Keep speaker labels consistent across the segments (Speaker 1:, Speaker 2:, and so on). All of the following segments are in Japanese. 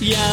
Speaker 1: 屋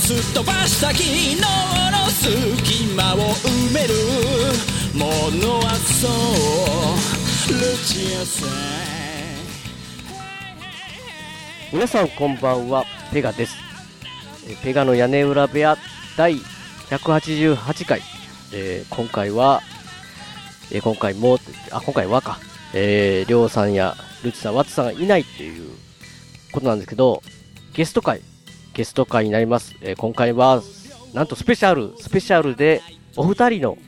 Speaker 1: すっ飛ばした昨日の隙間を埋めるものはそうルチアさん
Speaker 2: 皆さんこんばんはペガですえーペガの屋根裏部屋第188回、えー今回は、えー今回もあ今回はかえーりょうさんやルチさんワッツさんがいないっていうことなんですけどゲスト会ゲスト会になります、えー今回はなんとスペシャルスペシャルでお二人の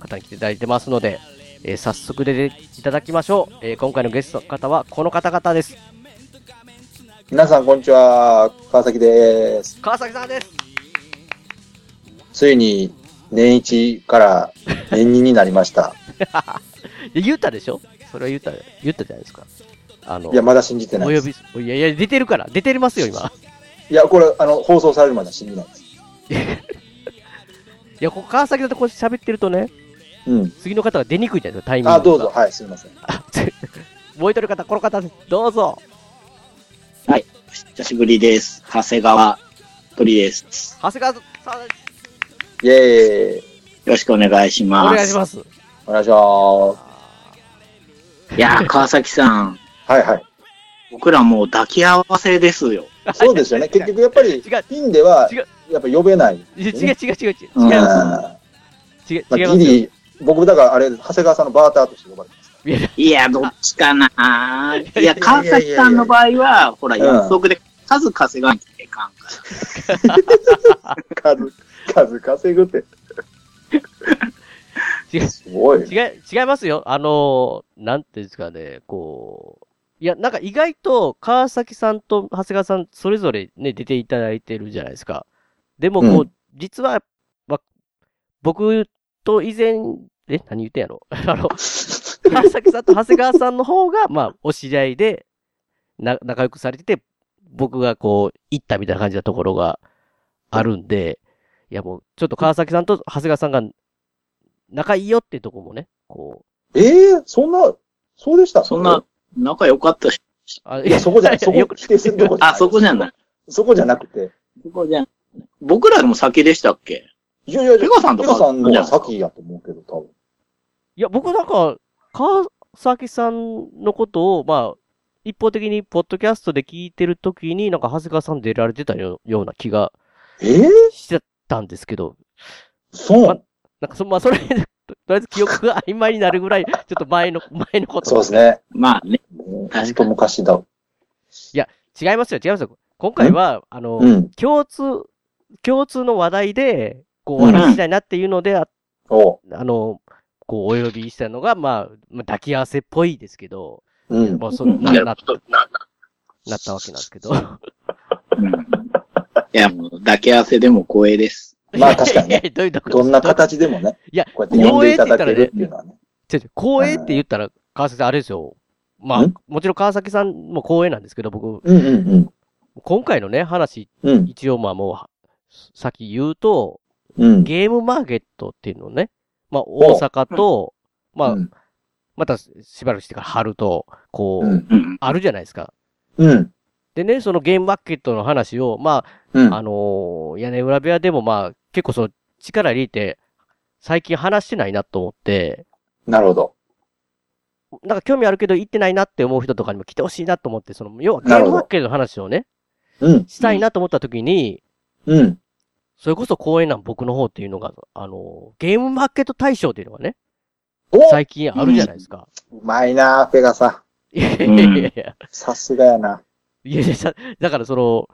Speaker 2: 方に来ていただいてますので、えー早速でいただきましょう、えー今回のゲストの方はこの方々です
Speaker 3: 皆さん、こんにちは。川崎です。
Speaker 2: 川崎さんです
Speaker 3: ついに、年1から年2になり ました。
Speaker 2: いや言ったでしょそれは言った、言ったじゃないですか。あの、
Speaker 3: いや、まだ信じてな
Speaker 2: お
Speaker 3: いで
Speaker 2: 呼
Speaker 3: す。
Speaker 2: び、いやいや、出てるから、出てますよ、今。
Speaker 3: いや、これ、あの、放送されるまでは信じないです。
Speaker 2: いや、ここ川崎だとこう喋ってるとね、
Speaker 3: うん。
Speaker 2: 次の方が出にくいじゃないですか、タイミングが
Speaker 3: あ、どうぞ。。はい、すみません。
Speaker 2: 燃えてる方、この方です、どうぞ。
Speaker 4: 久しぶりです。長谷川鳥です。
Speaker 2: 長谷川さん、
Speaker 3: イェーイ。
Speaker 4: よろしくお願いし
Speaker 2: お
Speaker 4: ます。
Speaker 2: 願いします。
Speaker 3: お願いします。
Speaker 4: いやー、川崎さん、
Speaker 3: はいはい。
Speaker 4: 僕らもう抱き合わせですよ。
Speaker 3: そうです よね。結局、やっぱり、
Speaker 2: 違う
Speaker 3: ピンでは
Speaker 2: 違う、
Speaker 3: やっぱ呼べない。
Speaker 2: いや違う違う違う違う。違い
Speaker 4: うん
Speaker 2: ま。
Speaker 3: ます
Speaker 2: 違い
Speaker 3: あ、
Speaker 2: 違いま
Speaker 3: ギ
Speaker 2: すよ。
Speaker 3: リ、僕、だから、あれ、長谷川さんのバーターとして呼ばれてます。
Speaker 4: いや、どっちかなー。いや、
Speaker 3: いや
Speaker 4: 川崎さんの場合は、ほら、
Speaker 3: うん
Speaker 4: 約束で数稼がんきていかんか
Speaker 3: 数、数稼ぐって。
Speaker 2: 違う
Speaker 3: すごい。
Speaker 2: 違い、違いますよ。あのー、なんていうんですかね、こう、いや、なんか意外と川崎さんと長谷川さん、それぞれね、出ていただいてるじゃないですか。でも、こう、
Speaker 3: う
Speaker 2: 実は、ま、僕と以前、え、何言ってんやろ あの、川崎さんと長谷川さんの方が、まあ、お知り合いで、な、仲良くされてて、僕がこう、行ったみたいな感じなところがあるんで、いやもう、ちょっと川崎さんと長谷川さんが仲いいよっていうとこもね、こう、
Speaker 3: えー、そんな、そうでした
Speaker 4: ら。そんな、、仲良かったし。
Speaker 2: あ
Speaker 3: いや、そこじゃない。そこ
Speaker 2: よく
Speaker 3: 否定するとこじゃな
Speaker 4: あ、
Speaker 3: い。
Speaker 4: そこじゃない。
Speaker 3: そこじゃなくて。
Speaker 4: そこじゃない。僕らも先でしたっけ
Speaker 3: いやいやいや、
Speaker 4: ペガさんとか
Speaker 3: ペガさんの方が先やと思うけど、多分。
Speaker 2: いや、僕なんか、川崎さんのことを、まあ、一方的にポッドキャストで聞いてるときに、なんか長谷川さん出られてたよような気が
Speaker 3: ええ
Speaker 2: してたんですけど、
Speaker 3: そ
Speaker 2: ま
Speaker 3: う
Speaker 2: なんかそ、まあ、それ、と りあえず記憶が曖昧になるぐらい、ちょっと前の、前のこと。
Speaker 3: そうですね。
Speaker 4: まあね。
Speaker 3: もう
Speaker 4: 確かに
Speaker 3: ほんと昔だ。
Speaker 2: 違いますよ、違いますよ。今回は、あの、
Speaker 3: うん。
Speaker 2: 共通、共通の話題で、こう、お話ししたいなっていうので、あ
Speaker 3: おう。
Speaker 2: あの、こう、お呼びしたのが、まあ、まあ、抱き合わせっぽいですけど、
Speaker 3: うん。
Speaker 2: まあ、そ、
Speaker 4: うん
Speaker 2: な、
Speaker 4: いや
Speaker 2: な、
Speaker 4: ちょっとな
Speaker 2: なったわけなんですけど。
Speaker 4: うんいや、もう抱き合わせでも光栄です。
Speaker 3: まあ確かにね
Speaker 2: いやいやどういうとこ
Speaker 3: どんな形でもね。
Speaker 2: いや
Speaker 3: こうやって呼んでいただけるっていうのはね。
Speaker 2: ちょちょ光栄って言ったら、川崎さんあれですよ。まあ
Speaker 3: ん、
Speaker 2: もちろん川崎さんも光栄なんですけど、僕、
Speaker 3: うんうん
Speaker 2: 今回のね、話、
Speaker 3: うん。うん。
Speaker 2: 一応まあもうは、先言うと、
Speaker 3: うん。
Speaker 2: ゲームマーケットっていうのをね、まあ大阪と、まあ
Speaker 3: う、ん
Speaker 2: またしばらくしてから春と、こ
Speaker 3: う
Speaker 2: う、
Speaker 3: ん。
Speaker 4: うん。
Speaker 2: あるじゃないですか。
Speaker 3: うん。
Speaker 2: でね、そのゲームマーケットの話を、まあ、
Speaker 3: うん。
Speaker 2: あのー屋根裏部屋でもまあ、結構その力入れて、最近話してないなと思って、
Speaker 3: なるほど。
Speaker 2: なんか興味あるけど行ってないなって思う人とかにも来てほしいなと思って、その、要はゲ
Speaker 3: な
Speaker 2: ー
Speaker 3: る
Speaker 2: ム
Speaker 3: ほど
Speaker 2: マーケットの話をね、
Speaker 3: うん。
Speaker 2: したいなと思った時に、
Speaker 3: うん。
Speaker 2: それこそ公演なん僕の方っていうのが、あのーゲームマーケット大賞っていうのがね、
Speaker 3: おう
Speaker 2: 最近あるじゃないですか。
Speaker 3: まいなペガさ
Speaker 2: いやいやいやいや、
Speaker 3: ん。さすがやな。
Speaker 2: いやいやさだからその、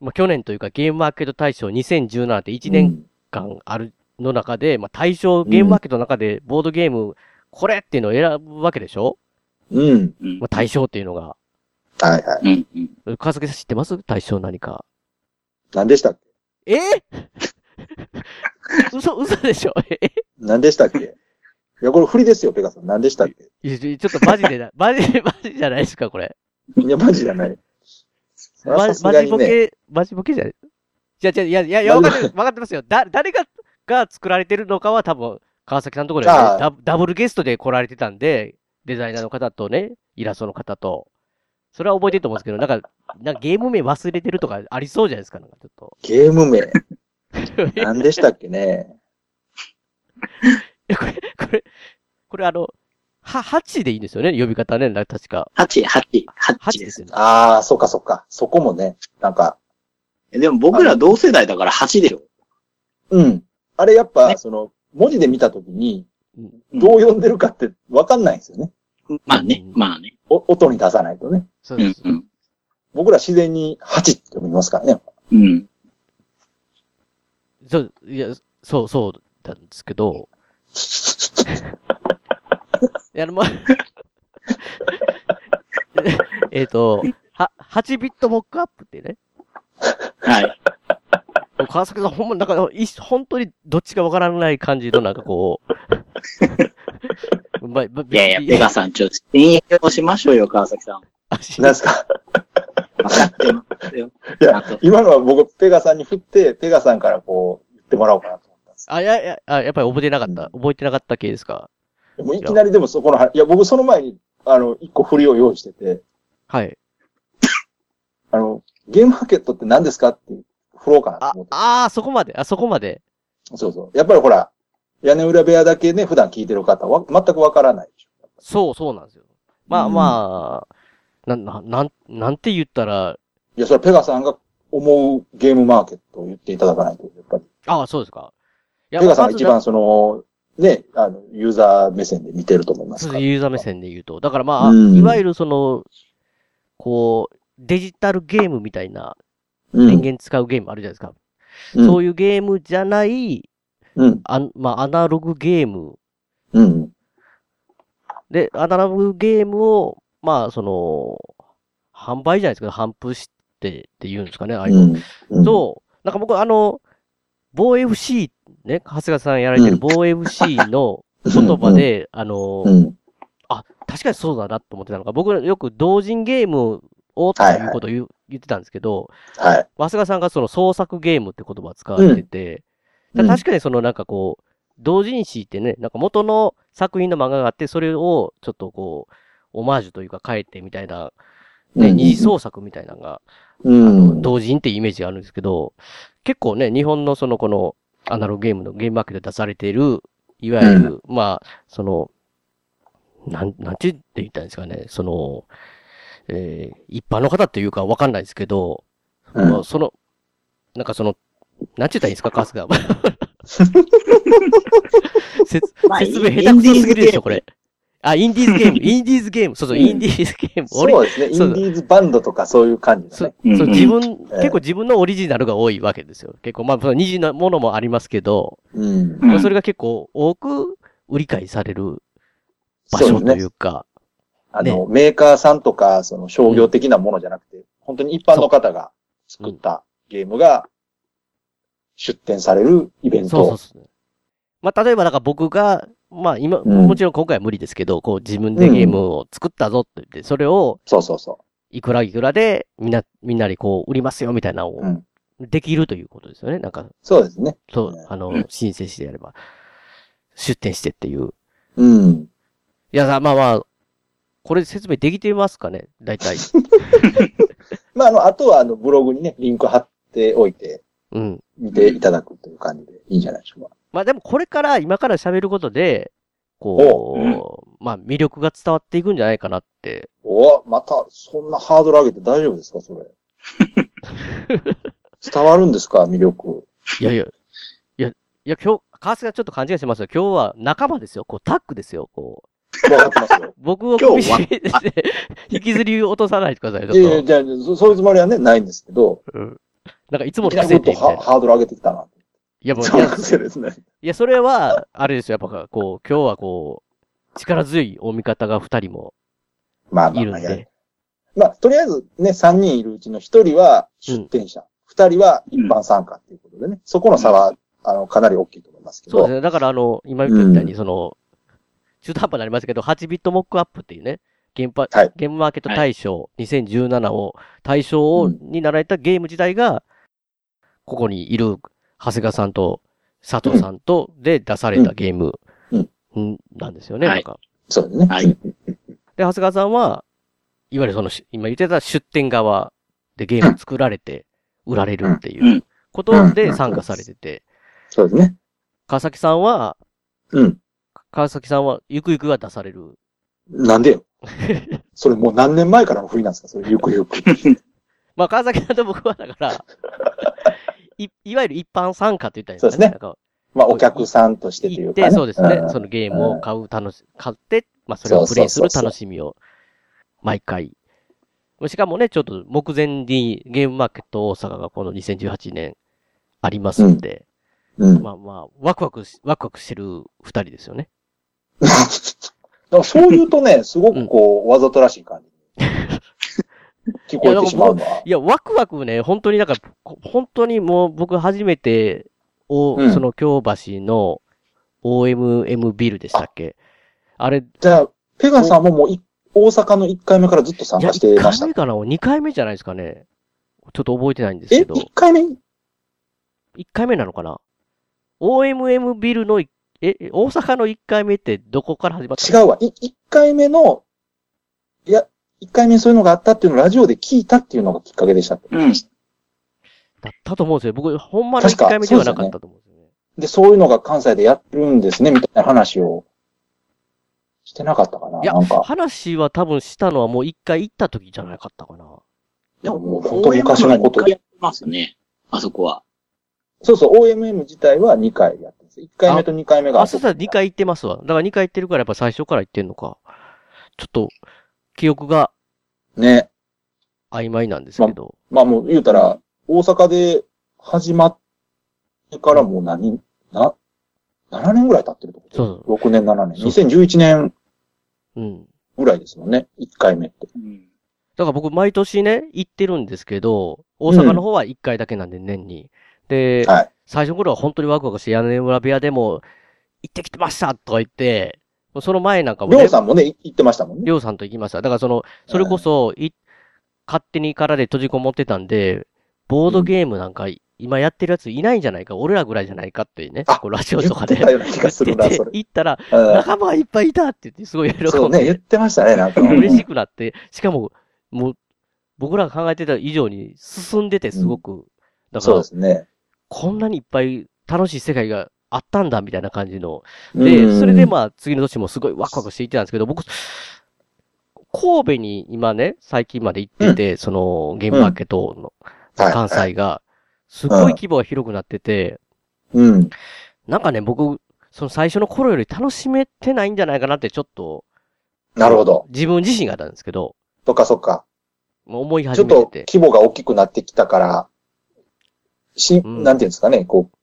Speaker 2: まあ去年というかゲームマーケット大賞2017って1年間あるの中で、まあ、対象ゲームマーケットの中でボードゲーム、これっていうのを選ぶわけでしょ、
Speaker 3: うん。うん。
Speaker 4: うん
Speaker 2: まあ、対象っていうのが。
Speaker 3: はいはい。
Speaker 4: うんうん
Speaker 2: 川崎さん知ってます対象何か。
Speaker 3: 何でしたっ
Speaker 2: えー 嘘、嘘でしょえ
Speaker 3: 何でしたっけいや、これ振りですよ、ペガさん。何でしたっけ
Speaker 2: いやちょっとマジでな、 マジで、マジじゃないですか、これ。
Speaker 3: いや、マジじゃない。それは
Speaker 2: ま
Speaker 3: さす
Speaker 2: マ
Speaker 3: が
Speaker 2: ジ
Speaker 3: に
Speaker 2: ボ
Speaker 3: ね、
Speaker 2: ケ、マジボケじゃない。じゃじゃいや、いや、いや、わかってる、わかってますよ。だ、誰が、が作られてるのかは多分、川崎さんのところで、ね
Speaker 3: ああ
Speaker 2: ダブ、ダブルゲストで来られてたんで、デザイナーの方とね、イラストの方と。それは覚えてると思うんですけど、なんか、なんかゲーム名忘れてるとかありそうじゃないですか、なんかちょっと。
Speaker 3: ゲーム名。何でしたっけね。
Speaker 2: えこれ、これ、これあの、は、ハチでいいんですよね、呼び方ね、なんか確か。
Speaker 4: 8、8、
Speaker 2: ハ
Speaker 4: 8
Speaker 2: チで
Speaker 4: ですす。
Speaker 2: よね。
Speaker 3: あー、そっかそっか。そこもね、なんか、
Speaker 4: えでも僕ら同世代だから8でしょ。
Speaker 3: うん。あれやっぱ、
Speaker 4: ね
Speaker 3: その、文字で見たときに、
Speaker 4: うん
Speaker 3: どう読んでるかってわかんないんですよね。
Speaker 4: まあね、まあね。
Speaker 3: お音に出さないとね。
Speaker 2: そう
Speaker 4: う
Speaker 2: で
Speaker 4: ん
Speaker 2: す。
Speaker 4: うん。
Speaker 3: 僕ら自然に8って読みますからね。
Speaker 4: うん。
Speaker 2: そう、いや、そう、そうなんです けど。いや、あの まあ、えっと、は、8ビットモックアップってね。
Speaker 4: はい。
Speaker 2: 川崎さんほんま、なんか、い本当にどっちかわからない感じの、なんかこ う。ま、ま
Speaker 4: いやいや、ペガさん、ちょっと、信用しましょうよ、川崎さん。
Speaker 2: あし
Speaker 3: なんですか
Speaker 4: 分かってますよ。
Speaker 3: い
Speaker 4: あ
Speaker 3: や
Speaker 4: と、
Speaker 3: 今のは僕、ペガさんに振って、ペガさんからこう、言ってもらおうかなと思ったんです
Speaker 2: あ、いやいや、あ、やっぱり覚えてなかった。覚えてなかった系ですか。
Speaker 3: よ。もういきなりでもそこの話、いや、僕その前に、あの、一個振りを用意してて、
Speaker 2: はい。
Speaker 3: あの、ゲームマーケットって何ですかって振ろうかなと
Speaker 2: あ
Speaker 3: 思っ、て。
Speaker 2: あー、そこまで、あ、そこまで。
Speaker 3: そうそう。やっぱりほら、屋根裏部屋だけね、普段聞いてる方は全くわからないでしょ。
Speaker 2: そう、そうなんですよ。まあ
Speaker 3: うん
Speaker 2: まあ、なん、なん、なん、なんて言ったら、
Speaker 3: いや、それはペガさんが思うゲームマーケットを言っていただかないと、やっぱり。
Speaker 2: ああ、そうですか。いや
Speaker 3: ペガさ
Speaker 2: ま
Speaker 3: んが
Speaker 2: ず
Speaker 3: 一番その、ね、あの、ユーザー目線で見てると思います
Speaker 2: そう
Speaker 3: か
Speaker 2: で
Speaker 3: ら。
Speaker 2: すユーザー目線で言うと。だからまあ、
Speaker 3: うん
Speaker 2: いわゆるその、こう、デジタルゲームみたいな、
Speaker 3: うん
Speaker 2: 電源使うゲームあるじゃないですか。
Speaker 3: うん
Speaker 2: そういうゲームじゃない、
Speaker 3: うん。
Speaker 2: あんまあ、アナログゲーム。
Speaker 3: うん。
Speaker 2: で、アナログゲームを、まあ、その、販売じゃないですけど、販布してって言うんですかね、ああいうの
Speaker 3: うん。
Speaker 2: と、なんか僕、あの、防 FC、ね、長谷川さんやられてる
Speaker 3: うん
Speaker 2: 防 FC の言葉で、あの、
Speaker 3: うん、うん。
Speaker 2: 確かにそうだなと思ってたのが、僕らよく同人ゲームをということを言う言ってたんですけど、
Speaker 3: はい。
Speaker 2: 長谷川さんがその創作ゲームって言葉を使われてて、
Speaker 3: うん
Speaker 2: 確かにそのなんかこう、同人誌ってね、なんか元の作品の漫画があって、それをちょっとこう、オマージュというか変えてみたいな、ね、
Speaker 3: うん
Speaker 2: 二次創作みたいなのが
Speaker 3: うん。
Speaker 2: 同人ってイメージがあるんですけど、結構ね、日本のそのこのアナログゲームのゲームマーケットで出されている、いわゆる、まあ、その、なん、なんて言って言ったらいいんですかね、その、えー一般の方っていうかわかんないですけど、
Speaker 3: うん
Speaker 2: まあその、なんかその、なんて言ったらいいんですか、カスが。 説
Speaker 4: まあ
Speaker 2: 説明下手くそすぎるでしょ、これ。あ、インディーズゲーム、インディーズゲーム、そうそう、
Speaker 3: うん
Speaker 2: インディーズゲーム。俺
Speaker 3: そうですね。イ
Speaker 2: そう
Speaker 3: ンディーズバンドとかそういう感じ
Speaker 2: そ
Speaker 3: だ
Speaker 2: う
Speaker 3: ね。
Speaker 4: うん
Speaker 2: そう
Speaker 4: うん
Speaker 2: 自分、
Speaker 3: ええ
Speaker 2: 結構自分のオリジナルが多いわけですよ。結構、まあ、その二次のものもありますけど、
Speaker 3: うん。
Speaker 4: うん
Speaker 2: まあそれが結構多く売り買いされる場
Speaker 3: そ
Speaker 2: 所
Speaker 3: うで
Speaker 2: と
Speaker 3: す
Speaker 2: い
Speaker 3: ね。
Speaker 2: うか、
Speaker 3: あの、メーカーさんとか、その商業的なものじゃなくて、本当に一般の方が作ったゲームが出展されるイベン
Speaker 2: そうそう
Speaker 3: ト。
Speaker 2: そう。まあ、例えば、なんか僕が、まあ今、
Speaker 3: うん
Speaker 2: もちろん今回は無理ですけど、こう自分でゲームを作ったぞって言って、それを
Speaker 3: そうそうそ
Speaker 2: いくらいくらでみんな、みんなにこう売りますよみたいなの
Speaker 3: う。う
Speaker 2: を
Speaker 3: ん。
Speaker 2: できるということですよね。なんか、
Speaker 3: そうですね。
Speaker 2: そう
Speaker 3: ね、
Speaker 2: あの
Speaker 4: うん、
Speaker 2: 申請してやれば、出店してっていう。
Speaker 3: うん。
Speaker 2: いや、まあまあ、これ説明できてますかね大体。
Speaker 3: まあ、あの、あとは、あの、ブログにね、リンク貼っておいて、
Speaker 2: うん。
Speaker 3: 見ていただくという感じでいいんじゃないでしょうか。
Speaker 2: まあでもこれから、今から喋ることで、こう、まあ魅力が伝わっていくんじゃないかなって。
Speaker 3: おまた、そんなハードル上げて大丈夫ですかそれ。 伝わるんですか魅力。
Speaker 2: いやいや、いや、いや今日、川崎がちょっと勘違いしてますよ。今日は仲間ですよ。こう、タッグですよ。こう、
Speaker 3: わかっ てますよ。
Speaker 2: 僕を
Speaker 4: 今
Speaker 2: 首
Speaker 4: 日は
Speaker 2: 絞めて、引きずり落とさないでください。ち
Speaker 3: いやい
Speaker 2: ょ
Speaker 3: や、
Speaker 2: っ
Speaker 3: じゃあそ、そういうつもりはね、ないんですけど、
Speaker 2: と。うん。なんかいつ
Speaker 3: い
Speaker 2: も
Speaker 3: き
Speaker 2: の
Speaker 3: な
Speaker 2: 癖
Speaker 3: り
Speaker 2: で
Speaker 3: ちょっと
Speaker 2: みたい
Speaker 3: ハ
Speaker 2: な。
Speaker 3: ハードル上げてきたな。
Speaker 2: いや、もう、
Speaker 3: そ
Speaker 2: いうや
Speaker 3: なんですよですね。
Speaker 2: いや、それは、あれですよ。やっぱ、こう、今日はこう、力強いお味方が二人も
Speaker 3: まあまあ
Speaker 2: い
Speaker 3: ま
Speaker 2: る
Speaker 3: あ
Speaker 2: ん
Speaker 3: やる
Speaker 2: で。
Speaker 3: まあ、とりあえずね、3人いるうちの1人は出店者、2人は一般参加っていうことでね、そこの差はあの、かなり大きいと思いますけ
Speaker 2: そう
Speaker 3: ど
Speaker 2: です、ね。だから、あの、今言ったみたいに、その、中途半端になりますけど、8ビットモックアップっていうね、ゲームパ、
Speaker 3: はい
Speaker 2: ゲームマーケット大賞2017を、大賞を、
Speaker 3: うん
Speaker 2: になられたゲーム自体が、ここにいる、長谷川さんと、佐藤さんと、で出されたゲーム、
Speaker 3: うん
Speaker 2: んなんですよね、
Speaker 4: はい
Speaker 2: なんか。
Speaker 3: そうですね。
Speaker 4: はい。
Speaker 2: で、長谷川さんは、いわゆるその、し今言ってた出店側でゲームを作られて、売られるって
Speaker 4: うんう
Speaker 2: いうことで参加されてて、
Speaker 3: そうですね。
Speaker 2: 川崎さんは、
Speaker 3: うん。
Speaker 2: 川崎さんは、ゆくゆくが出される。
Speaker 3: な んでよ。それもう何年前からの不意なんですかそれ、ゆく ゆく。
Speaker 2: まあ、川崎さんと僕は、だ から、い、いわゆる一般参加って言ったらいいんです
Speaker 3: そうです
Speaker 2: かね。
Speaker 3: ね
Speaker 2: なんか
Speaker 3: まあ、お客さんとしてとい
Speaker 2: 行っ
Speaker 3: うか、ね。
Speaker 2: て、そうですね
Speaker 3: ん。
Speaker 2: そのゲームを買う楽し、買って、まあ、それをプレイする楽しみを、毎回。しかもね、ちょっと目前にゲームマーケット大阪がこの2018年ありますんで、
Speaker 3: うん。
Speaker 2: まあまあ、ワクワクし、ワクワクしてる二人ですよね。
Speaker 3: だからそう言うとね、すごくこう、わざとらしい感 じに聞こえてしまうのは。
Speaker 2: いや、ワクワクね、本当にだから、こ本当にもう僕初めて、を
Speaker 3: うん
Speaker 2: その京橋の OMM ビルでしたっけあれ、
Speaker 3: じゃあ、ペガさんももうい、大阪の1回目からずっと参
Speaker 2: いや、
Speaker 3: 加して
Speaker 2: 1
Speaker 3: ました
Speaker 2: 回目。かな ?2 回目じゃないですかね。ちょっと覚えてないんです
Speaker 3: え、
Speaker 2: けど。
Speaker 3: 1回目
Speaker 2: 1回目なのかな ?OMM ビルのい、え、大阪の1回目ってどこから始まった
Speaker 3: 違うわ。い、一回目の、いや、一回目そういうのがあったっていうのをラジオで聞いたっていうのがきっかけでした。
Speaker 4: うん。
Speaker 2: だったと思うんですよ。僕、ほんまの1回目ではなかったと思うんですよね。
Speaker 3: で、そういうのが関西でやってるんですね、みたいな話をしてなかったかな。
Speaker 2: いや
Speaker 3: なんか、
Speaker 2: 話は多分したのはもう1回行った時じゃなかったかな。
Speaker 4: でも
Speaker 3: もう本当に昔のこと
Speaker 4: 応援も一回やってますね。あそこは。
Speaker 3: そうそう、OMM 自体は2回やってるんです。1回目と2回目が
Speaker 2: あ、そうだ、2。回行ってますわ。だから2回行ってるから、やっぱ最初から行ってんのか。ちょっと、記憶が
Speaker 3: ね。
Speaker 2: 曖昧なんですけど。
Speaker 3: まあもう言うたら、大阪で始まってからもう何、な、7年ぐらい経ってるってこと
Speaker 2: そうそう
Speaker 3: 6年、7年。
Speaker 2: そう
Speaker 3: 2011年
Speaker 2: うん。
Speaker 3: ぐらいですもんね。1回目って。
Speaker 4: うん。
Speaker 2: だから僕、毎年ね、行ってるんですけど、大阪の方は1回だけなんで、年に。で、
Speaker 3: はい。
Speaker 2: 最初の頃は本当にワクワクして、屋根裏部屋でも、行ってきてましたとか言って、その前なんかも
Speaker 3: りょ
Speaker 2: ね
Speaker 3: う、さんもね、い行ってましたもんね。
Speaker 2: りょうさんと行きました。だからその、それこそ、い、勝手にからで閉じこもってたんで、ボードゲームなんか、今やってるやついないんじゃないか、俺らぐらいじゃないかっていうね、
Speaker 3: あ
Speaker 2: こうラジオとかで。
Speaker 3: 言ってたような気がするな、
Speaker 2: 言って
Speaker 3: そ
Speaker 2: て
Speaker 3: れ。
Speaker 2: 行ったら、
Speaker 3: う
Speaker 2: 仲間がいっぱいいたって言って、すごい喜ん
Speaker 3: ん、
Speaker 2: で、
Speaker 3: そうね、言ってましたね、なんか。
Speaker 2: 嬉しくなって、しかも、もう、僕らが考えてた以上に進んでて、すごく。だか
Speaker 3: そう
Speaker 2: ら
Speaker 3: で、すね。
Speaker 2: こんなにいっぱい楽しい世界があったんだ、みたいな感じの。
Speaker 3: う
Speaker 2: で、
Speaker 3: ん
Speaker 2: それでまあ、次の年もすごいワクワクしていってたんですけど、僕、神戸に今ね、最近まで行ってて、その、ゲームマーケットの、
Speaker 3: はい
Speaker 2: 関西が、すごい規模が広くなってて、
Speaker 3: うん。
Speaker 2: なんかね、僕、その最初の頃より楽しめてないんじゃないかなってちょっと、
Speaker 3: なるほど。
Speaker 2: 自分自身があったんですけど、
Speaker 3: そっかそっか。
Speaker 2: もう思い
Speaker 3: ち
Speaker 2: 始
Speaker 3: ょっ
Speaker 2: めて
Speaker 3: と
Speaker 2: て。
Speaker 3: 規模が大きくなってきたから、し、
Speaker 2: うん
Speaker 3: なんていうんですかね、こう、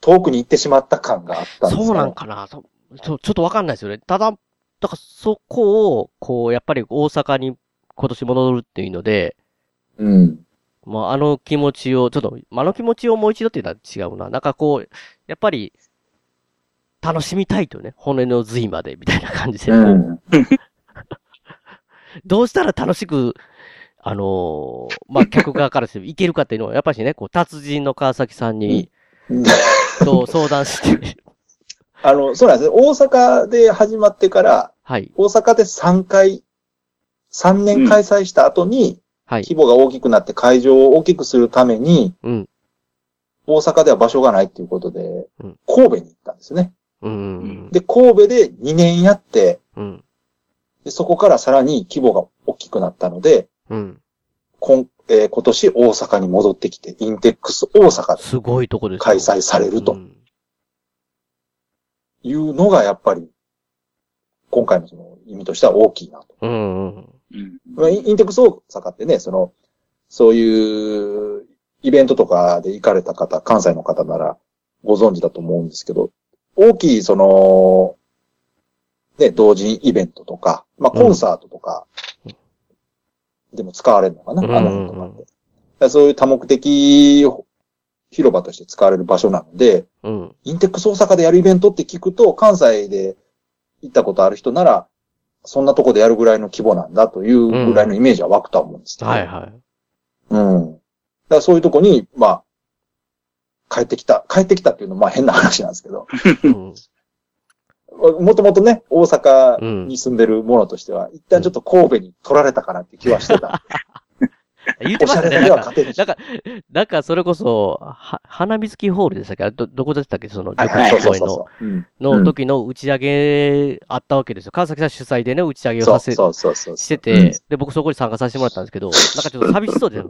Speaker 3: 遠くに行ってしまった感があったんです
Speaker 2: そうなん
Speaker 3: ん
Speaker 2: かなそそう、ちょっとわかんないですよね。ただ、だからそこを、こう、やっぱり大阪に今年戻るっていうので、
Speaker 3: うん。
Speaker 2: まあ、あの気持ちを、ちょっと、まああの気持ちをもう一度っていうのは違うな。なんかこう、やっぱり、楽しみたいとね、骨の髄まで、みたいな感じで、
Speaker 3: う。
Speaker 2: こうんどうしたら楽しく、あのーまあ、客側からしていけるかっていうのは、やっぱしね、こう、達人の川崎さんに、と相談 して、
Speaker 3: あの、そうなんですね。大阪で始まってから、
Speaker 2: はい、
Speaker 3: 大阪で3回、3年開催した後に、
Speaker 2: はい。
Speaker 3: 規模が大きくなって会場を大きくするために、
Speaker 2: うん
Speaker 3: 大阪では場所がないっていうことで、
Speaker 2: うん
Speaker 3: 神戸に行ったんですね。
Speaker 2: うん、
Speaker 3: で、神戸で2年やって、
Speaker 2: うん、
Speaker 3: でそこからさらに規模が大きくなったので、
Speaker 2: うん。
Speaker 3: 今えー今年大阪に戻ってきて、インテックス大阪です
Speaker 2: ごいとこですよ。
Speaker 3: 開催される
Speaker 2: う
Speaker 3: と
Speaker 2: ん
Speaker 3: いうのがやっぱり、今回のその意味としては大きいなと。
Speaker 2: うんうん。
Speaker 4: うん。
Speaker 3: まあインインテックス大阪ってね、その、そういうイベントとかで行かれた方、関西の方ならご存知だと思うんですけど、大きいその、ね、同人イベントとか、まあ
Speaker 2: うん
Speaker 3: コンサートとか、でも使われるのかな、
Speaker 2: うん
Speaker 3: あの辺とかって。だからそういう多目的広場として使われる場所なので、
Speaker 2: うん。
Speaker 3: インテックス大阪でやるイベントって聞くと、関西で行ったことある人なら、そんなとこでやるぐらいの規模なんだというぐらいのイメージは湧くとは思うんですけど
Speaker 2: はいはい。
Speaker 3: うん。だからそういうとこに、まあ、帰ってきた、帰ってきたっていうのはまあ変な話なんですけど、
Speaker 2: うん。
Speaker 3: もともとね、大
Speaker 2: う
Speaker 3: 阪
Speaker 2: ん
Speaker 3: に住んでるものとしては、一旦ちょっと神戸に取られたかなって気 はしてた。
Speaker 2: 言って
Speaker 3: お
Speaker 2: ま
Speaker 3: し
Speaker 2: し
Speaker 3: ゃ
Speaker 2: たね。
Speaker 3: れだけ
Speaker 2: な
Speaker 3: は
Speaker 2: んか
Speaker 3: 勝てるし
Speaker 2: な。んか、なんかそれこそ、は、花水木ホールでしたっけあれど、どこだったっけその、
Speaker 3: は
Speaker 2: 旅
Speaker 3: いはい、そ
Speaker 2: 館
Speaker 3: う
Speaker 2: 公
Speaker 3: そう
Speaker 2: 園
Speaker 3: そう
Speaker 2: の、
Speaker 3: そう。うん
Speaker 2: の時の打ち上げあったわけですよ。川崎さん主催でね、打ち上げを
Speaker 3: そう
Speaker 2: させ、
Speaker 3: そうそうそう。
Speaker 2: して
Speaker 3: うん
Speaker 2: て、で、僕そこに参加させてもらったんですけど、なんかちょっと寂しそうで、
Speaker 3: い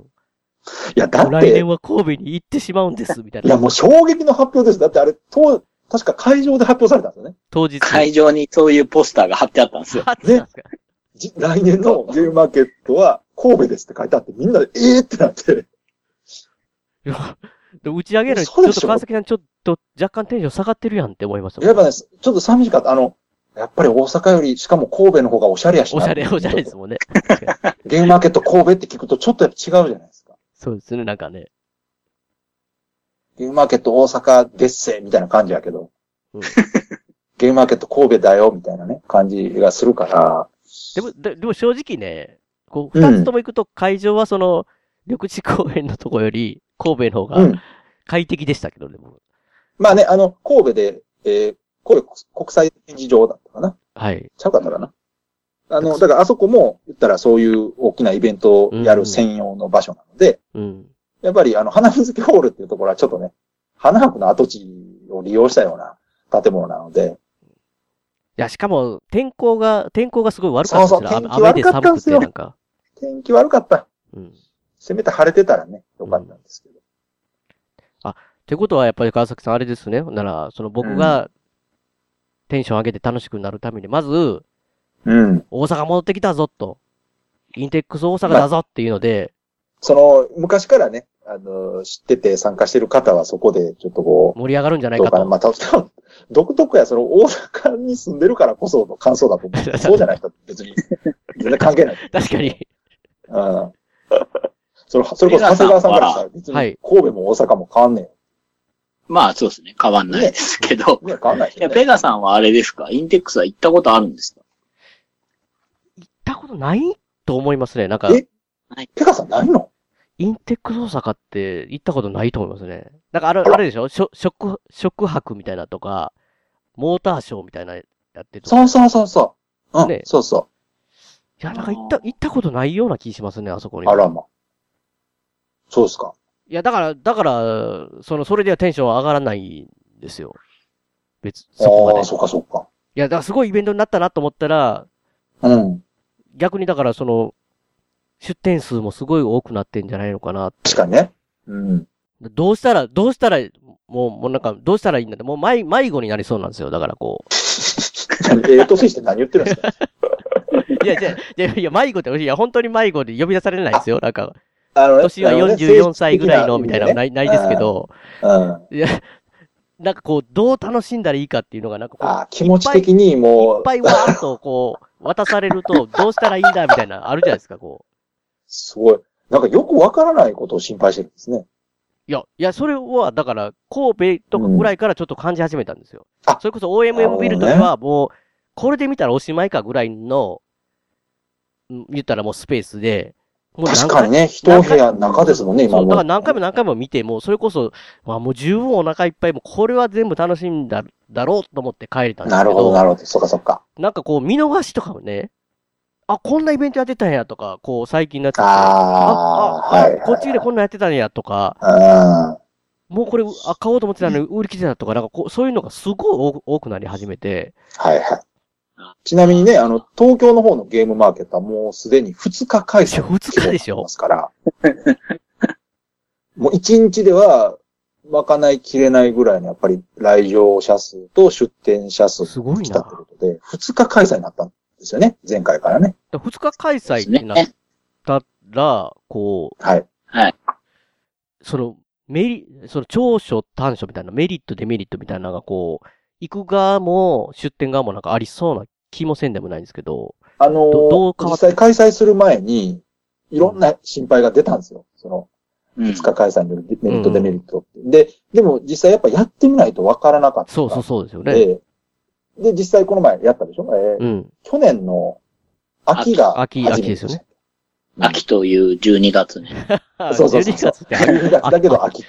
Speaker 3: や、 だっ
Speaker 2: 来
Speaker 3: て
Speaker 2: 年、は神戸に行ってしまうんです、みたい
Speaker 3: いや、
Speaker 2: な。
Speaker 3: もう衝撃の発表です。だってあれ、当確か会場で発表されたんですよね。
Speaker 2: 当日。
Speaker 4: 会場にそういうポスターが貼ってあったんです よ。
Speaker 2: あったんですか
Speaker 3: じ来年のゲームマーケットは神戸ですって書いてあって、みんなで、ええってなって。
Speaker 2: いや で打ち上げるのに、ち
Speaker 3: そう
Speaker 2: ょっ
Speaker 3: でしょ
Speaker 2: と川崎さんちょっと若干テンション下がってるやんって思いましたもん。
Speaker 3: やっぱね、ちょっと寂しかった。あの、やっぱり大阪より、しかも神戸の方がおしゃれやしな
Speaker 2: おしゃれ、おしゃれですもんね。
Speaker 3: ゲームマーケット神戸って聞くとちょっとやっぱ違うじゃないですか。
Speaker 2: そうですね、なんかね。
Speaker 3: ゲームマーケット大阪デッセみたいな感じやけど。
Speaker 2: うん
Speaker 3: ゲームマーケット神戸だよみたいなね、感じがするから。
Speaker 2: でも、ででも正直ね、こう、
Speaker 3: うん
Speaker 2: 二つとも行くと会場はその、緑地公園のとこより、神戸の方
Speaker 3: う
Speaker 2: が
Speaker 3: ん。
Speaker 2: 快適でしたけどね、僕
Speaker 3: まあね、あの、神戸で、えー、神戸国際展示場だったかな。
Speaker 2: はい。
Speaker 3: ちゃうかったかな。あの、だからあそこも、言ったらそういう大きなイベントをやる専用の場所なので、
Speaker 2: うん。
Speaker 3: やっぱりあの、花水木ホールっていうところはちょっとね、花博の跡地を利用したような建物なので、
Speaker 2: いや、しかも、天候が、天候がすごい悪かった
Speaker 3: そうそう
Speaker 2: ですよ
Speaker 3: 天
Speaker 2: ね。
Speaker 3: 気
Speaker 2: 雨雨で
Speaker 3: 悪かった
Speaker 2: 寒
Speaker 3: んで
Speaker 2: く
Speaker 3: す
Speaker 2: て、
Speaker 3: よ
Speaker 2: なんか。
Speaker 3: 天気悪かった。
Speaker 2: うん。っ
Speaker 3: せめて晴れてたらね、よかったんですけど。
Speaker 2: てことは、やっぱり川崎さん、あれですね。なら、その僕が、テンション上げて楽しくなるために、まず、
Speaker 3: うん。
Speaker 2: 大阪戻ってきたぞ、と。インテックス大阪だぞっていうので、
Speaker 3: その、昔からね、あの、知ってて参加してる方はそこでちょっとこ
Speaker 2: 盛り上がるんじゃ
Speaker 3: う、
Speaker 2: ない
Speaker 3: どう
Speaker 2: か
Speaker 3: かな。
Speaker 2: と。
Speaker 3: まあ、たぶ独特や、その、大阪に住んでるからこその感想だと 思う。そうじゃない人は別に、全然関係ない。
Speaker 2: 確かに。
Speaker 3: うん。それ、それこそ長谷川さんからしたら別
Speaker 2: はい
Speaker 3: に神戸も大阪も変わんね
Speaker 4: まあそうですね。変わんないですけど
Speaker 3: え。。ね、変わんないし
Speaker 4: いや、
Speaker 3: ね。
Speaker 4: ペガさんはあれですかインテックスは行ったことあるんですか
Speaker 2: 行ったことないと思いますね。なんか、
Speaker 3: えペガさんないの
Speaker 2: インテックス大阪って行ったことないと思いますね。なんかあれ、
Speaker 3: あら
Speaker 2: あれでしょしょ食、食博みたいなとか、モーターショーみたいなやってるとか。
Speaker 3: そうそうそうそう。うん、
Speaker 2: ね
Speaker 3: そうそ
Speaker 2: いや、なんか行った、行ったことないような気しますね、あそこ
Speaker 3: う。
Speaker 2: に。
Speaker 3: あらま。そうですか。
Speaker 2: いや、だから、だから、その、それではテンション上がらないんですよ。別、そこま
Speaker 3: あ
Speaker 2: で。
Speaker 3: あ、
Speaker 2: い
Speaker 3: そうかそうか。
Speaker 2: や、だからすごいイベントになったなと思ったら、
Speaker 3: うん。
Speaker 2: 逆にだからその、出店数もすごい多くなってんじゃないのかな。
Speaker 3: 確かにね。うん。
Speaker 2: どうしたら、どうしたら、もう、もうなんか、どうしたらいいんだって、もう迷迷子になりそうなんですよ。だからこう。
Speaker 3: ええ年して何言ってるん ですか
Speaker 2: いや、じゃあいや、いや、迷子って、いや、本当に迷子で呼び出されないですよ。なんか、
Speaker 3: あのね
Speaker 2: 年は
Speaker 3: あのね
Speaker 2: 44歳ぐらいの、みたいな、ない、ないですけ。ど、
Speaker 3: 政治的な意味でねうん。
Speaker 2: いや、なんかこう、どう楽しんだらいいかっていうのが、なんかこう、
Speaker 3: ああ、気持ち的に
Speaker 2: い
Speaker 3: も
Speaker 2: っ
Speaker 3: う、
Speaker 2: ぱいわーっとこう、渡される と、どうしたらいいんだ、みたいな、あるじゃないですか、こう。
Speaker 3: すごい。なんかよくわからないことを心配してるんですね。
Speaker 2: いや、いや、それは、だから、神戸とかぐらいからちょっと感じ始めたんですよ。
Speaker 3: うんあ
Speaker 2: それこそ OMM ビルとかは、もう、これで見たらおしまいかぐらいの、うん言ったらもうスペースで、もう何
Speaker 3: 確
Speaker 2: 回
Speaker 3: かにね、一部屋の中ですもんね、今
Speaker 2: そう、
Speaker 3: も。
Speaker 2: だから何回も何回も見て、もうそれこそ、まあもう十分お腹いっぱい、もうこれは全部楽しんだだろうと思って帰れたんです
Speaker 3: な
Speaker 2: け
Speaker 3: る
Speaker 2: ど、
Speaker 3: ほど、なるほど。そっかそっか。
Speaker 2: なんかこう見逃しとかもね、あ、こんなイベントやってたんやとか、こう最近になってて、
Speaker 3: ああ、
Speaker 2: あ
Speaker 3: はい。
Speaker 2: こっちでこんなんやってたんやとか、
Speaker 3: うん。
Speaker 2: もうこれあ買おうと思ってたのに売り切れたとか、なんかこう、そういうのがすごい多く多くなり始めて、
Speaker 3: はいはい。ちなみにね、あの、東京の方のゲームマーケットはもうすでに2日開催。
Speaker 2: 2日でしょ
Speaker 3: ますから。もう1日では、まかないきれないぐらいのやっぱり来場者数と出店者数
Speaker 2: すごい
Speaker 3: 来た
Speaker 2: な
Speaker 3: って。ことで、2日開催になったんですよね。前回からね。
Speaker 2: だ2日開催ってなっ
Speaker 4: ね。
Speaker 2: たら、こう、
Speaker 3: はい。
Speaker 4: はい。
Speaker 2: その、メリ、その長所短所みたいなメリットデメリットみたいなのがこう、行く側も出店側もなんかありそうな気もせんでもないんですけど、
Speaker 3: あのー
Speaker 2: どどう変わ
Speaker 3: 実
Speaker 2: った
Speaker 3: 際開催する前に、いろんな心配が出たんですよ。その、
Speaker 4: うん
Speaker 3: 2日開催によるメリット、デメリット、で、でも実際やっぱやってみないとわからなかった。
Speaker 2: そうそうそうですよね。
Speaker 3: で、で、実際この前やったでしょえー
Speaker 2: うん。
Speaker 3: 去年の秋が
Speaker 2: 秋
Speaker 3: 初めて
Speaker 2: 秋ですよね。
Speaker 4: 秋という12月ね。
Speaker 3: そうそうそう
Speaker 2: 12月って
Speaker 3: 12月だけど秋。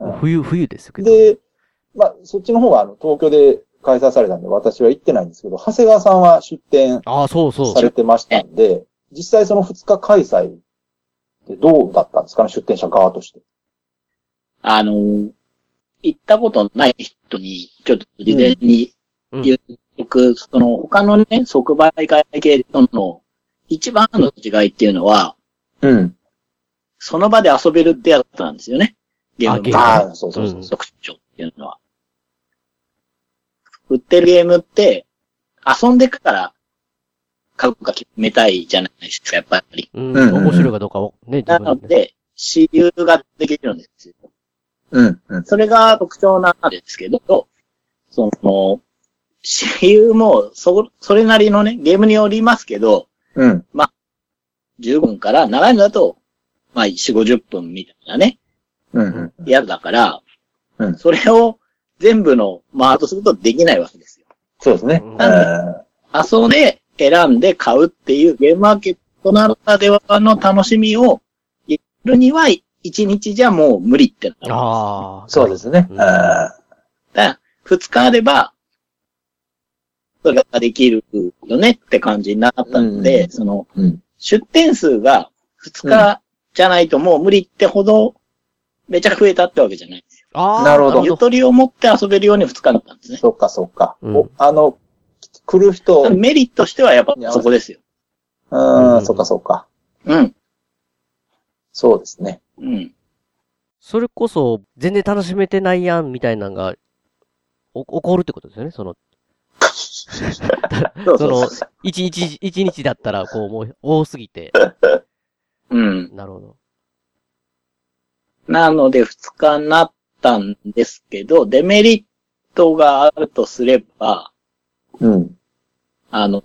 Speaker 3: うん
Speaker 2: 冬、冬ですけど。
Speaker 3: で、まあ、そっちの方はあの東京で開催されたんで、私は行ってないんですけど、長谷川さんは出展
Speaker 2: ああ、そうそう
Speaker 3: さ。れてましたんで、実際その2日開催ってどうだったんですかね、出展者側として。
Speaker 4: あのー、行ったことない人に、ちょっと事前に
Speaker 2: うん
Speaker 4: 言っておく、その他のね、即売会系との一番の違いっていうのは、
Speaker 3: うん。
Speaker 4: その場で遊べるってやつなんですよね。ゲーム
Speaker 2: あゲーム
Speaker 3: ああ、そうそうそう。
Speaker 2: うん
Speaker 4: 特徴っていうのは。売ってるゲームって、遊んでから買うか決めたいじゃないですか、やっぱり。
Speaker 2: うん。
Speaker 3: うん
Speaker 2: 面白いかどうかをね、自
Speaker 4: なの
Speaker 2: 分で。
Speaker 4: で、私有ができるんですよ。
Speaker 3: うん、うん。
Speaker 4: それが特徴なんですけど、その、私有も、そ、それなりのね、ゲームによりますけど、
Speaker 3: うん。
Speaker 4: 15分から長いのだと、まあ、4、50分みたいなね、
Speaker 3: うん。
Speaker 4: やつだから、
Speaker 3: うん
Speaker 4: それを全部のマートするとできないわけですよ。
Speaker 3: そうですね。
Speaker 2: うん
Speaker 3: え
Speaker 4: 遊んで選んで買うっていうゲームマーケットならではの楽しみをやるには1日じゃもう無理ってなる。
Speaker 2: ああ。
Speaker 3: ーそうですね。
Speaker 2: う
Speaker 3: え
Speaker 2: ん
Speaker 3: ー
Speaker 4: だから2日あれば、それができるよねって感じになったので、
Speaker 3: うん
Speaker 4: その、
Speaker 3: うん。
Speaker 4: 出店数が2日じゃないともう無理ってほど、めちゃ増えたってわけじゃない。
Speaker 2: ああ。
Speaker 3: なるほど
Speaker 4: ゆ。とりを持って遊べるように2日だったんですね。
Speaker 3: そっかそっか。
Speaker 2: うん
Speaker 3: おあの、来る人、うん、
Speaker 4: メリットしてはやっぱそこですよ。
Speaker 2: うん
Speaker 3: そっかそっか。
Speaker 4: うん。
Speaker 3: そうですね。
Speaker 4: うん。
Speaker 2: それこそ、全然楽しめてないやん、みたいなのが、お起こるってことですよね、その、
Speaker 4: そう
Speaker 2: そ
Speaker 4: そう
Speaker 2: の
Speaker 4: そ、
Speaker 2: 一日、一日だったら、こう、もう、多すぎて。
Speaker 4: う。うん。
Speaker 2: なるほど。
Speaker 4: なので2日になったんですけど、デメリットがあるとすれば、
Speaker 3: うん。
Speaker 4: あの、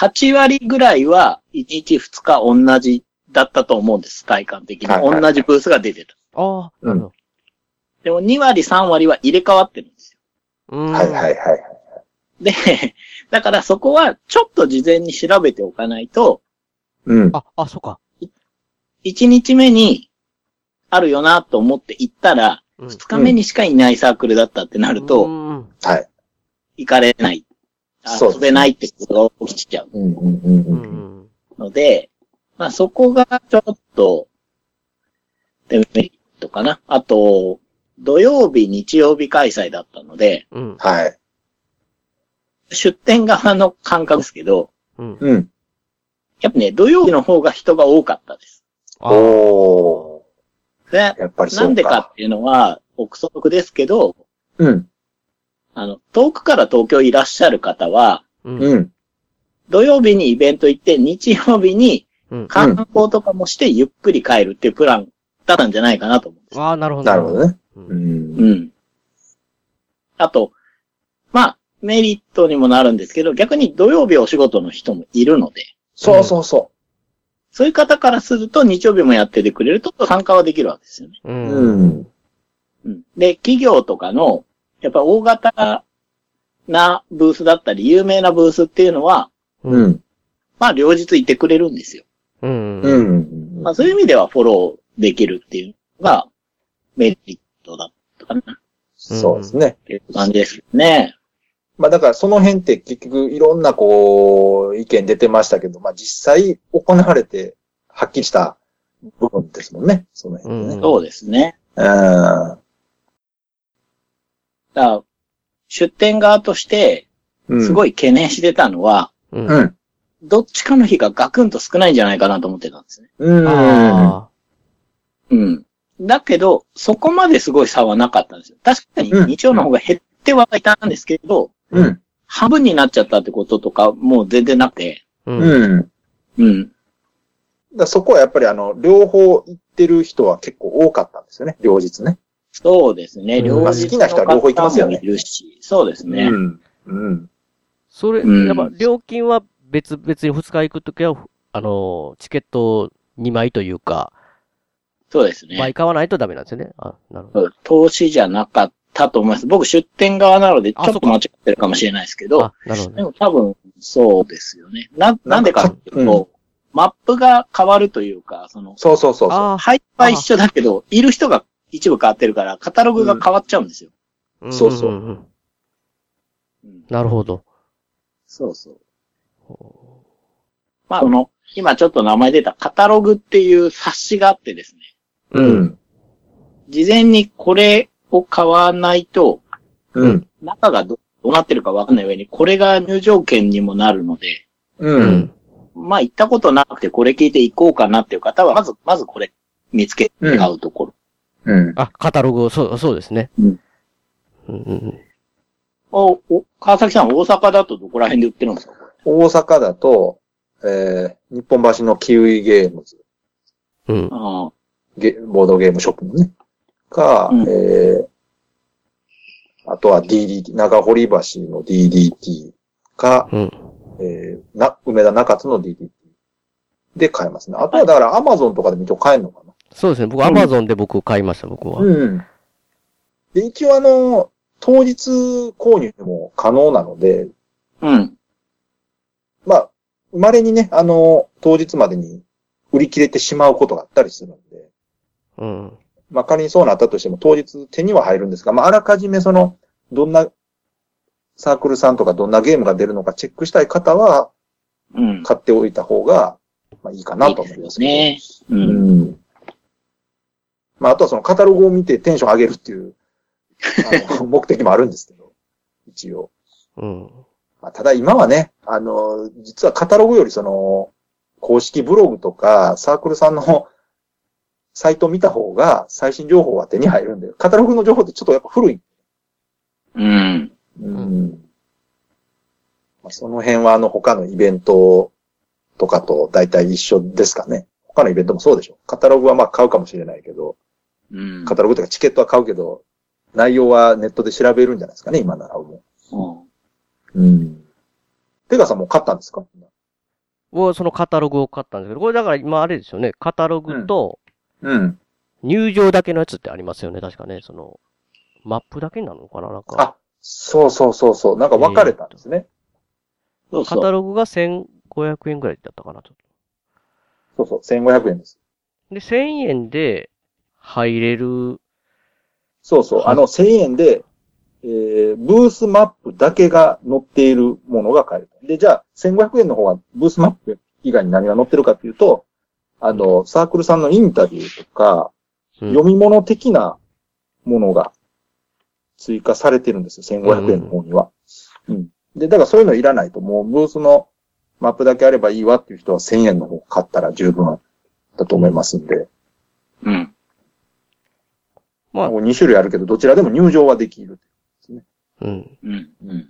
Speaker 4: 8割ぐらいは1日2日同じだったと思うんです、体感的に。
Speaker 3: はいはい
Speaker 4: 同じブースが出てた。
Speaker 2: ああ、なるほ
Speaker 4: でも2割3割は入れ替わってるんですよ。
Speaker 2: ど。うん。。
Speaker 3: はいはいいはい。
Speaker 4: で、 だからそこはちょっと事前に調べておかないと、
Speaker 3: うん。
Speaker 2: あ、あ、そうか。
Speaker 4: 1日目にあるよなと思って行ったら、
Speaker 2: うん
Speaker 4: 2日目にしかいないサークルだったってなると、
Speaker 2: うん
Speaker 3: はい。
Speaker 4: 行かれない。あ
Speaker 3: そうです
Speaker 4: 遊べないってことが起きちゃう
Speaker 3: うんうんうん
Speaker 2: う
Speaker 3: うん。
Speaker 2: ん。
Speaker 4: ので、まあそこがちょっと、デメリットかな。あと、土曜日、日曜日開催だったので、
Speaker 2: うん。
Speaker 3: はい。
Speaker 4: 出店側の感覚ですけど、
Speaker 2: うん。
Speaker 3: うん。
Speaker 4: やっぱね、土曜日の方が人が多かったです。
Speaker 2: あー
Speaker 3: おー。
Speaker 4: で、
Speaker 3: やっぱりそうか。
Speaker 4: なんでかっていうのは、憶測ですけど、
Speaker 3: うん。
Speaker 4: あの、遠くから東京いらっしゃる方は、
Speaker 2: うん。
Speaker 3: うん。
Speaker 4: 土曜日にイベント行って、日曜日に
Speaker 2: うん
Speaker 4: 観光とかもしてゆっくり帰るっていうプランだったんじゃないかなと思うんです。
Speaker 2: ああ、なるほど。
Speaker 3: なるほどね。
Speaker 2: うん
Speaker 3: うん。
Speaker 4: うん。あと、まあ、メリットにもなるんですけど、逆に土曜日お仕事の人もいるので、
Speaker 3: そうそうそ
Speaker 4: そういう方からすると日曜日もやっててくれると参加はできるわけですよね。
Speaker 2: う
Speaker 3: う。
Speaker 2: ん。
Speaker 3: うん。
Speaker 4: うん。で、企業とかの、やっぱ大型なブースだったり、有名なブースっていうのは、
Speaker 3: う
Speaker 2: うん。
Speaker 3: ん。
Speaker 4: まあ、両日いてくれるんですよ。
Speaker 2: うん。
Speaker 3: う
Speaker 2: うん
Speaker 3: ん。
Speaker 4: まあそういう意味ではフォローできるっていうのがメリットだったかなっ
Speaker 3: そうですね。
Speaker 4: ていう感じですね。
Speaker 3: まあだからその辺って結局いろんなこう、意見出てましたけど、まあ実際行われてはっきりした部分ですもんね。その辺でね。
Speaker 4: そうですね。
Speaker 3: うん。
Speaker 4: だから出店側として
Speaker 3: うん
Speaker 4: すごい懸念してたのは、
Speaker 2: うん
Speaker 3: う。ん。
Speaker 4: どっちかの日がガクンと少ないんじゃないかなと思ってたんですね。
Speaker 3: うん。
Speaker 2: あ
Speaker 4: うん。だけど、そこまですごい差はなかったんですよ。確かに
Speaker 3: うん
Speaker 4: 日曜の方が減ってはいたんですけど、
Speaker 3: うん。
Speaker 4: 半分になっちゃったってこととかもう全然なくて、
Speaker 2: あ。う。
Speaker 3: うん
Speaker 2: うん。
Speaker 3: ん。だか
Speaker 4: うん。
Speaker 3: らそこはやっぱりあの、両方行ってる人は結構多かったんですよね。両日ね。
Speaker 4: そうですね。
Speaker 2: うん
Speaker 4: 両
Speaker 2: まあ
Speaker 3: 好きな人は両方行きますよね
Speaker 4: の方もいるし、そうですね。
Speaker 3: うん。うん。
Speaker 2: それ、
Speaker 4: うん
Speaker 2: やっぱ、料金は別、別に二日行くときは、あのー、チケット2枚というか、
Speaker 4: そうですね。
Speaker 2: 倍買わないとダメなんですよね。あ、なるほど。
Speaker 4: うん投資じゃなかったと思います。僕出店側なので、ち
Speaker 2: あ
Speaker 4: ょっと間違ってるかもしれないですけど、
Speaker 2: あ、なるほ
Speaker 4: で
Speaker 2: どね。
Speaker 4: も多分そうですよね。な、なんでかっていうと、マップが変わるというか、その、
Speaker 3: そうそうそうそう。
Speaker 2: あ
Speaker 4: 配布は一緒だけど、いる人が一部変わってるから、カタログが変わっちゃうんですよ。
Speaker 2: あ、
Speaker 3: そうそうん
Speaker 2: んん
Speaker 4: うん
Speaker 2: なるほど。
Speaker 4: そうそう。まあ、あの、今ちょっと名前出たカタログっていう冊子があってですね、
Speaker 3: うん。
Speaker 4: 事前にこれを買わないと、
Speaker 3: うん。
Speaker 4: 中がどどうなってるかわかんない上に、これが入場券にもなるので、
Speaker 3: う。。
Speaker 2: うん
Speaker 4: まあ行ったことなくてこれ聞いて行こうかなっていう方は、まず、まずこれ見つけて買うところ
Speaker 3: うん。
Speaker 2: あ、カタログを、そう、そうですね。
Speaker 4: うん。
Speaker 2: うんうん。。
Speaker 4: おお川崎さん、大阪だとどこら辺で売ってるんですか
Speaker 3: 大阪だと、えー、日本橋のキウイゲームズ、
Speaker 2: うん。
Speaker 4: ああ、
Speaker 3: ゲボードゲームショップのね、か、
Speaker 4: うん
Speaker 3: えー、あとは DDT、長堀橋の DDT か、
Speaker 2: うん。
Speaker 3: えー、な、梅田中津の DDT で買えますね。あとはだからアマゾンとかで見て買えるのかな。
Speaker 2: そうですね。僕、
Speaker 4: ん
Speaker 2: アマゾンで僕買いました、僕は。
Speaker 3: うん。で、一応あの、当日購入も可能なので、
Speaker 4: うん。
Speaker 3: まあ、生まれにね、あの、当日までに売り切れてしまうことがあったりするので、
Speaker 2: うん。
Speaker 3: まあ仮にそうなったとしても当日手には入るんですが、まああらかじめその、どんなサークルさんとかどんなゲームが出るのかチェックしたい方は
Speaker 4: うん。
Speaker 3: 買っておいた方が、まあいいかなと思いますけど。
Speaker 4: いいですよね。うん。
Speaker 3: うん。まああとはそのカタログを見てテンション上げるっていう、あ の目的もあるんですけど、一応。
Speaker 2: うん。
Speaker 3: まあ、ただ今はね、あの、実はカタログよりその、公式ブログとか、サークルさんのサイト見た方が最新情報は手に入るんで、カタログの情報ってちょっとやっぱ古い。
Speaker 4: うん。
Speaker 3: うん。まあ、その辺はあの他のイベントとかと大体一緒ですかね。他のイベントもそうでしょ。カタログはまあ買うかもしれないけど、
Speaker 4: うん。
Speaker 3: カタログとかチケットは買うけど、内容はネットで調べるんじゃないですかね、今ならも
Speaker 4: うん
Speaker 3: う。うん。てかさんもう買ったんですか
Speaker 2: を、そのカタログを買ったんですけど、これだから今あれですよね、カタログと
Speaker 3: うん。
Speaker 2: 入場だけのやつってありますよね、確かね、その、マップだけになるのかななんか、
Speaker 3: あ、そうそうそうそう。なんか分かれたんですね。
Speaker 4: そう
Speaker 2: カ
Speaker 4: そ
Speaker 2: タ
Speaker 4: う。
Speaker 2: ログが1500円ぐらいだったかな、ちょっ
Speaker 3: そうそう、1500円です。
Speaker 2: と。で、1000円で入れる、
Speaker 3: そうそう。
Speaker 2: はい
Speaker 3: あの、1000円で、えー、ブースマップだけが載っているものが買える。で、じゃあ、1500円の方はブースマップ以外に何が載ってるかっていうと、あの、サークルさんのインタビューとか、
Speaker 2: うん
Speaker 3: 読み物的なものが追加されてるんですよ、1500円の方には。うん。で、だからそういうのいらないと、もうブースのマップだけあればいいわっていう人は1000円の方買ったら十分だと思いますんで。
Speaker 4: うん。
Speaker 2: まあ
Speaker 3: もう2種類あるけど、どちらでも入場はできる。
Speaker 2: うん。
Speaker 4: うん。うん。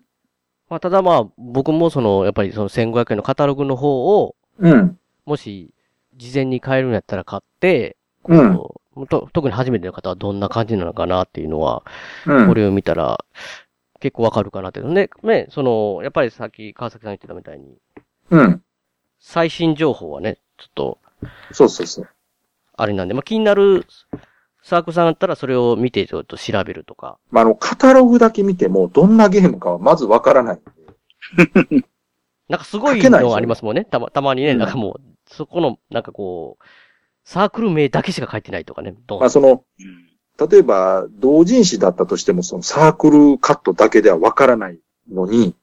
Speaker 2: まあ、ただまあ、僕もその、やっぱりその1500円のカタログの方を、
Speaker 3: うん。
Speaker 2: もし、事前に買えるんやったら買って、
Speaker 3: うん
Speaker 2: こうと特に初めての方はどんな感じなのかなっていうのは、
Speaker 3: うん。
Speaker 2: これを見たら、結構わかるかなって。ね、ね、その、やっぱりさっき川崎さん言ってたみたいに、
Speaker 3: うん。
Speaker 2: 最新情報はね、ちょっと、
Speaker 3: そうそうそう。
Speaker 2: あれなんで、まあ、気になるサークルさんだったらそれを見てちょっと調べるとか。
Speaker 3: まあ、あの、カタログだけ見ても、どんなゲームかはまずわからないんで。
Speaker 2: なんかすごい
Speaker 3: 書けないでし
Speaker 2: の
Speaker 3: ょ
Speaker 2: ありますもんね。たま、たまにね、
Speaker 3: うん
Speaker 2: なんかもう、そこの、なんかこう、サークル名だけしか書いてないとかね。ドン
Speaker 3: まあ、その、
Speaker 4: うん
Speaker 3: 例えば、同人誌だったとしても、そのサークルカットだけではわからないのに、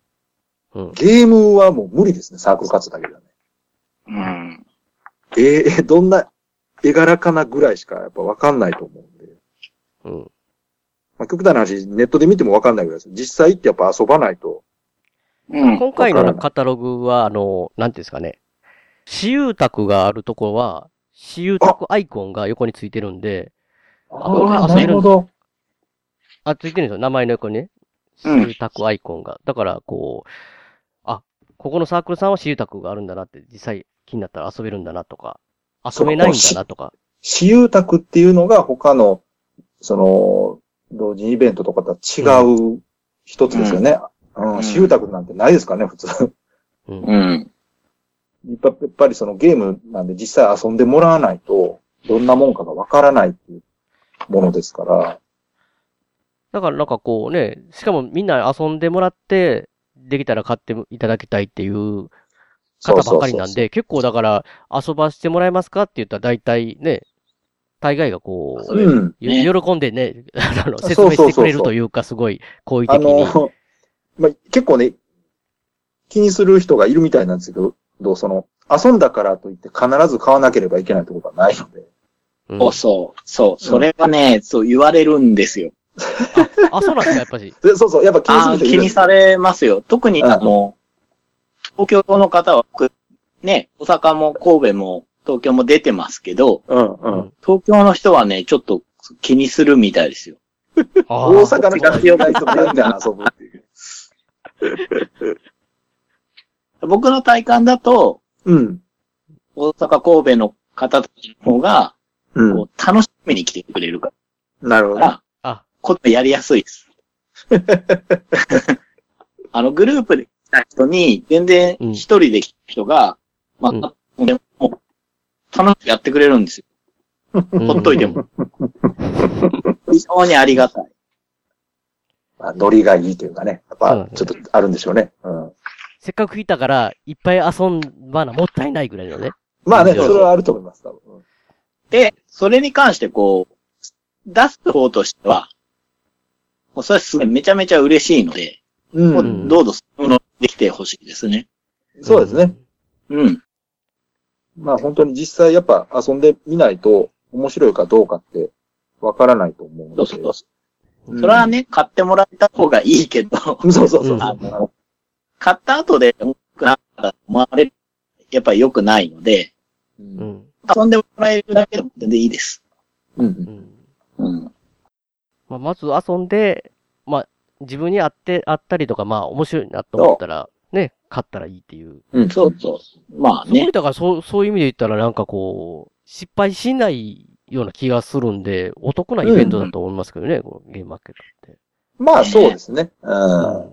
Speaker 2: うん。
Speaker 3: ゲームはもう無理ですね、サークルカットだけではね。
Speaker 4: うん。
Speaker 3: えー、どんな絵柄かなぐらいしかやっぱわかんないと思うんで。
Speaker 2: うん。
Speaker 3: まあ、極端な話、ネットで見てもわかんないぐらいです。実際ってやっぱ遊ばないと。
Speaker 4: うん。
Speaker 2: 今回
Speaker 3: わから
Speaker 2: の
Speaker 3: ない
Speaker 2: カタログは、あの、なんていうんですかね。私有宅があるところは、私有宅アイコンが横についてるんで、
Speaker 4: あ
Speaker 2: ーなるほ
Speaker 3: ど。
Speaker 2: あ、ついてるんですよ。名前の横にね。私
Speaker 4: うん
Speaker 2: 有宅アイコンが。だから、こう、あ、ここのサークルさんは私有宅があるんだなって、実際気になったら遊べるんだなとか、遊べないんだなとか。
Speaker 3: 私有宅っていうのが他の、その、同時イベントとかとは違うう一つですよね。うん
Speaker 4: うん
Speaker 3: 私有宅なんてないですからね、普通。
Speaker 2: うん。
Speaker 4: うん。
Speaker 3: やっぱやっぱりそのゲームなんで実際遊んでもらわないと、どんなもんかがわからないっていうものですから、
Speaker 2: だからなんかこうね、しかもみんな遊んでもらって、できたら買っていただきたいっていう方ばっかりなんで、結構だから遊ばしてもらえますかって言ったら大体ね、大概がこ、
Speaker 4: そうう
Speaker 3: そうそうそう。うん。
Speaker 2: よ喜んでね、 あの、説明してくれるというか、すごい好意
Speaker 3: あ
Speaker 2: 的に。
Speaker 3: の、 まあ、結構ね、気にする人がいるみたいなんですけど、どうその、遊んだからといって必ず買わなければいけないってことはないので。
Speaker 2: うん
Speaker 4: お、そう、そう、それはね、そう言われるんですよ。
Speaker 2: あ、そうなんですか、やっぱし。
Speaker 3: でそうそう、やっぱ気にす
Speaker 4: あ
Speaker 3: る
Speaker 4: ー
Speaker 3: 人い
Speaker 4: 気
Speaker 3: る。
Speaker 4: にされますよ。特に
Speaker 3: うん
Speaker 4: あの、東京の方は、ね、大阪も神戸も東京も出てますけど、
Speaker 3: うんうん。
Speaker 4: 東京の人はね、ちょっと気にするみたいですよ。
Speaker 2: あ
Speaker 3: 大
Speaker 2: ー
Speaker 3: 阪の人は意外とみんな遊ぶっていう。
Speaker 4: 僕の体感だと、
Speaker 3: うん。
Speaker 4: 大阪、神戸の方たちの方が、
Speaker 3: う
Speaker 4: こ
Speaker 3: ん。
Speaker 4: う、楽しみに来てくれるか
Speaker 3: なるほど。
Speaker 4: ら、
Speaker 2: あ、
Speaker 4: ことやりやすいです。あの、グループで来た人に、全然
Speaker 2: うん
Speaker 4: 一人で来た人が、
Speaker 2: うん
Speaker 4: まあ、でも、楽しくやってくれるんですよ。ほっといても。非常にありがたい。
Speaker 3: まあ、ノリがいいというかね。や
Speaker 2: そ
Speaker 3: っ
Speaker 2: うだ
Speaker 3: ぱ
Speaker 2: ね、
Speaker 3: ちょっとあるんでしょうね。うん。
Speaker 2: せっかく来たから、いっぱい遊んばな、もったいないぐらいのね。
Speaker 3: まあね、
Speaker 2: いいよ
Speaker 3: それはあると思います、多分。うん
Speaker 4: で、それに関してこう、出す方としては、もうそれはすごいめちゃめちゃ嬉しいので、
Speaker 3: うん
Speaker 4: もうどうぞそのままできてほしいですね。
Speaker 3: そうですね。
Speaker 4: うん。
Speaker 3: まあ本当に実際やっぱ遊んでみないと面白いかどうかってわからないと思うので。
Speaker 4: そうそうそう。
Speaker 3: うん
Speaker 4: それはね、買ってもらえた方がいいけど、
Speaker 3: そうそうそう。
Speaker 2: うん
Speaker 3: あの
Speaker 4: 買った後で、うまくな思われる、やっぱり良くないので、
Speaker 3: う。
Speaker 2: うんん。
Speaker 4: 遊んでもらえるだけでも全然いいです。
Speaker 3: う。
Speaker 2: うんん。
Speaker 4: うん。
Speaker 2: まあ、まず遊んで、まあ、自分に合って、合ったりとか、まあ、面白いなと思ったら、ね、勝ったらいいっていう。
Speaker 3: うん。
Speaker 4: そうそう。まあ
Speaker 2: すご
Speaker 4: ね
Speaker 2: い、。だから、そう、そういう意味で言ったら、なんかこう、失敗しないような気がするんで、お得なイベントだと思いますけどね、このゲームマーケットって。
Speaker 3: まあそうですね。う
Speaker 2: わ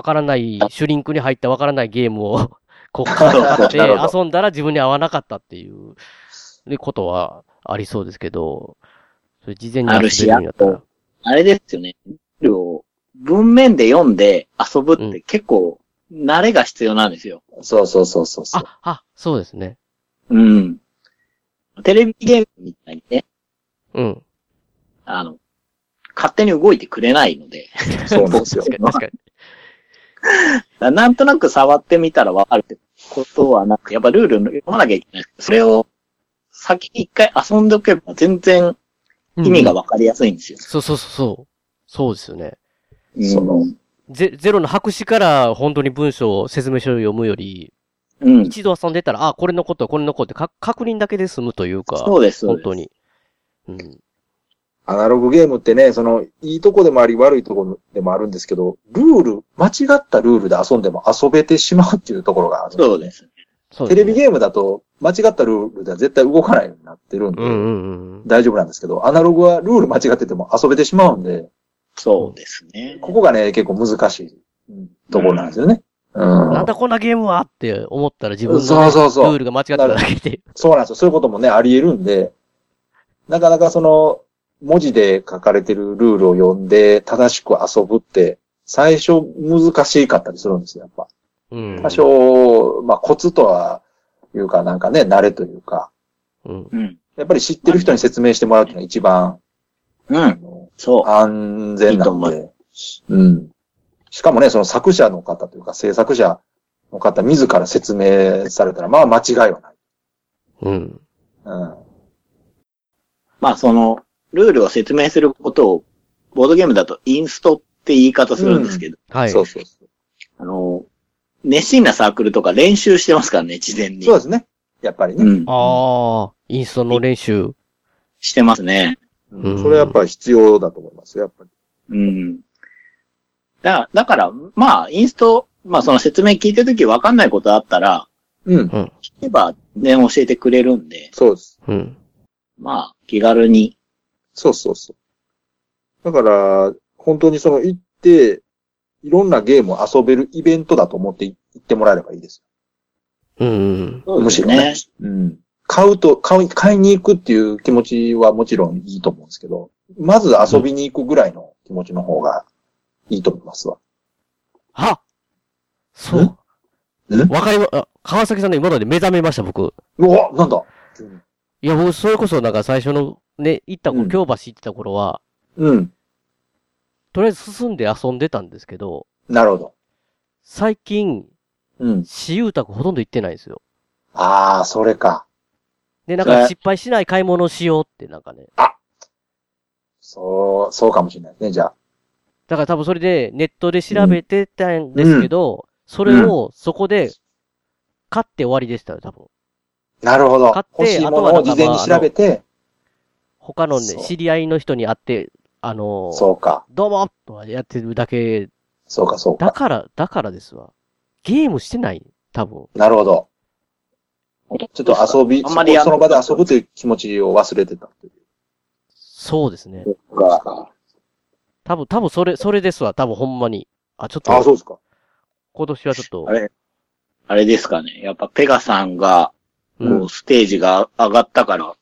Speaker 3: ん。、
Speaker 2: からない、シュリンクに入ったわからないゲームを、こう、買って
Speaker 3: なるほど
Speaker 2: 遊んだら自分に合わなかったっていう、ね、ことはありそうですけど、それ事前に遊べるんやった
Speaker 4: ある
Speaker 2: ら
Speaker 4: し。あれですよね。ルールを文面で読んで遊ぶって結構、慣れが必要なんですよ。
Speaker 3: そうそうそうそうそう。
Speaker 2: あ、あ、そうですね。
Speaker 4: うん。テレビゲームみたいにね、
Speaker 2: うん。
Speaker 4: あの、勝手に動いてくれないので、
Speaker 3: そうなんですよ
Speaker 2: 確。かに、確かに。
Speaker 4: なんとなく触ってみたらわかるってことはなく、やっぱルール読まなきゃいけない。それを先に一回遊んでおけば全然
Speaker 2: うん
Speaker 4: 意味がわかりやすいんですよ。
Speaker 2: そうそうそうそう。そうですよね。
Speaker 3: んその
Speaker 2: ゼゼロの白紙から本当に文章、説明書を読むより、
Speaker 4: うん。
Speaker 2: 一度遊んでたら、あ、これのこと、これのこと、か確認だけで済むというか、
Speaker 4: そうです。そう
Speaker 2: 本
Speaker 4: です
Speaker 2: 当。に。うん。
Speaker 3: アナログゲームってね、その、いいとこでもあり悪いとこでもあるんですけど、ルール、間違ったルールで遊んでも遊べてしまうっていうところがある。
Speaker 4: そうです。
Speaker 2: そうで
Speaker 3: テ
Speaker 2: すね
Speaker 3: レビゲームだと、間違ったルールでは絶対動かないようになってるんで、
Speaker 2: うんうんうん。
Speaker 3: 大丈夫なんですけど、アナログはルール間違ってても遊べてしまうんで、
Speaker 4: そうですね。
Speaker 3: ここがね、結構難しいうんところなんですよね。うん。
Speaker 2: なんだこんなゲームはって思ったら自分のね、
Speaker 3: そうそうそう
Speaker 2: ルールが間違ってただけで。
Speaker 3: そうなんですよ。そういうこともね、あり得るんで、なかなかその、文字で書かれてるルールを読んで、正しく遊ぶって、最初難しかったりするんですよ、やっぱ。
Speaker 2: うん。
Speaker 3: 多。少、まあコツとは、いうかなんかね、慣れというか、
Speaker 2: うん。
Speaker 4: うん。
Speaker 3: やっぱり知ってる人に説明してもらうっていうのが一番、
Speaker 4: う
Speaker 3: あ
Speaker 4: ん。
Speaker 3: の
Speaker 4: そう。
Speaker 3: 安全ない
Speaker 4: いと
Speaker 3: ん
Speaker 4: 思
Speaker 3: で。うん。しかもね、その作者の方というか制作者の方自ら説明されたら、まあ間違いはない。
Speaker 2: うん。
Speaker 3: うん。
Speaker 4: まあその、ルールを説明することを、ボードゲームだとインストって言い方するんですけど、
Speaker 2: はい。
Speaker 3: そうそうそう。
Speaker 4: あの、熱心なサークルとか練習してますからね、事前に。
Speaker 3: そうですね。やっぱり
Speaker 4: う
Speaker 3: ね。
Speaker 4: ん。
Speaker 2: ああ、インストの練習。
Speaker 4: してますね。
Speaker 3: うん
Speaker 2: うん
Speaker 3: それはやっぱり必要だと思いますよ、やっぱり。
Speaker 4: うん。だだから、まあ、インスト、まあ、その説明聞いてるとき分かんないことあったら、
Speaker 3: うん。
Speaker 4: 聞けば全然教えてくれるんで、
Speaker 3: そうです。
Speaker 2: うん。
Speaker 4: まあ、気軽に。
Speaker 3: そうそうそう。だから、本当にその行って、いろんなゲームを遊べるイベントだと思って行ってもらえればいいです
Speaker 2: うん。
Speaker 4: そう
Speaker 3: ですね
Speaker 4: ね。
Speaker 3: よ。うん。買うと、買い、買いに行くっていう気持ちはもちろんいいと思うんですけど、まず遊びに行くぐらいの気持ちの方がいいと思いますわ。
Speaker 2: はそう。
Speaker 3: んん
Speaker 2: わかりま、あ、川崎さんの今ので目覚めました、僕。
Speaker 3: うわなんだ急に
Speaker 2: いや、僕、それこそなんか最初のね、行った
Speaker 3: う
Speaker 2: 頃、
Speaker 3: ん
Speaker 2: 京橋行ってた頃は、
Speaker 3: うん。
Speaker 2: とりあえず進んで遊んでたんですけど、
Speaker 3: なるほど。
Speaker 2: 最近、
Speaker 3: うん。
Speaker 2: 私有宅ほとんど行ってないんですよ。
Speaker 3: ああ、それか。
Speaker 2: で、なん
Speaker 3: そ
Speaker 2: か
Speaker 3: れ
Speaker 2: 失敗しない買い物をしようってなんかね。
Speaker 3: そう、そうかもしれないですね、じゃあ。
Speaker 2: だから多分それでネットで調べてたんですけど、それをそこで買って終わりでしたよ、多分。
Speaker 3: なるほど
Speaker 2: 買っ。て
Speaker 3: 欲しいものを事前に調べて、
Speaker 2: 他のね、
Speaker 3: そう
Speaker 2: 知り合いの人に会って、あのー
Speaker 3: そうか。
Speaker 2: どうもとかやってるだけ、
Speaker 3: そうか、そう
Speaker 2: だ
Speaker 3: か。
Speaker 2: から、だからですわ。ゲームしてない多分。
Speaker 3: なるほど。ちょっと遊び、
Speaker 4: あんまりやん
Speaker 3: その場で遊ぶという気持ちを忘れてたという。
Speaker 2: そうですね。
Speaker 4: そうか。
Speaker 2: 多分、多分それ、それですわ。多分ほんまに。あ、ちょっ
Speaker 3: ああ、そ
Speaker 2: と、
Speaker 3: うですか。
Speaker 2: 今年はちょっと
Speaker 4: あ、れ、あれですかね。やっぱペガさんが、
Speaker 2: うん
Speaker 4: もうステージが上がったから、教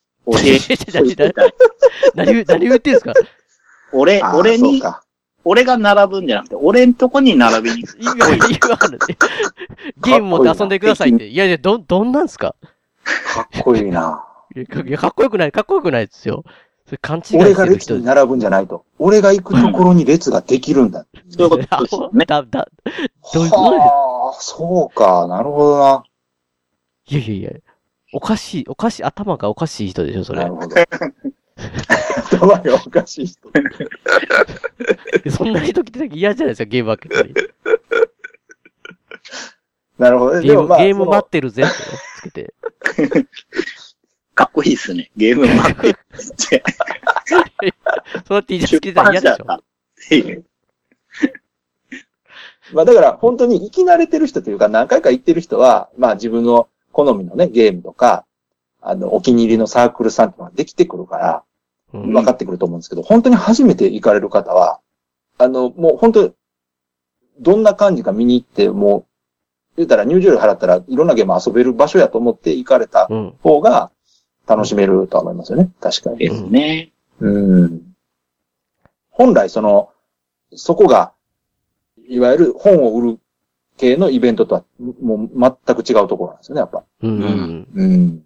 Speaker 4: え
Speaker 2: 何何何、何言ってんすか
Speaker 4: 俺、
Speaker 3: あー
Speaker 4: 俺
Speaker 3: そう
Speaker 4: に、
Speaker 3: か
Speaker 4: 俺が並ぶんじゃなくて、俺んとこに並びに行く。
Speaker 2: 意味が、意味があるん で。ゲーム持って遊んでくださいって。いやいや、ど、どんなんすか
Speaker 3: かっこいいな。
Speaker 2: いやかいや、かっこよくない、かっこよくないですよ。それ 勘違い
Speaker 3: 俺
Speaker 2: し
Speaker 3: が
Speaker 2: てる
Speaker 3: 列
Speaker 2: 人。
Speaker 3: に並ぶんじゃないと。俺が行くところに列ができるんだ。
Speaker 4: そういうことですよね
Speaker 2: だ、だ、どういうこと
Speaker 3: はあ、そうか。なるほどな。
Speaker 2: いやいやいや。おかしい、おかしい、頭がおかしい人でしょ、そ
Speaker 3: な
Speaker 2: れ
Speaker 3: る。ほど。 頭がおかしい人。
Speaker 2: そんな人来てたら嫌じゃないですか、ゲーム開けたり。
Speaker 3: なるほど。
Speaker 2: ゲ
Speaker 3: で
Speaker 2: ー
Speaker 3: も
Speaker 2: ム、
Speaker 3: まあ、
Speaker 2: ゲーム
Speaker 3: その
Speaker 2: 待ってるぜってつけて。
Speaker 4: かっこいいっすね。ゲーム待ってる。
Speaker 2: そんな T シャツ
Speaker 4: 出
Speaker 2: 着てたら
Speaker 4: 版
Speaker 2: 嫌
Speaker 4: 社だ
Speaker 2: でしょ。
Speaker 4: っていう。
Speaker 3: まあだから本当に生き慣れてる人というか何回か行ってる人は、まあ自分の好みのね、ゲームとか、あの、お気に入りのサークルさんとかできてくるから、
Speaker 2: うん
Speaker 3: 分かってくると思うんですけど、本当に初めて行かれる方は、あの、もう本当、どんな感じか見に行って、もう、言うたら入場料払ったらいろんなゲーム遊べる場所やと思って行かれた
Speaker 2: うん。
Speaker 3: 方が楽しめるとは思いますよね。確かに。
Speaker 4: ですね。
Speaker 3: うん本来その、そこが、いわゆる本を売る系のイベントとは、もう全く違うところなんですよね、やっぱ。
Speaker 2: うん。う。
Speaker 4: うん
Speaker 3: うん。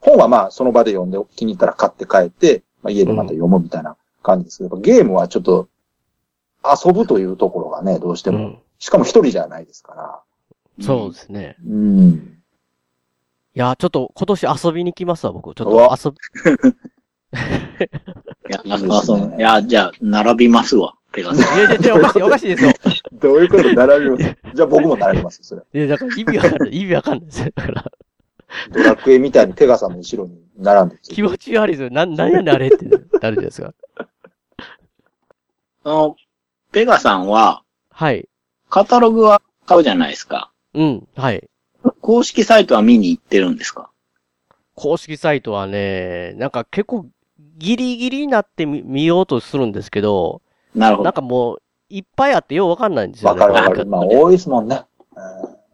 Speaker 3: 本はまあ、その場で読んで、気に入ったら買って帰って、まあ、家でまた読むみたいな感じですけど、やっぱゲームはちょっと、遊ぶというところがね、どうして
Speaker 2: う
Speaker 3: も。
Speaker 2: ん。
Speaker 3: しかも一人じゃないですから。
Speaker 2: そうですね。
Speaker 3: うん。
Speaker 2: いや、ちょっと今年遊びに来ますわ、僕。ちょ
Speaker 3: うわ
Speaker 2: っと遊び、
Speaker 4: いや、
Speaker 3: いいですね
Speaker 4: あそういや、じゃあ、並びますわ。ペガさん。
Speaker 2: いやいやいや、おかしい、おかしいですよ。
Speaker 3: どういうこと並びます じゃあ僕も並びますよ、それ。
Speaker 2: いや、だから意味わかんない、意味わかんないですよ。だから、
Speaker 3: ドラクエみたいにペガさんの後ろに並んで
Speaker 2: 気持ち悪いですよ。なん、なんやねん、あれってなるじゃないですか。
Speaker 4: あの、ペガさんは、
Speaker 2: はい。
Speaker 4: カタログは買うじゃないですか。
Speaker 2: うん、はい。
Speaker 4: 公式サイトは見に行ってるんですか
Speaker 2: 公式サイトはね、なんか結構ギリギリになってみ見ようとするんですけど、
Speaker 4: なるほ
Speaker 2: なん
Speaker 4: ど。
Speaker 2: かもう、いっぱいあってようわかんないんですよ
Speaker 3: わ
Speaker 2: ね。
Speaker 3: かるわか
Speaker 2: な
Speaker 3: る。
Speaker 2: ん
Speaker 3: まあ、多いですもんね。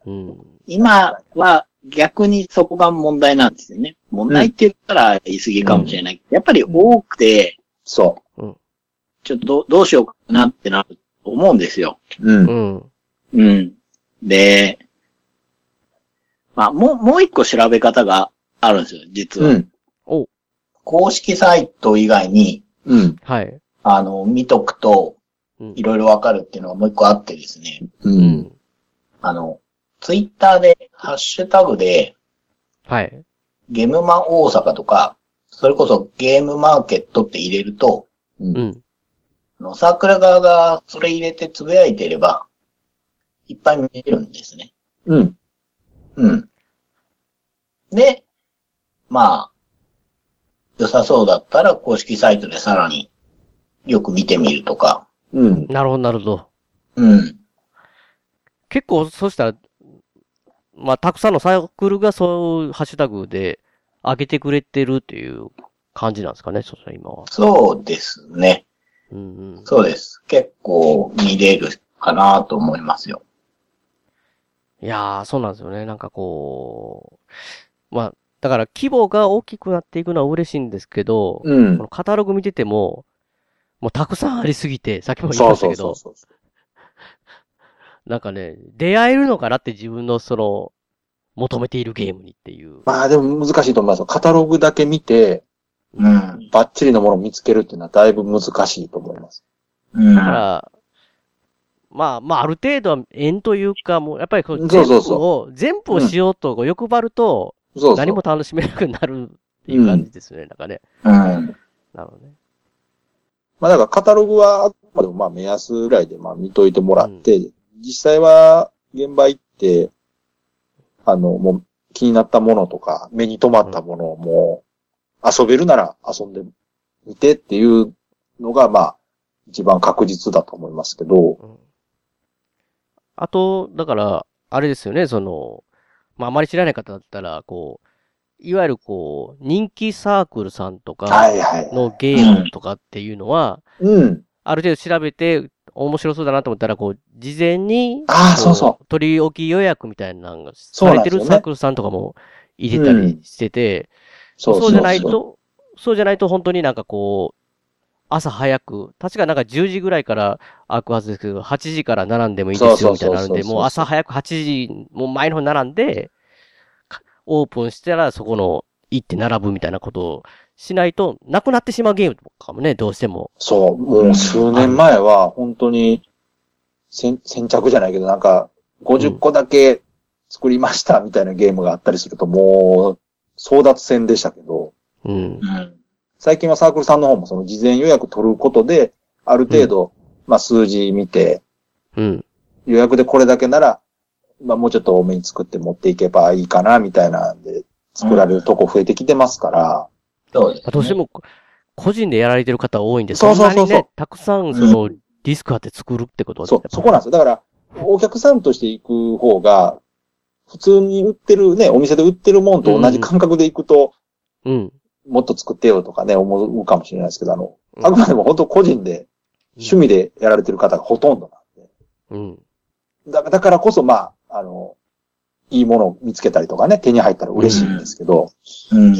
Speaker 3: うん
Speaker 2: うん。
Speaker 4: 今は逆にそこが問題なんですよね。問題って言ったら言い過ぎかもしれないけど、やっぱり多くて、
Speaker 3: そ
Speaker 4: ちょっとどうどうしようかなってなると思うんですよ。
Speaker 3: う。う。
Speaker 2: うんん。
Speaker 4: うん。で、まあ、もう、もう一個調べ方があるんですよ、実は。
Speaker 3: うん。
Speaker 4: 公式サイト以外に、
Speaker 3: うん。
Speaker 2: はい。
Speaker 4: あの、見とくと
Speaker 2: うん
Speaker 4: いろいろわかるっていうのがもう一個あってですね。
Speaker 3: う。
Speaker 2: うんん。
Speaker 4: あの、ツイッターで、ハッシュタグで、
Speaker 2: はい。
Speaker 4: ゲムマ大阪とか、それこそゲームマーケットって入れると、
Speaker 2: うん。
Speaker 4: あのサークル側がそれ入れてつぶやいてれば、いっぱい見れるんですね。
Speaker 3: うん。
Speaker 4: うん。で、まあ、良さそうだったら公式サイトでさらによく見てみるとか。
Speaker 3: うん。
Speaker 2: なるほど、なるほど。
Speaker 4: うん。
Speaker 2: 結構、そしたら、まあ、たくさんのサークルがそういうハッシュタグで上げてくれてるっていう感じなんですかね、そしたら今は。
Speaker 4: そうですね。
Speaker 2: うんうん。
Speaker 4: そうです。結構見れるかなと思いますよ。
Speaker 2: いやー、そうなんですよね。なんかこう、まあ、だから規模が大きくなっていくのは嬉しいんですけど、
Speaker 3: うん
Speaker 2: この。カタログ見てても、もうたくさんありすぎて、さっきも言い
Speaker 3: そ
Speaker 2: ま
Speaker 3: う
Speaker 2: した
Speaker 3: そ
Speaker 2: け
Speaker 3: うそ
Speaker 2: ど
Speaker 3: う、そう。
Speaker 2: なんかね、出会えるのかなって自分のその、求めているゲームにっていう。
Speaker 3: まあでも難しいと思いますよ。カタログだけ見て、
Speaker 4: うん。
Speaker 3: バッチリのものを見つけるっていうのはだいぶ難しいと思います。
Speaker 4: うん。
Speaker 2: だから、まあまあある程度は縁というか、もうやっぱりこう
Speaker 3: そ
Speaker 2: 全
Speaker 3: う
Speaker 2: 部
Speaker 3: そうそう
Speaker 2: を、全部をしようとこう欲張ると、
Speaker 3: そうそう。
Speaker 2: 何も楽しめなくなるっていう感じですね、なんかね。
Speaker 4: うん。
Speaker 2: なるほどね。
Speaker 3: まあだからカタログはあくまでもまあ目安ぐらいでまあ見といてもらって、実際は現場行って、あの、もう気になったものとか、目に留まったものをもう遊べるなら遊んでみてっていうのがまあ一番確実だと思いますけど、
Speaker 2: うんあと、だから、あれですよね、その、まああまり知らない方だったら、こう、いわゆるこう、人気サークルさんと
Speaker 3: は
Speaker 2: か
Speaker 3: いはい。
Speaker 2: のゲームとかっていうのは、
Speaker 3: うん。
Speaker 2: ある程度調べて、面白そうだなと思ったら、こう、事前に、
Speaker 3: ああ、
Speaker 2: こ
Speaker 3: そうそう。
Speaker 2: 取り置き予約みたいなのが
Speaker 3: そう
Speaker 2: され
Speaker 3: なん
Speaker 2: て
Speaker 3: ですよね
Speaker 2: るサークルさんとかも入れたりしてて、
Speaker 3: そう
Speaker 2: そうじゃない。と、そうじゃないと本当になんかこう、朝早く、確かなんか10時ぐらいから開くはずですけど、8時から並んでもいいですよみたいなのあるんで、
Speaker 3: そうそうそうそうそう
Speaker 2: もう朝早く8時、もう前の方に並んで、かオープンしたらそこの行って並ぶみたいなことをしないと、なくなってしまうゲームとかもね、どうしても。
Speaker 3: そう、もう数年前は本当に先先着じゃないけど、なんか50個だけ作りましたみたいなゲームがあったりするともう争奪戦でしたけど、
Speaker 2: うん。
Speaker 4: うん。
Speaker 3: 最近はサークルさんの方もその事前予約取ることで、ある程度、まあ数字見て、
Speaker 2: うん。
Speaker 3: 予約でこれだけなら、まあもうちょっと多めに作って持っていけばいいかなみたいなんで作られるとこ増えてきてますから、
Speaker 4: そうです、ね。
Speaker 2: どうしても、こ個人でやられてる方多いんで、
Speaker 3: そうそう
Speaker 2: そ
Speaker 3: そ
Speaker 2: んなに
Speaker 3: うそ
Speaker 2: ね
Speaker 3: う、
Speaker 2: たくさんその、リスクあって作るってことは、
Speaker 3: そう、そこなんですよ。だから、お客さんとして行く方が、普通に売ってるね、お店で売ってるもんと同じ感覚で行くと、
Speaker 2: うん。
Speaker 3: もっと作ってよとかね、思うかもしれないですけど、あの、
Speaker 2: うん
Speaker 3: あくまでも本当個人で、趣味でやられてる方がほとんどなんで。
Speaker 2: うん。
Speaker 3: だだからこそ、まあ、あの、いいものを見つけたりとかね、手に入ったら嬉しいんですけど、
Speaker 4: うん。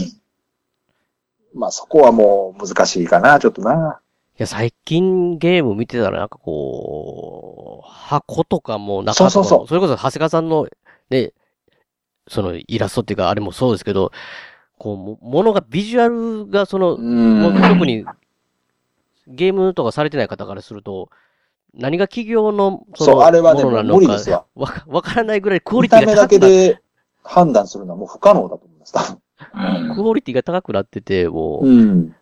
Speaker 3: まあそこはもう難しいかな、ちょっとな。
Speaker 2: いや、最近ゲーム見てたらなんかこう、箱とかも中とかも
Speaker 3: そうそうそう
Speaker 2: それこそ長谷川さんのね、そのイラストっていうかあれもそうですけど、こう、もものがビジュアルがその、
Speaker 3: うん。
Speaker 2: もう特にゲームとかされてない方からすると、何が企業のそ
Speaker 3: そう、あれ
Speaker 2: の
Speaker 3: はね、
Speaker 2: ものな
Speaker 3: もう
Speaker 2: の
Speaker 3: 無理です
Speaker 2: か
Speaker 3: わ。
Speaker 2: わか、わからないぐらいクオリ
Speaker 3: 見
Speaker 2: ティ
Speaker 3: た
Speaker 2: が
Speaker 3: 目
Speaker 2: 高
Speaker 3: だ
Speaker 2: く
Speaker 3: け
Speaker 2: なっ
Speaker 3: で判断するのはもう不可能だと思います、多分。
Speaker 4: うん。
Speaker 2: クオリティが高くなってて、もう、
Speaker 3: うん。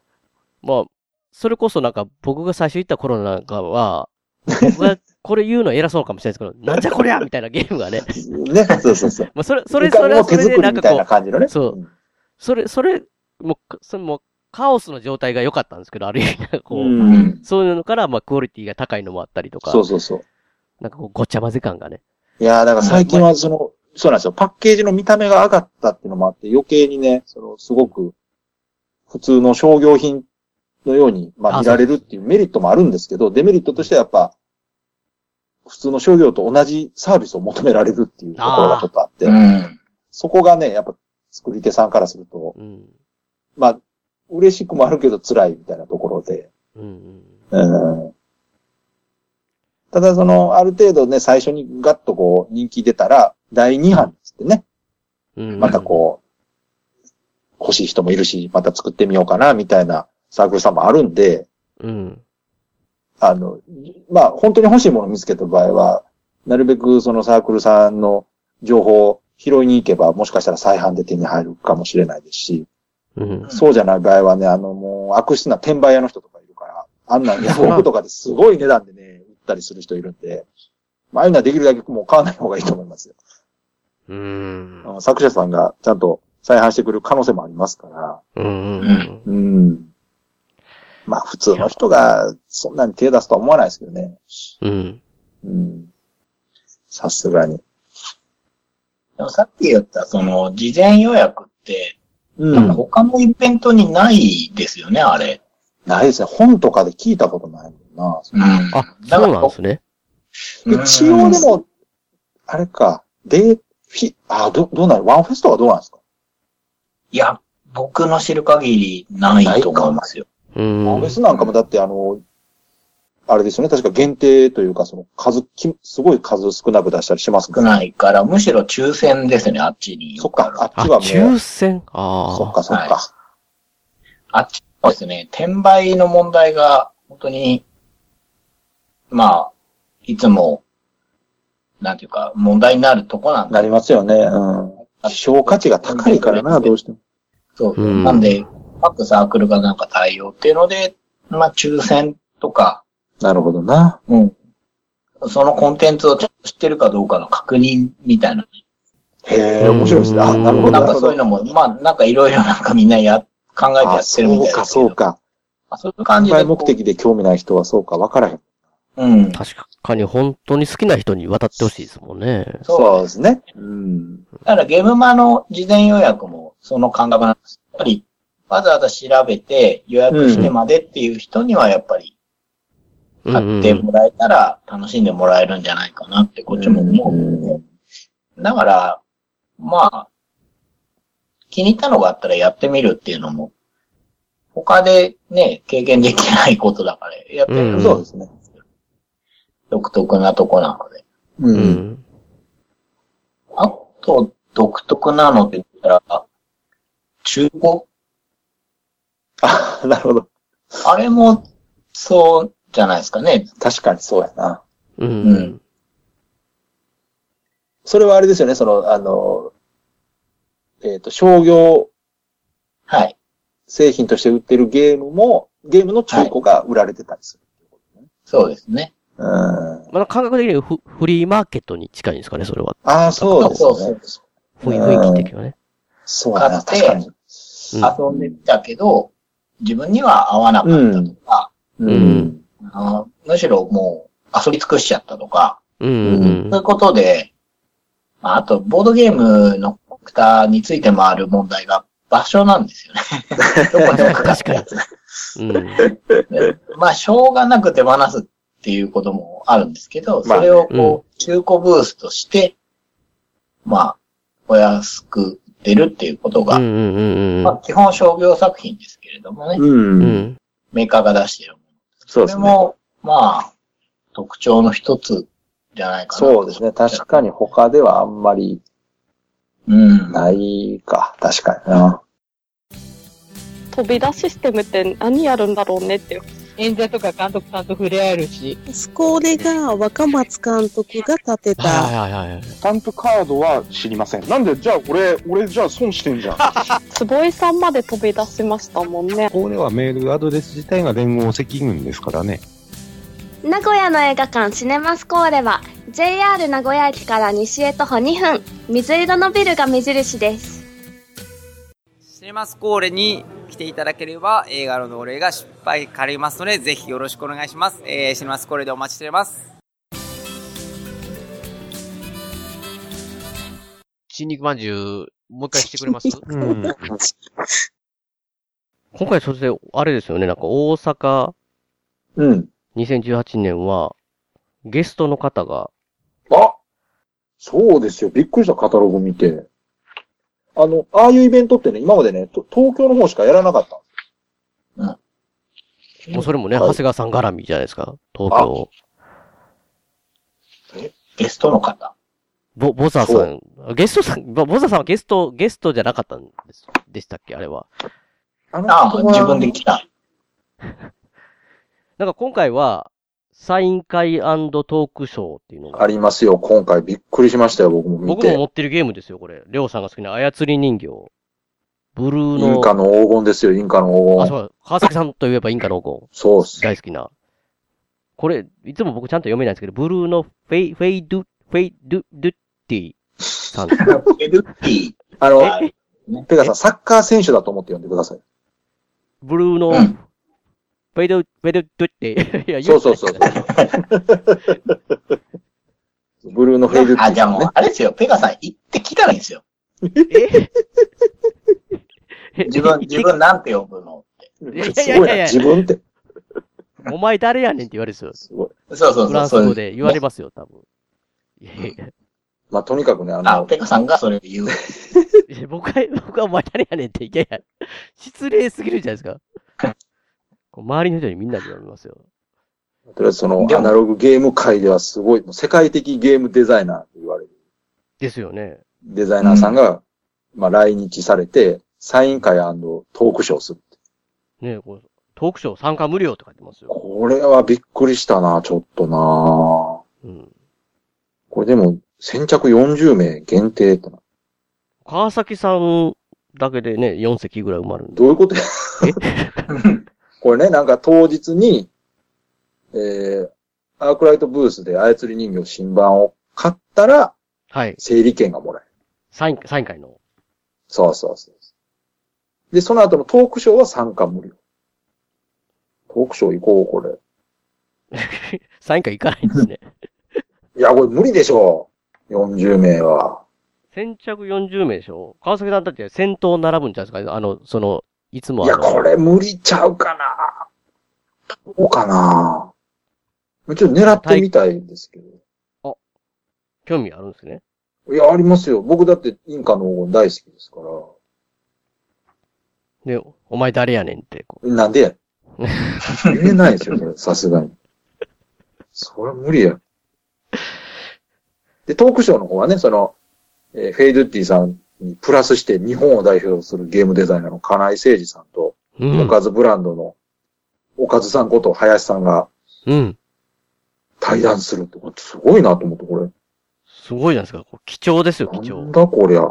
Speaker 2: まあ、それこそなんか僕が最初行った頃なんかは、僕がこれ言うの偉そうかもしれないですけど、なんじゃこりゃみたいなゲームがね。
Speaker 3: ね、そうそうそう。
Speaker 2: まあ、それ、それ、
Speaker 3: いか
Speaker 2: そ
Speaker 3: に
Speaker 2: れ
Speaker 3: も
Speaker 2: はそ
Speaker 3: 手
Speaker 2: れで
Speaker 3: 作
Speaker 2: な
Speaker 3: り
Speaker 2: ん
Speaker 3: み
Speaker 2: か
Speaker 3: たい
Speaker 2: こ
Speaker 3: な
Speaker 2: う、
Speaker 3: 感じのね。。
Speaker 2: そうんそれ、それ、もう、それもうカオスの状態が良かったんですけど、ある意味なんかこう、
Speaker 3: うん。
Speaker 2: そういうのから、まあ、クオリティが高いのもあったりとか、
Speaker 3: そうそうそう。
Speaker 2: なんかこう、ごっちゃ混ぜ感がね。
Speaker 3: いやーだから最近はその、そうなんですよ。パッケージの見た目が上がったっていうのもあって、余計にね、その、すごく、普通の商業品のように、まあ
Speaker 2: あ
Speaker 3: 見られるっていうメリットもあるんですけど、デメリットとしてはやっぱ、普通の商業と同じサービスを求められるっていうところがちょっとあって、
Speaker 4: うん。
Speaker 3: そこがね、やっぱ作り手さんからすると、
Speaker 2: うん。
Speaker 3: まあ、嬉しくもあるけど辛いみたいなところで、
Speaker 2: うんうん。
Speaker 3: うんただその、ある程度ね、最初にガッとこう、人気出たら、第2版ですってね、
Speaker 2: うん。
Speaker 3: またこう、欲しい人もいるし、また作ってみようかな、みたいなサークルさんもあるんで、
Speaker 2: う。うん。
Speaker 3: あの、まあ、本当に欲しいものを見つけた場合は、なるべくそのサークルさんの情報を拾いに行けば、もしかしたら再販で手に入るかもしれないですし、
Speaker 2: うん。
Speaker 3: そうじゃない場合はね、あの、もう悪質な転売屋の人とかいるから、あんなんヤフオクとかですごい値段でね、売ったりする人いるんで、まあ、ああいうのはできるだけもう買わない方がいいと思いますよ。
Speaker 2: うん。
Speaker 3: あの作者さんがちゃんと再販してくる可能性もありますから、
Speaker 2: うんうん。
Speaker 3: うん。まあ、普通の人がそんなに手出すとは思わないですけどね。
Speaker 2: うん。
Speaker 3: うん。さすがに。
Speaker 4: でもさっき言った、その、事前予約って、
Speaker 3: う
Speaker 4: なんか
Speaker 3: ん。
Speaker 4: 他のイベントにないですよね、あれ。
Speaker 3: ないですね。本とかで聞いたことないもんな。
Speaker 4: うん。
Speaker 2: あ、そうなんですね。
Speaker 3: 一応で、も、あれか、で、フィ、あ、ど、どうなるワンフェストはどうなんですか
Speaker 4: いや、僕の知る限りないと思いますよ。
Speaker 2: うん。
Speaker 3: フェスなんかもだってあの、あれですよね、確か限定というか、その数、きすごい数少なく出したりしますか
Speaker 4: 少
Speaker 3: ら。
Speaker 4: ないから、むしろ抽選ですね、あっちに。
Speaker 3: そっか、あっ
Speaker 2: あ、
Speaker 3: ちはも
Speaker 2: 抽
Speaker 3: う、
Speaker 2: 選ああ。
Speaker 3: そっかそっか。
Speaker 4: あっちはですね、転売の問題が、本当に、まあ、いつも、なんていうか、問題になるとこなんだ
Speaker 3: なりますよね。うん。希少価値が高いからな、どうしても。
Speaker 4: そうそう。
Speaker 2: うん
Speaker 4: なんで、各サークルがなんか対応っていうので、まあ、抽選とか、
Speaker 3: なるほどな。
Speaker 4: うん。そのコンテンツをちょっと知ってるかどうかの確認みたいな。
Speaker 3: へえ、面白いですね。あ、なるほど、
Speaker 4: な
Speaker 3: なんる
Speaker 4: か
Speaker 3: ほ
Speaker 4: そういう
Speaker 3: ど。
Speaker 4: のも、まあ、なんかいろいろなんかみんなや、考えてや
Speaker 3: あ、
Speaker 4: ってるみた
Speaker 3: そう
Speaker 4: いな。
Speaker 3: か、そう。か。
Speaker 4: そういう感じ
Speaker 3: 販
Speaker 4: で
Speaker 3: 売
Speaker 4: こう。
Speaker 3: 目的で興味ない人はそうか、わからへん。
Speaker 4: うん。
Speaker 2: 確かに本当に好きな人に渡ってほしいですもんね。
Speaker 4: そう
Speaker 3: そうですね。うん。
Speaker 4: だからゲームマの事前予約もその感覚なんです。やっぱり、わざわざ調べて予約してまでっていう人にはやっぱり
Speaker 2: うん
Speaker 4: 買
Speaker 2: う
Speaker 4: っ
Speaker 2: ん
Speaker 4: てもらえたら楽しんでもらえるんじゃないかなってこっちも思うので。だから、まあ、気に入ったのがあったらやってみるっていうのも、他でね、経験できないことだから、やってみ
Speaker 2: うん
Speaker 4: る
Speaker 3: そうですね。
Speaker 4: 独特なとこなので。
Speaker 3: う。
Speaker 2: うんん。
Speaker 4: あと、独特なのって言ったら、中国
Speaker 3: あ、なるほど。
Speaker 4: あれも、そうじゃないですかね。
Speaker 3: 確かにそうやな。
Speaker 2: うん。
Speaker 4: う
Speaker 2: うんん。
Speaker 3: それはあれですよね、その、あの、えっ、と、商業
Speaker 4: はい。
Speaker 3: 製品として売ってるゲームも、ゲームの中古が売られてたりする。
Speaker 4: そうですね。
Speaker 3: うん。
Speaker 2: まだ感覚的にはフフリーマーケットに近いんですかね、それは。
Speaker 3: ああ、そうですね。
Speaker 4: そ
Speaker 3: そうう
Speaker 2: 雰囲雰囲気的なね。
Speaker 3: やな、
Speaker 4: 買っ
Speaker 3: 確
Speaker 4: て
Speaker 3: かに。
Speaker 2: うん
Speaker 4: 遊んでみたけど、自分には合わなかったとか、
Speaker 3: うんん。
Speaker 4: あのむしろもう遊び尽くしちゃったとか、
Speaker 2: うんうん
Speaker 4: そういうことで、まあ、あと、ボードゲームのコンクターについて回る問題が場所なんですよ ね。どこでもかかっ
Speaker 2: 確
Speaker 4: て
Speaker 2: か
Speaker 4: る
Speaker 2: に。うん。
Speaker 4: まあ、しょうがなく手放すっていうこともあるんですけど、
Speaker 3: まあ
Speaker 4: それをこう、中古ブースとして、まあ、お安く売ってるっていうこと
Speaker 2: う
Speaker 4: が、
Speaker 2: んうんうん
Speaker 4: まあ、基本商業作品ですけれどもね、
Speaker 2: うん。う
Speaker 3: うん。
Speaker 2: ん。
Speaker 4: メーカーが出しているもの。
Speaker 3: そうで
Speaker 4: それ
Speaker 3: すね。
Speaker 4: も、まあ、特徴の一つじゃないかな。
Speaker 3: そうですね。確かに他ではあんまり
Speaker 4: うん。
Speaker 3: ないか。確かにな。
Speaker 5: 飛び出システムって何やるんだろうねっていう
Speaker 6: 演者とか監督さんと触れ合えるし、
Speaker 7: これが若松監督が建てた。
Speaker 2: はいはいはい。
Speaker 8: スタンプカードは知りません。なんで、じゃあ俺、俺じゃあ損してんじゃん。
Speaker 5: 坪井さんまで飛び出しましたもんね
Speaker 9: ここではメールアドレス自体が連合赤軍ですからね。
Speaker 10: 名古屋の映画館シネマスコーレは JR 名古屋駅から西へ徒歩2分水色のビルが目印です
Speaker 11: シネマスコーレに来ていただければ映画の同例が失敗かりますのでぜひよろしくお願いします、えーシネマスコーレでお待ちしております
Speaker 12: 新肉まんじゅう、もう一回してくれます
Speaker 9: うん。
Speaker 2: 今回それで、あれですよね、なんか大阪
Speaker 3: うん。
Speaker 2: 2018年は、ゲストの方が、
Speaker 3: あそうですよ。びっくりした、カタログ見て。あの、ああいうイベントってね、今までね、と東京の方しかやらなかったんですよ。
Speaker 2: もうそれもね、
Speaker 3: はい
Speaker 2: 長谷川さん絡みじゃないですか、東京。
Speaker 4: ゲストの方。
Speaker 2: ボ、ボザさん、ゲストさん、ボボザさんはゲスト、ゲストじゃなかったんです、でしたっけ、あれは。
Speaker 3: あの
Speaker 4: ああ、
Speaker 3: は
Speaker 4: 自分で来 た。
Speaker 2: なんか今回は、サイン会トークショーっていうの
Speaker 3: あ
Speaker 2: が、
Speaker 3: りますよ。今回びっくりしましたよ、僕も見
Speaker 2: 僕も
Speaker 3: て。
Speaker 2: 持ってるゲームですよ、これ。りょうさんが好きな操り人形。ブルー
Speaker 3: イン
Speaker 2: の、
Speaker 3: カの黄金ですよ、インカの
Speaker 2: あ、
Speaker 3: 黄
Speaker 2: そ
Speaker 3: 金。
Speaker 2: う、川崎さんといえばインカの黄金。
Speaker 3: そうっす。
Speaker 2: 大好きな。これ、いつも僕ちゃんと読めないんですけど、ブルーのフェイ、フェイドゥ、フェイドゥ、ドゥッティさん。
Speaker 4: ペルティ。
Speaker 3: あの、
Speaker 4: え
Speaker 3: ペガさん、サッカー選手だと思って呼んでください。
Speaker 2: ブルーの、
Speaker 4: う
Speaker 2: フ
Speaker 4: ん
Speaker 2: ェイドゥ、フェイドゥ、ドゥッティ。いや、
Speaker 3: そ
Speaker 2: 言
Speaker 3: うそうそう
Speaker 2: てない。
Speaker 3: ブルーのフェイル
Speaker 4: あ、じゃあもう、あれですよ。ペガさん行ってきたらいいんですよ。
Speaker 2: え
Speaker 4: 自分、自。分なんて呼ぶの
Speaker 2: いやいやい
Speaker 3: す
Speaker 2: や
Speaker 3: ご
Speaker 2: い
Speaker 3: い
Speaker 2: や
Speaker 3: な。自分って。
Speaker 2: お前誰やねんって言われるんですよ。
Speaker 3: すごい。
Speaker 4: そうそう
Speaker 2: フラ
Speaker 4: そう。
Speaker 2: ン
Speaker 4: そ
Speaker 2: ス語
Speaker 4: ういう
Speaker 2: で言われますよ、多分。いやいや
Speaker 3: まあ、とにかくね、あ
Speaker 4: あ、
Speaker 3: の、
Speaker 4: ペガさんがそれを言う。
Speaker 2: いや僕は、僕はお前誰やねんって。いやいや、失礼すぎるじゃないですか。こう周りの人にみんなに言われますよ。
Speaker 3: とりあえずそのアナログゲーム界ではすごい、もう世界的ゲームデザイナーと言われる
Speaker 2: ですよね。
Speaker 3: デザイナーさんが、まあ来日されて、サイン会トークショーをする。
Speaker 2: ねえ、こうトークショー参加無料とか言ってますよ。
Speaker 3: これはびっくりしたな、ちょっとな。
Speaker 2: うん。
Speaker 3: これでも、先着40名限定ってな。
Speaker 2: 川崎さんだけでね、4席ぐらい埋まるんで。
Speaker 3: どういうことや これね、なんか当日に、えー、アークライトブースで操り人形新版を買ったら、
Speaker 2: はい。
Speaker 3: 整理券がもらえる。
Speaker 2: サイン、サイン会の。
Speaker 3: そうそうそう。で、その後のトークショーは参加無料。トークショー行こう、これ。
Speaker 2: サイン会行かないんですね。
Speaker 3: いや、これ無理でしょう。40名は。
Speaker 2: 先着40名でしょ川崎さんだって先頭並ぶんじゃないですかあの、その、いつも
Speaker 3: い
Speaker 2: あ
Speaker 3: や、
Speaker 2: の
Speaker 3: これ無理ちゃうかな。どうかな。ちょっと狙ってみたいですけど。
Speaker 2: 興味あるんですね。
Speaker 3: いや、ありますよ。僕だってインカの黄金大好きですから。
Speaker 2: で、お前誰やねんって。こ
Speaker 3: なんでや。 言えないですよ、それさすがに。それは無理や。で、トークショーの方はね、その、えーフェイドゥッティさんにプラスして日本を代表するゲームデザイナーの金井誠二さんと、
Speaker 2: う
Speaker 3: おかずブランドのおかずさんこと林さんが
Speaker 2: うん。
Speaker 3: 対談するってことすごいなと思って、これ。
Speaker 2: すごいじゃないですか。こう貴重ですよ、貴
Speaker 3: な
Speaker 2: 重
Speaker 3: ん。だこりゃ。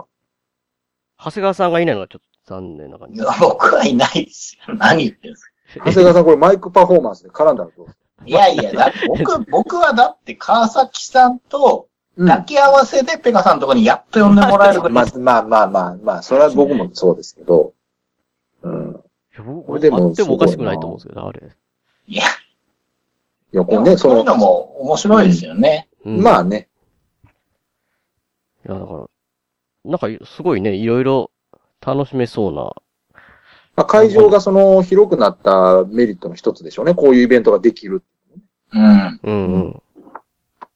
Speaker 2: 長谷川さんがいないのがちょっと残念な感じ。
Speaker 4: 僕はいないですよ。何言ってんす
Speaker 3: 長谷川さんこれマイクパフォーマンスで絡んだらどう
Speaker 4: かいやいや、だって僕、 僕はだって川崎さんと抱き合わせでペガさんのとこにやっと呼んでもらえるぐらい
Speaker 3: まあまあまあまあまあ、それは僕もそうですけど。うん。
Speaker 2: 僕
Speaker 3: これでも
Speaker 2: あってもおかしくないと思うんですけど、あれ。
Speaker 4: いや、
Speaker 3: いや、こ
Speaker 4: で
Speaker 3: れ
Speaker 4: も
Speaker 3: ね、そ
Speaker 4: そういうの
Speaker 3: の、
Speaker 4: も面白いですよね。
Speaker 2: うん
Speaker 3: まあね、
Speaker 2: いや、だから、なんか、すごいね、いろいろ楽しめそうな。
Speaker 3: まあ、会場がその広くなったメリットの一つでしょうね。こういうイベントができる。
Speaker 4: うん。
Speaker 2: うんうん。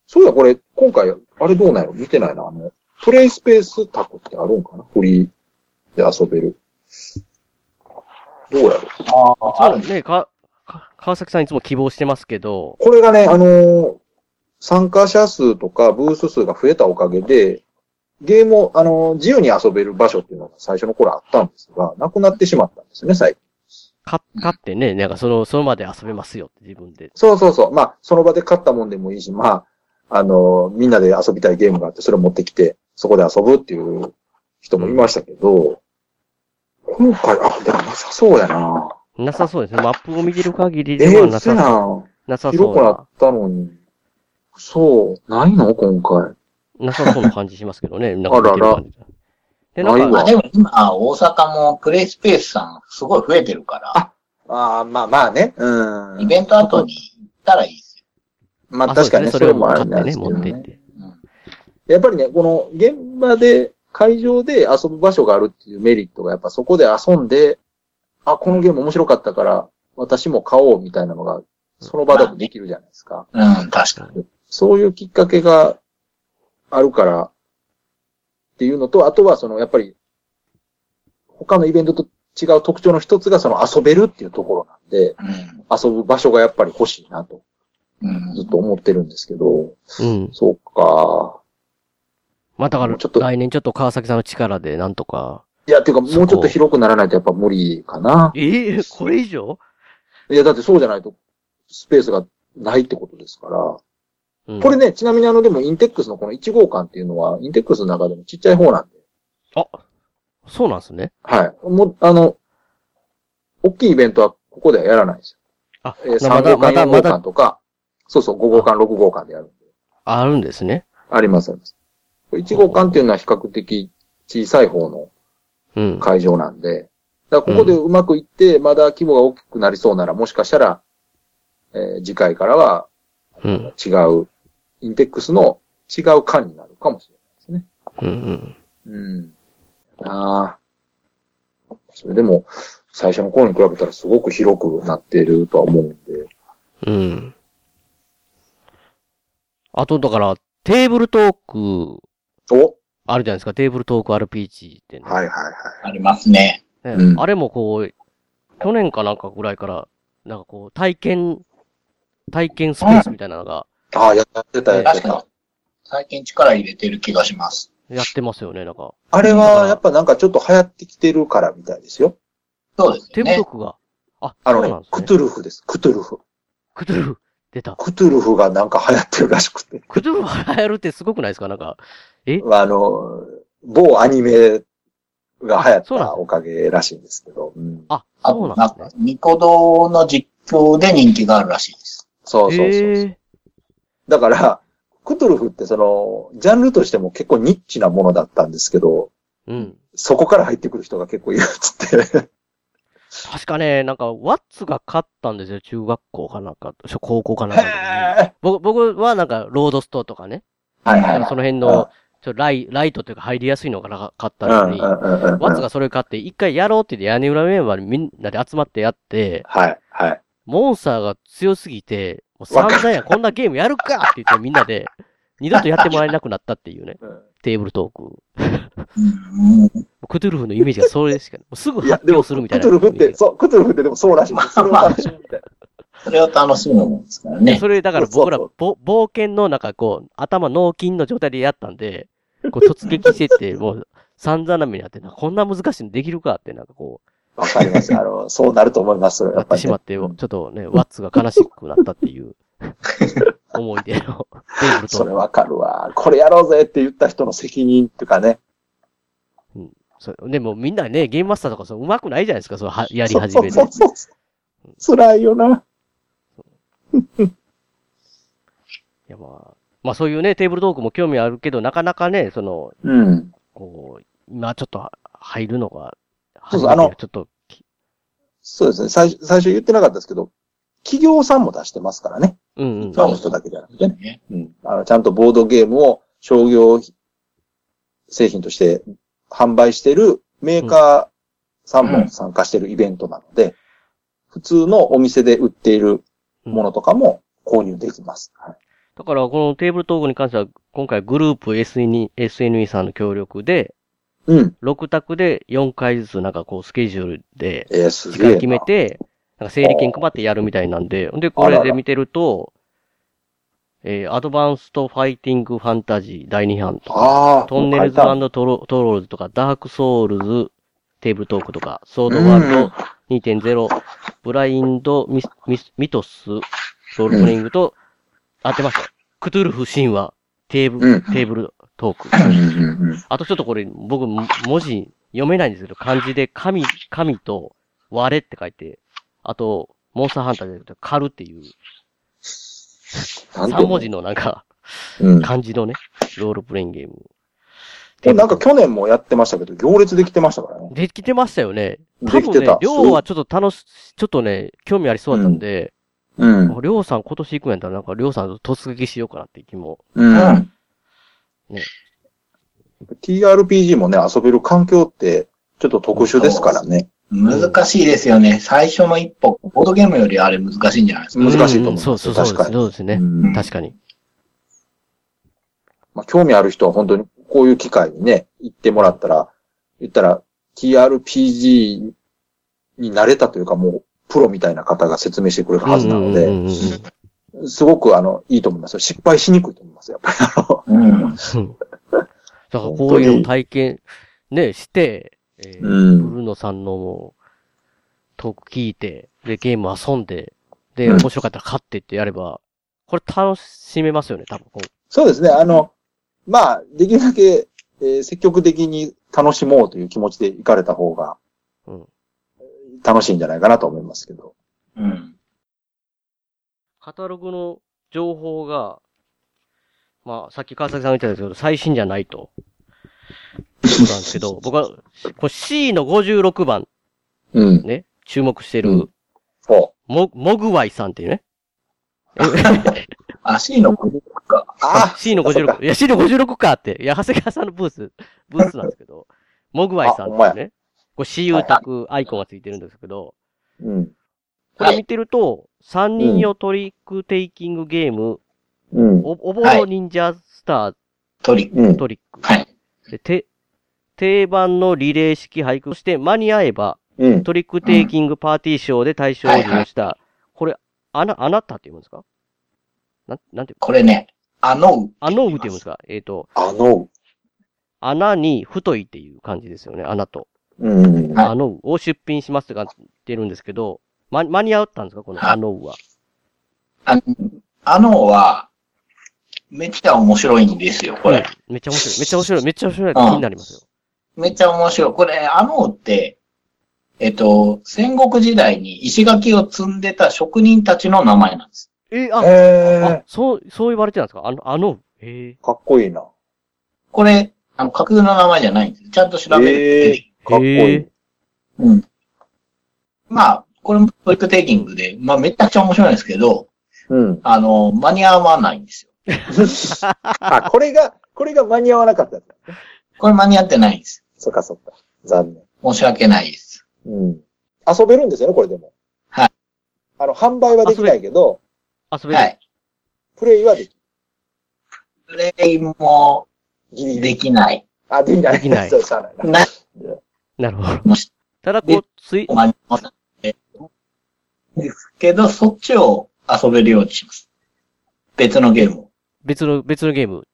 Speaker 3: そうだ、これ、今回、あれどうなんやろ見てないな。あの、プレイスペースタコってあるんかなフリーで遊べる。どうやろ
Speaker 4: あ
Speaker 2: い
Speaker 4: あ、ある
Speaker 2: つもね、か、か川崎さんいつも希望してますけど、
Speaker 3: これがね、あのー参加者数とかブース数が増えたおかげで、ゲームを、あのー自由に遊べる場所っていうのが最初の頃あったんですが、なくなってしまったんですよね、最近。
Speaker 2: か、勝ってね、なんかその、そのまで遊べますよって自分で。
Speaker 3: そうそうそう。まあ、その場で買ったもんでもいいし、まあ、あのーみんなで遊びたいゲームがあって、それを持ってきて、そこで遊ぶっていう人もいましたけど、今回、あ、でもなさそうやな。
Speaker 2: なさそうですね。マップを見てる限り
Speaker 3: え
Speaker 2: で
Speaker 3: え
Speaker 2: は
Speaker 3: ー、
Speaker 2: な
Speaker 3: せ
Speaker 2: さ、
Speaker 3: な。
Speaker 2: なさそ
Speaker 3: 広
Speaker 2: う
Speaker 3: くな
Speaker 2: な
Speaker 3: っ、たのに。そう、ないの今回。
Speaker 2: なさそうな感じしますけどね。なんか見てる感じで、
Speaker 3: ない
Speaker 2: なん
Speaker 4: まあ
Speaker 2: か、
Speaker 3: わ
Speaker 4: でも今、大阪もプレイスペースさんすごい増えてるか
Speaker 3: ああ、まあまあね。う
Speaker 4: ら、
Speaker 3: ん。
Speaker 4: イベント後に行ったらいいですよ。
Speaker 3: ま
Speaker 2: そ
Speaker 3: あ
Speaker 2: う
Speaker 3: 確かにね
Speaker 2: です
Speaker 3: それ
Speaker 2: を
Speaker 3: もあ
Speaker 2: 買っ
Speaker 3: るんで
Speaker 2: てね、
Speaker 3: すけ
Speaker 2: 持
Speaker 3: ど
Speaker 2: って
Speaker 3: ね
Speaker 2: っ。て。
Speaker 3: やっぱりね、この現場で、会場で遊ぶ場所があるっていうメリットが、やっぱそこで遊んで、あ、このゲーム面白かったから、私も買おうみたいなのが、その場だとできるじゃないですか。
Speaker 4: うん、確かに。
Speaker 3: そういうきっかけがあるから、っていうのと、あとはその、やっぱり、他のイベントと違う特徴の一つが、その遊べるっていうところなんで、遊ぶ場所がやっぱり欲しいなと、
Speaker 4: うん。う
Speaker 3: ずっ
Speaker 4: ん。
Speaker 3: と思ってるんですけど、
Speaker 2: うん。
Speaker 3: そうか。
Speaker 2: まあだか
Speaker 3: も
Speaker 2: ら
Speaker 3: うちょっと、
Speaker 2: 来年ちょっと川崎さんの力でなんとか。
Speaker 3: いや、ていうか、もうち
Speaker 2: そこ
Speaker 3: ょっと広くならないとやっぱ無理かな。
Speaker 2: ええこれ以上
Speaker 3: いや、だってそうじゃないと、スペースがないってことですから。
Speaker 2: うん
Speaker 3: これね、ちなみにあの、でも、インテックスのこの1号館っていうのは、インテックスの中でもちっちゃい方なんで。
Speaker 2: あ、そうなんですね。
Speaker 3: はい。もう、あの、大きいイベントはここではやらないです
Speaker 2: あ、
Speaker 3: よ。えー、
Speaker 2: なま
Speaker 3: 3
Speaker 2: だ、
Speaker 3: 号
Speaker 2: ま
Speaker 3: 館、
Speaker 2: だ、
Speaker 3: 4号
Speaker 2: ま
Speaker 3: 館
Speaker 2: だ
Speaker 3: とか、そうそう、5号館、6号館でやるんで。
Speaker 2: あるんですね。
Speaker 3: あります、あります。これ1号館っていうのは比較的小さい方の
Speaker 2: うん。
Speaker 3: 会場なんで、だからここでうまくいって、まだ規模が大きくなりそうなら、もしかしたら、えー次回からは
Speaker 2: うん。
Speaker 3: 違う、インテックスの違う感になるかもし
Speaker 2: うん。うん。
Speaker 3: れない。うん。ああ。それでも、最初の頃に比べたらすごく広くなっているとは思うんで。
Speaker 2: うん。あと、だから、テーブルトーク、
Speaker 3: お
Speaker 2: あるじゃないですか、テーブルトーク RPG ってね。
Speaker 3: はいはいはい。
Speaker 4: ありますね。
Speaker 2: あれもこう、去年かなんかぐらいから、なんかこう、体験、体験スペースみたいなのが、
Speaker 3: ああ、やってた、やって
Speaker 4: 確かに
Speaker 3: た。
Speaker 4: 最近力入れてる気がします。
Speaker 2: やってますよね、なんか。
Speaker 3: あれは、やっぱなんかちょっと流行ってきてるからみたいですよ。
Speaker 4: そうです
Speaker 2: ね。テーブルトークが。あ、
Speaker 3: あ
Speaker 2: そうなん
Speaker 3: の
Speaker 2: で、すね
Speaker 3: クトゥルフです。クトゥルフ。
Speaker 2: クトゥルフ、出た。
Speaker 3: クトゥルフがなんか流行ってるらしくて。
Speaker 2: クトゥルフ流行るってすごくないですかなんか、え
Speaker 3: あの、某アニメが流行ったおかげらしいんですけど。うん
Speaker 2: あ、
Speaker 4: そうなんですか。ニコ動の実況で人気があるらしいです。
Speaker 3: そうそうそう
Speaker 2: そう。
Speaker 3: だから、クトゥルフってその、ジャンルとしても結構ニッチなものだったんですけど、
Speaker 2: うん。
Speaker 3: そこから入ってくる人が結構いるっつって。
Speaker 2: 確かね、なんか、ワッツが勝ったんですよ。中学校かなんか、小高校かなんかに。僕僕はなんか、ロードストアとかね。
Speaker 3: はいはい
Speaker 2: なんかその辺
Speaker 3: うん
Speaker 2: の、ちょっとライライトというか入りやすいのがなかったのに、
Speaker 3: うんうんうんうんうん
Speaker 2: ワッツがそれ買って、一回やろうって言って屋根裏メンバーにみんなで集まってやって、
Speaker 3: はい、はい。
Speaker 2: モンスターが強すぎて、もう散々や、こんなゲームやるかって言ってみんなで、二度とやってもらえなくなったっていうね、テーブルトーク。クトゥルフのイメージがそれしか、もうすぐ発表するみたい
Speaker 3: ク
Speaker 2: な
Speaker 3: トゥ。ルフって、そう、クトゥルフってでもそ うらしいんです。それを楽しむみたい
Speaker 4: それを楽しむもんですからね。
Speaker 2: それ、だから僕ら、ぼ冒険の中、こう、頭脳筋の状態でやったんで、こう、突撃してって、もう、散々な目にあって、なんかこんな難しいのできるかって、なんかこう、
Speaker 3: な。わかります。あの、そうなると思います。それはや
Speaker 2: や
Speaker 3: っ
Speaker 2: っ
Speaker 3: ぱ
Speaker 2: て
Speaker 3: り
Speaker 2: し
Speaker 3: ね、
Speaker 2: まって、ちょっとね、ワッツが悲しくなったって いう、思い出のテーブル
Speaker 3: そ
Speaker 2: と
Speaker 3: れわかるわ。これやろうぜって言った人の責任っていうかね。
Speaker 2: そう。でもみんなね、ゲームマスターとかそう、うまくないじゃないですか、そう、はやり始めて
Speaker 3: そう。そうそうそう辛いよな。
Speaker 2: いやまあ、まあそういうね、テーブルトークも興味あるけど、なかなかね、その、
Speaker 3: うん。
Speaker 2: こう、今ちょっとは入るのが、
Speaker 3: そうそうあの
Speaker 2: 初めてちょっと、
Speaker 3: そうですね。最初、最初言ってなかったですけど、企業さんも出してますからね。
Speaker 2: うんうん。
Speaker 3: ファンの人だけじゃなくてね。うん。あの、ちゃんとボードゲームを商業製品として販売してるメーカーさんも参加してるイベントなので、普通のお店で売っているものとかも購入できます。はい
Speaker 2: だからこのテーブルトークに関しては、今回グループ SNE、SNE さんの協力で、
Speaker 3: うん。
Speaker 2: 6択で4回ずつなんかこうスケジュールで、
Speaker 3: えー、す
Speaker 2: 時
Speaker 3: げえ
Speaker 2: 間
Speaker 3: な。
Speaker 2: 決めて、なんか整理券配ってやるみたいなんで、で、こ
Speaker 3: あら
Speaker 2: れ
Speaker 3: ら
Speaker 2: で見てると、えーアドバンストファイティングファンタジー第2版と
Speaker 3: あ
Speaker 2: か
Speaker 3: ー、
Speaker 2: トンネルズ
Speaker 3: もう書い
Speaker 2: トロトロールズとか、ダークソウルズ、テーブルトークとか、ソードワールド2.0、ブラインドミスミスミトス、ロールプレイングと、当てました。クトゥルフ神話、テーブル、テーブルト ーク。あとちょっとこれ、僕、も文字読めないんですけど、漢字で神、神と割れって書いて、あと、モンスターハンターでカルっていう、
Speaker 3: なんと
Speaker 2: 3文字のなんか、
Speaker 3: うん
Speaker 2: 漢字のね、ロールプレイングゲーム。
Speaker 3: これなんか去年もやってましたけど、行列できてましたからね。
Speaker 2: できてましたよね。多
Speaker 3: でき
Speaker 2: 分
Speaker 3: て
Speaker 2: ね
Speaker 3: た、
Speaker 2: りょうはちょっと楽し、ちょっとね、興味ありそうだったんで、
Speaker 3: うん。
Speaker 2: りょうさん今年行くんやったら、なんかりょうさんと突撃しようかなって気も。
Speaker 3: うん。
Speaker 2: ね
Speaker 3: TRPG もね、遊べる環境って、ちょっと特殊ですからね。
Speaker 4: 難しいですよね。最初の一歩、ボードゲームよりあれ難しいんじゃないですか。
Speaker 3: 難しいと思う。
Speaker 2: そうそうそうです
Speaker 3: 確かに。
Speaker 2: そうですね。確かに。
Speaker 3: まあ、興味ある人は本当にこういう機会にね、行ってもらったら、言ったら TRPG に慣れたというかもうプロみたいな方が説明してくれるはずなの
Speaker 2: うんうんうん
Speaker 3: で、すごくあの、いいと思いますよ。失敗しにくいと思いますよ、やっぱりあの。
Speaker 2: だからこういうのを体験、ね、して、えー
Speaker 3: うん
Speaker 2: ブルーノさんのもうトーク聞いて、で、ゲーム遊んで、で、
Speaker 3: うん
Speaker 2: 面白かったら勝ってってやれば、これ楽しめますよね、多分。
Speaker 3: そうですね、あの、まあ、できるだけ、えー積極的に楽しもうという気持ちで行かれた方が、
Speaker 2: うん
Speaker 3: 楽しいんじゃないかなと思いますけど。
Speaker 4: うん。
Speaker 2: カタログの情報が、まあ、さっき川崎さんが言ってたんですけど、最新じゃないと。そうなんですけ ど、僕は、これ C の56番、
Speaker 3: うん。
Speaker 2: ね、注目してる、
Speaker 3: も
Speaker 2: モグワイさんっていうね。
Speaker 4: あ、C の56か。
Speaker 3: あ
Speaker 2: C の56。いや、C の56かって。いや、長谷川さんのブース、ブースなんですけ ど、モグワイさんっていうね。これ、私有宅アイコンがついてるんですけど、
Speaker 3: うん。
Speaker 2: これ見てると、三人用トリックテイキングゲーム、
Speaker 3: うん。
Speaker 2: お、おぼろ忍者スター、
Speaker 4: トリ
Speaker 3: ック。
Speaker 2: トリック。でて定番のリレー式俳句、そして間に合えば、
Speaker 3: うん
Speaker 2: トリックテイキングパーティーショーで大賞を受賞した、これ、あな、あなたって言うんですかなん、なんて
Speaker 4: これね、あのう。
Speaker 2: あのうって言うんですかえっ、と。
Speaker 3: あのう。
Speaker 2: 穴に太いっていう感じですよね、穴と。
Speaker 3: うん。
Speaker 2: あのうを出品しますとかってるんですけど、ま、間に合ったんですかこのあのうは。
Speaker 4: あのは、めっちゃ面白いんですよ、これ。
Speaker 2: めっちゃ面白い。めっちゃ面白い。めっちゃ面白い。気になりますよ。
Speaker 4: めっちゃ面白い。これ、あのって、えっと、戦国時代に石垣を積んでた職人たちの名前なんです。
Speaker 2: えあ、あ、そう、そう言われてたんですかあの、あのう。へ
Speaker 3: かっこいいな。
Speaker 4: これ、あの、架空の名前じゃないんです。ちゃんと調べると出てくる。
Speaker 2: かっこいい。
Speaker 4: うん。まあ、これもトリックテイキングで、まあ、めちゃくちゃ面白いんですけど、
Speaker 3: うん。
Speaker 4: あの、間に合わないんですよ。
Speaker 3: あ、これが、これが間に合わなかった。
Speaker 4: これ間に合ってないんです。
Speaker 3: そっかそっか。残念。
Speaker 4: 申し訳ないです。
Speaker 3: うん。遊べるんですよね、これでも。
Speaker 4: はい。
Speaker 3: あの、販売はできないけど、
Speaker 2: 遊
Speaker 4: べるはい
Speaker 3: プレイはできる。
Speaker 4: プレイも、できない。
Speaker 3: あ、できない。
Speaker 2: できない
Speaker 3: そうしゃあないな。
Speaker 4: な、
Speaker 2: なるほど。
Speaker 4: た
Speaker 2: だこう、つい、
Speaker 4: 間に合わない。ですけど、そっちを遊べるようにします。別のゲームを。
Speaker 2: 別の、別のゲーム。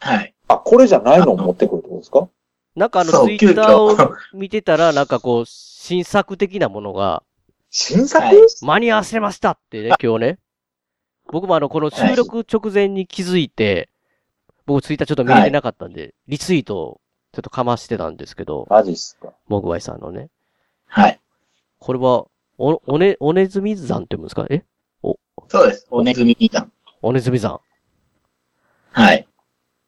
Speaker 4: はい。
Speaker 3: あ、これじゃないのを持ってくるってことですか
Speaker 2: なんかあの、
Speaker 3: そう
Speaker 2: ツイッター
Speaker 3: 急
Speaker 2: を
Speaker 3: 遽
Speaker 2: 見てたら、なんかこう、新作的なものが、
Speaker 3: 新作、
Speaker 2: 間に合わせましたってね、今日ね。僕もあの、この収録直前に気づいて、僕ツイッターちょっと見れてなかったんで、リツイートをちょっとかましてたんですけど。
Speaker 3: マジっすか。
Speaker 2: モグワイさんのね。
Speaker 4: はい。
Speaker 2: これは、お、おね、おねずみ山って言うんですかえお、
Speaker 4: そうです。おねずみ山。
Speaker 2: おねずみ山。
Speaker 4: はい。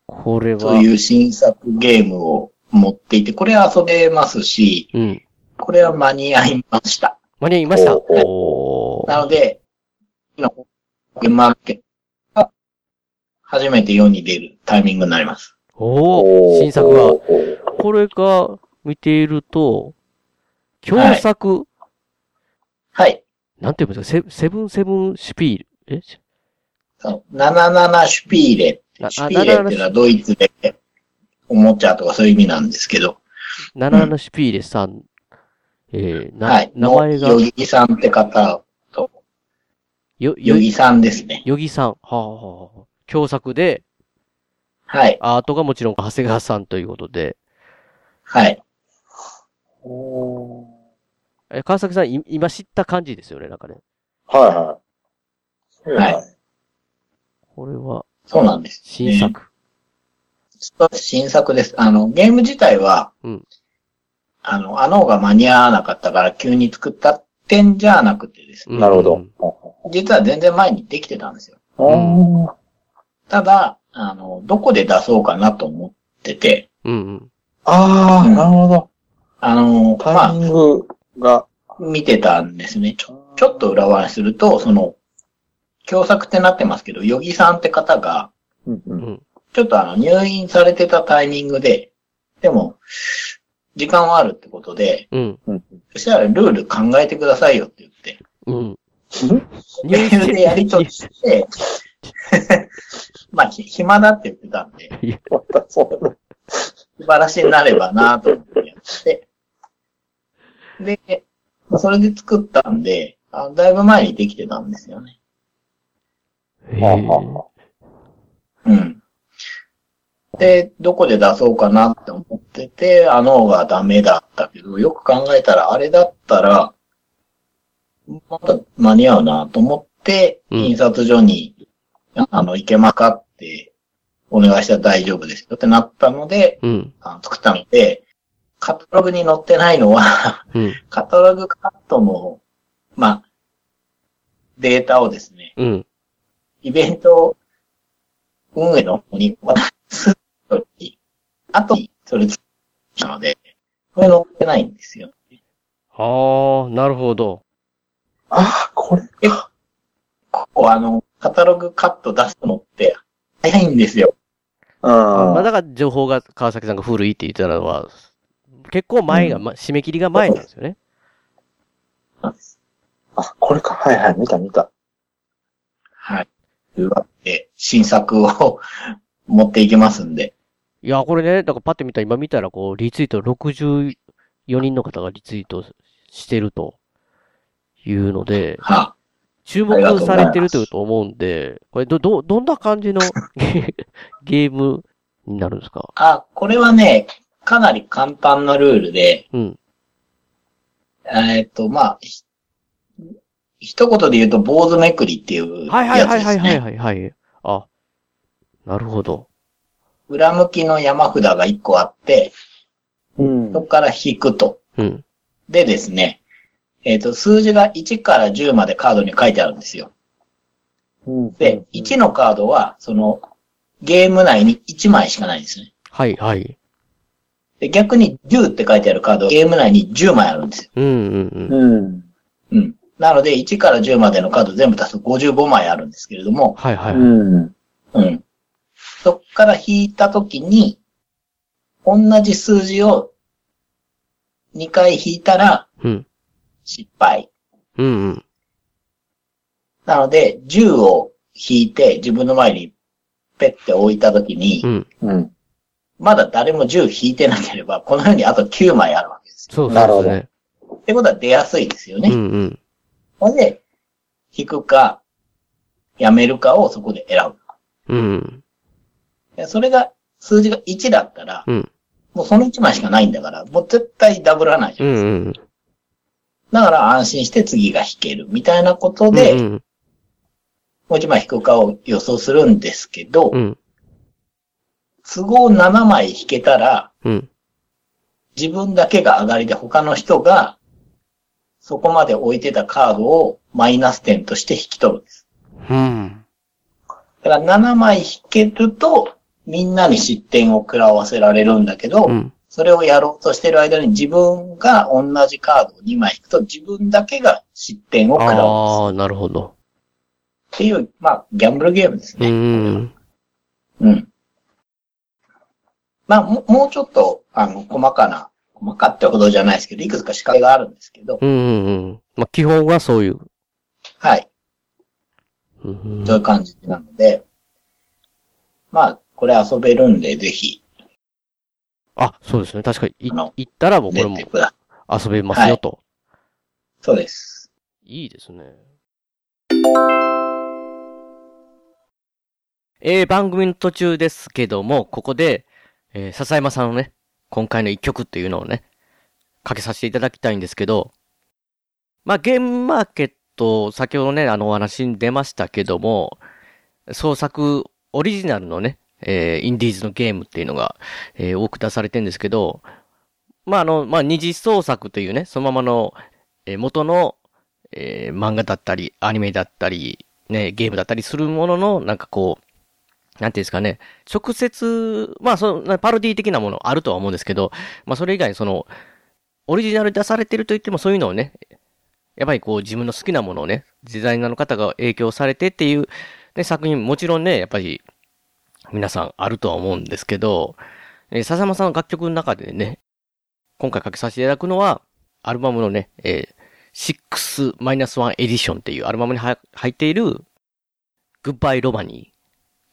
Speaker 2: これは。
Speaker 4: そういう新作ゲームを持っていて、これは遊べますし、
Speaker 2: うん。
Speaker 4: これは間に合いました。
Speaker 2: 間に合いました。
Speaker 4: お
Speaker 2: お
Speaker 4: なので、今、ゲームマーケットが初めて世に出るタイミングになります。
Speaker 2: おー新作が。これが見ていると、共作。
Speaker 4: はい。
Speaker 2: なんて言うんですかセセブンセブンシュピール。え
Speaker 4: そう。77シュピーレ。シュピーレっていうのはドイツでおもちゃとかそういう意味なんですけど、
Speaker 2: ?77 のシュピールさん。えー、な、
Speaker 4: はい。
Speaker 2: 名前が
Speaker 4: の、ヨギさんって方と、
Speaker 2: よ、
Speaker 4: ヨギさんですね。
Speaker 2: ヨギさん。はあ、はあはあ、共作で、
Speaker 4: はい。
Speaker 2: アートがもちろん長谷川さんということで。
Speaker 4: はい。
Speaker 2: え、川崎さん、い今知った感じですよね、なんかね。
Speaker 3: はい
Speaker 4: はい。はい。
Speaker 2: これは。
Speaker 4: そうなんです。
Speaker 2: 新作。
Speaker 4: そうです新作です。あの、ゲーム自体は、
Speaker 2: うん
Speaker 4: あの、あの方が間に合わなかったから急に作った点じゃなくてですね。
Speaker 3: なるほど。
Speaker 4: 実は全然前にできてたんですよ。
Speaker 3: あ
Speaker 4: ただ、あの、どこで出そうかなと思ってて、
Speaker 2: うん。
Speaker 3: あー、なるほど。
Speaker 4: あの、
Speaker 3: タイミングが、
Speaker 4: 見てたんですね。ちょ、ちょっと裏話すると、その、共作ってなってますけど、ヨギさんって方が、
Speaker 2: うん。
Speaker 4: ちょっとあの、入院されてたタイミングで、でも、時間はあるってことで、
Speaker 2: うん。
Speaker 4: そしたらルール考えてくださいよって言って、
Speaker 2: うん。
Speaker 4: メールでやりとりして、 まあ、ひ暇だって言ってたんで、素晴らしになればなと思ってやって、で、まあそれで作ったんであ、だいぶ前にできてたんですよね。うん。で、どこで出そうかなって思ってて、あの方がダメだったけど、よく考えたら、あれだったら、まだ間に合うなと思って、印刷所に、あの、いけまかって、お願いしたら大丈夫ですよってなったので、
Speaker 2: うん。
Speaker 4: あの作ったので、カタログに載ってないのは、
Speaker 2: うん。
Speaker 4: カタログカットの、まあ、データをですね、
Speaker 2: うん。
Speaker 4: イベント運営の方に渡すとき、あとにそれ作ったので、これ載ってないんですよ。
Speaker 2: はあ、なるほど。
Speaker 4: ああ、これか。ここあの、カタログカット出すのって早いんですよ。
Speaker 2: まあ、だから情報が川崎さんが古いって言ってたのは、結構前が、ま、締め切りが前なんですよね。
Speaker 3: あ、これか。はいはい、見た見た。
Speaker 4: はい。というわけで、新作を持っていきますんで。
Speaker 2: いや、これね、だからパッて見たら、今見たら、こう、リツイート64人の方がリツイートしてるというので、注目されてるというと思うんで、これど、ど、どんな感じの ゲゲームになるんですか
Speaker 4: あ、これはね、かなり簡単なルールで、
Speaker 2: うん。
Speaker 4: えーっと、まあ、ひ一言で言うと、坊主めくりっていうやつです、ね。
Speaker 2: はいはいはいはいはいはいはい。あ、なるほど。
Speaker 4: 裏向きの山札が1個あって、そこから引くと。
Speaker 2: うん。
Speaker 4: でですね、えっ、と、数字が1から10までカードに書いてあるんですよ。で、1のカードは、その、ゲーム内に1枚しかないんですね。
Speaker 2: はいはい。
Speaker 4: で、逆に10って書いてあるカードはゲーム内に10枚あるんですよ。
Speaker 2: うんうんうん。
Speaker 4: うん。うん。なので、1から10までのカード全部足すと55枚あるんですけれども、
Speaker 2: はいはい。
Speaker 4: うん。うん。そっから引いたときに、同じ数字を2回引いたら
Speaker 2: うん。
Speaker 4: 失敗。
Speaker 2: うんうん。
Speaker 4: なので、10を引いて自分の前にペッて置いたときに、
Speaker 2: うん。
Speaker 3: うん。
Speaker 4: まだ誰も10引いてなければ、このようにあと9枚あるわけです。
Speaker 2: そうそう
Speaker 4: なる
Speaker 2: そ
Speaker 4: ほ
Speaker 2: う
Speaker 4: ど
Speaker 2: ね。
Speaker 4: ってことは出やすいですよ
Speaker 2: う
Speaker 4: ね。
Speaker 2: んうん。
Speaker 4: ほんで、引くか、やめるかをそこで選
Speaker 2: うん。
Speaker 4: ぶ。でそれが、数字が1だったら、
Speaker 2: うん。
Speaker 4: もうその1枚しかないんだから、もう絶対ダブらないじゃん。
Speaker 2: うんうん。
Speaker 4: だから安心して次が引ける、みたいなことで、
Speaker 2: うんうん。
Speaker 4: もう1枚引くかを予想するんですけど、
Speaker 2: うん
Speaker 4: 都合7枚引けたら、
Speaker 2: うん。
Speaker 4: 自分だけが上がりで他の人が、そこまで置いてたカードをマイナス点として引き取るんです。
Speaker 2: うん。
Speaker 4: だから7枚引けると、みんなに失点を食らわせられるんだけど、
Speaker 2: ん
Speaker 4: それをやろうとしてる間に自分が同じカードを2枚引くと自分だけが失点を食らう
Speaker 2: ああ、なるほど。
Speaker 4: っていう、まあ、ギャンブルゲームですね。
Speaker 2: うん。
Speaker 4: うん。まあ、ももうちょっと、あの、細かな、細かってほどじゃないですけど、いくつか仕掛けがあるんですけど、
Speaker 2: うんうんうん。まあ、基本はそういう。
Speaker 4: はい。
Speaker 2: うん
Speaker 4: そういう感じなので、まあ、これ遊べるんで、ぜひ、
Speaker 2: あ、そうですね。確かに、い行ったらもうこれも
Speaker 4: くだ
Speaker 2: 遊べますよと。
Speaker 4: そうです。
Speaker 2: いいですね。えー、番組の途中ですけども、ここで、えー、笹山さんのね、今回の一曲っていうのをね、かけさせていただきたいんですけど、まあ、ゲームマーケット、先ほどね、あのお話に出ましたけども、創作オリジナルのね、えーインディーズのゲームっていうのが、えー多く出されてるんですけど、まあ、あの、まあ、二次創作というね、そのままの、えー元の、えー漫画だったり、アニメだったり、ね、ゲームだったりするものの、なんかこう、なんていうんですかね、直接、まあ、その、パロディ的なものあるとは思うんですけど、まあ、それ以外にその、オリジナルで出されてるといってもそういうのをね、やっぱりこう自分の好きなものをね、デザイナーの方が影響されてっていう、ね、作品もちろんね、やっぱり皆さんあるとは思うんですけど、えー笹山さんの楽曲の中でね、今回かけさせていただくのは、アルバムのね、えー、6-1エディションっていうアルバムには入っている、グッバイロマニーっ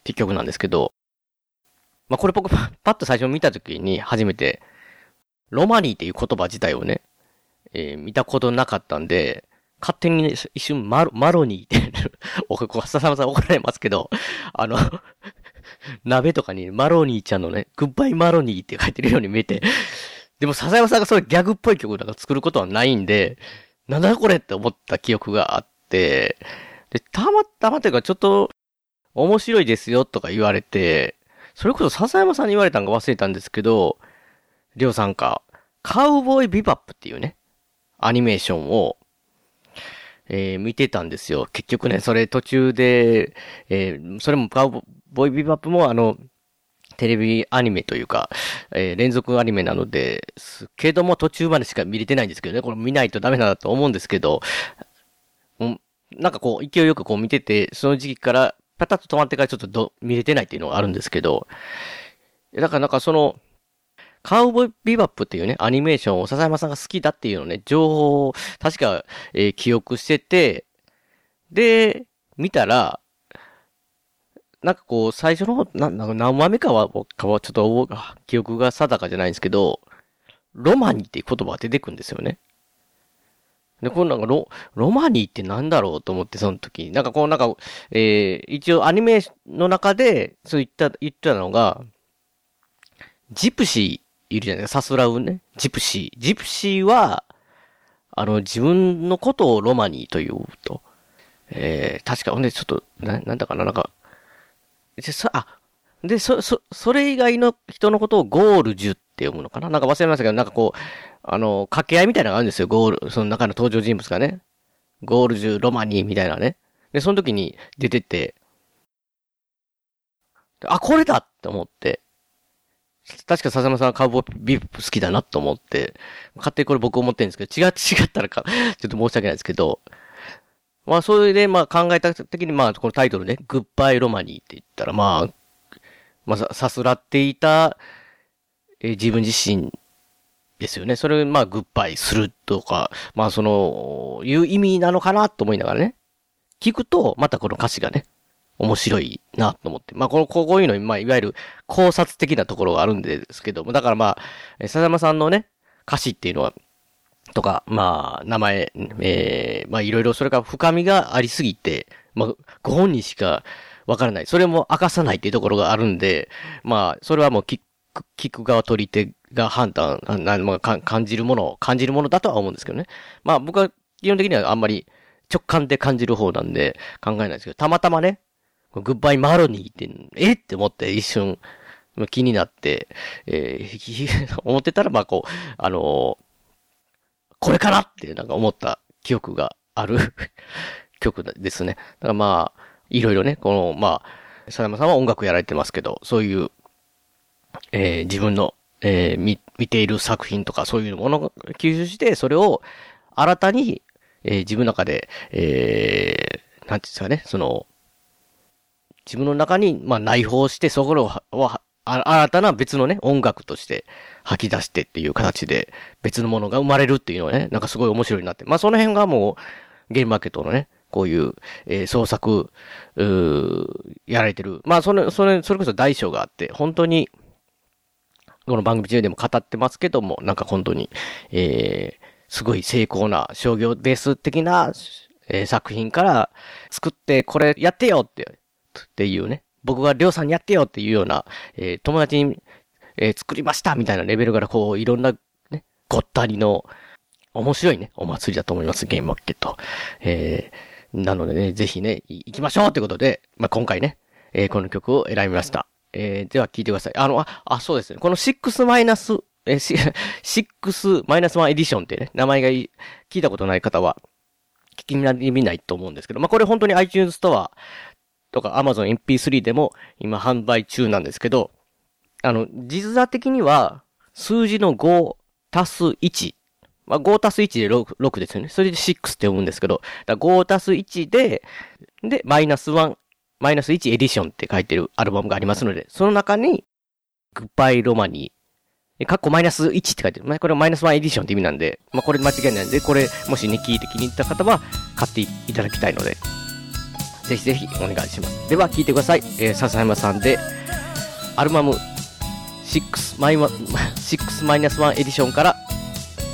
Speaker 2: ていう曲なんですけど、まあこれ僕 パパッと最初見た時に初めて、ロマニーっていう言葉自体をね、えー見たことなかったんで、勝手にね、一瞬マロ、マロニーって、 おここ、笹山さん怒られますけど、あの、 鍋とかにマロニーちゃんのね、グッバイマロニーって書いてるように見えて、でも笹山さんがそういうギャグっぽい曲なんか作ることはないんで、なんだこれって思った記憶があって、で、たまたまというかちょっと面白いですよとか言われて、それこそ笹山さんに言われたんか忘れたんですけど、りょうさんか、カウボーイビバップっていうね、アニメーションを、えー見てたんですよ。結局ね、それ途中で、えーそれもカウボーイビバップもあの、テレビアニメというか、えー連続アニメなのですけども、途中までしか見れてないんですけどね、これ見ないとダメだなと思うんですけど、うんなんかこう、勢いよくこう見てて、その時期から、パタッと止まってからちょっとど見れてないっていうのがあるんですけど、だからなんかその、カウボーイビバップっていうね、アニメーションを笹山さんが好きだっていうのをね、情報を確か、えー記憶してて、で、見たら、なんかこう、最初の方、な、なんか何話目かは、かはちょっと覚えあ記憶が定かじゃないんですけど、ロマニーっていう言葉が出てくるんですよね。で、このなんかロ、ロマニーってなんだろうと思って、その時に。なんかこう、なんか、えー、一応アニメの中で、そう言った、言ってたのが、ジプシーいるじゃないですか、さすらうね。ジプシー。ジプシーは、あの、自分のことをロマニーというと。えー、確か、ほんで、ちょっと、な、なんだかな、なんか、で、そ、あ、で、そ、そ、それ以外の人のことをゴールジュって読むのかななんか忘れましたけど、なんかこう、あの、掛け合いみたいなのがあるんですよ、ゴール、その中の登場人物がね。ゴールジュ、ロマニーみたいなね。で、その時に出てって、あ、これだって思って。確か笹山さんはカウボーイビープ好きだなと思って、勝手にこれ僕思ってるんですけど、違う、違ったらか、ちょっと申し訳ないですけど、まあ、それで、まあ、考えた時に、まあ、このタイトルね、グッバイロマニーって言ったら、まあ、まあ、ささすらっていた、えー自分自身ですよね。それを、まあ、グッバイするとか、まあ、その、いう意味なのかなと思いながらね、聞くと、またこの歌詞がね、面白いなと思って。まあ、この、こうこういうのに、まあ、いわゆる考察的なところがあるんですけども、だからまあ、えー笹山さんのね、歌詞っていうのは、とか、まあ、名前、ええまあ、いろいろ、それから深みがありすぎて、まあ、ご本人しかわからない。それも明かさないっていうところがあるんで、まあ、それはもう聞く、聞く側取り手が判断、あなまあ、か感じるもの、感じるものだとは思うんですけどね。まあ、僕は基本的にはあんまり直感で感じる方なんで考えないですけど、たまたまね、グッバイマロニーって、えって思って一瞬まあ気になって、えー ひ思ってたら、まあ、こう、あのーこれからってなんか思った記憶がある 曲ですね。だからまあ、いろいろね、この、まあ、佐山さんは音楽やられてますけど、そういう、えー自分の、えー見、見ている作品とかそういうものを吸収して、それを新たに、えー自分の中で、えーなんていうんですかね、その、自分の中に、まあ、内包して、そこらは、はあ新たな別のね、音楽として吐き出してっていう形で、別のものが生まれるっていうのはね、なんかすごい面白いなって。まあ、その辺がもう、ゲームマーケットのね、こういう、えー創作、うーやられてる。まあ、その、それ、それこそ大小があって、本当に、この番組中でも語ってますけども、なんか本当に、えーすごい成功な商業ベース的な、えー作品から作って、これやってよって、っていうね、僕がりょうさんにやってよっていうような、えー友達に、えー作りましたみたいなレベルからこう、いろんな、ね、ごったりの、面白いね、お祭りだと思います、ゲームマーケット。えーなのでね、ぜひね、い行きましょうということで、まあ、今回ね、えーこの曲を選びました。えーでは聴いてください。あの、あ、あ、そうですね。この6マイナス、えー、し6マイナス1エディションってね、名前がいい聞いたことない方は、聞きなり見ないと思うんですけど、まあ、これ本当に iTunes ストアとか Amazon MP3 でも今販売中なんですけど、あの、実座的には数字の5足す1。まあ、5足す1で 6, 6ですよね。それで6って読むんですけど、だから5足す1で、で、マイナス1、マイナス1エディションって書いてるアルバムがありますので、その中に、グッバイロマニー、えカッコマイナス1って書いてる。まあこれマイナス1エディションって意味なんで、まあ、これ間違いないんで、これもしね、聞いて気に入った方は買っていただきたいので、ぜひぜひお願いします。では聞いてください。えー、笹山さんで、アルバム6マイナ6マイナス1エディションから、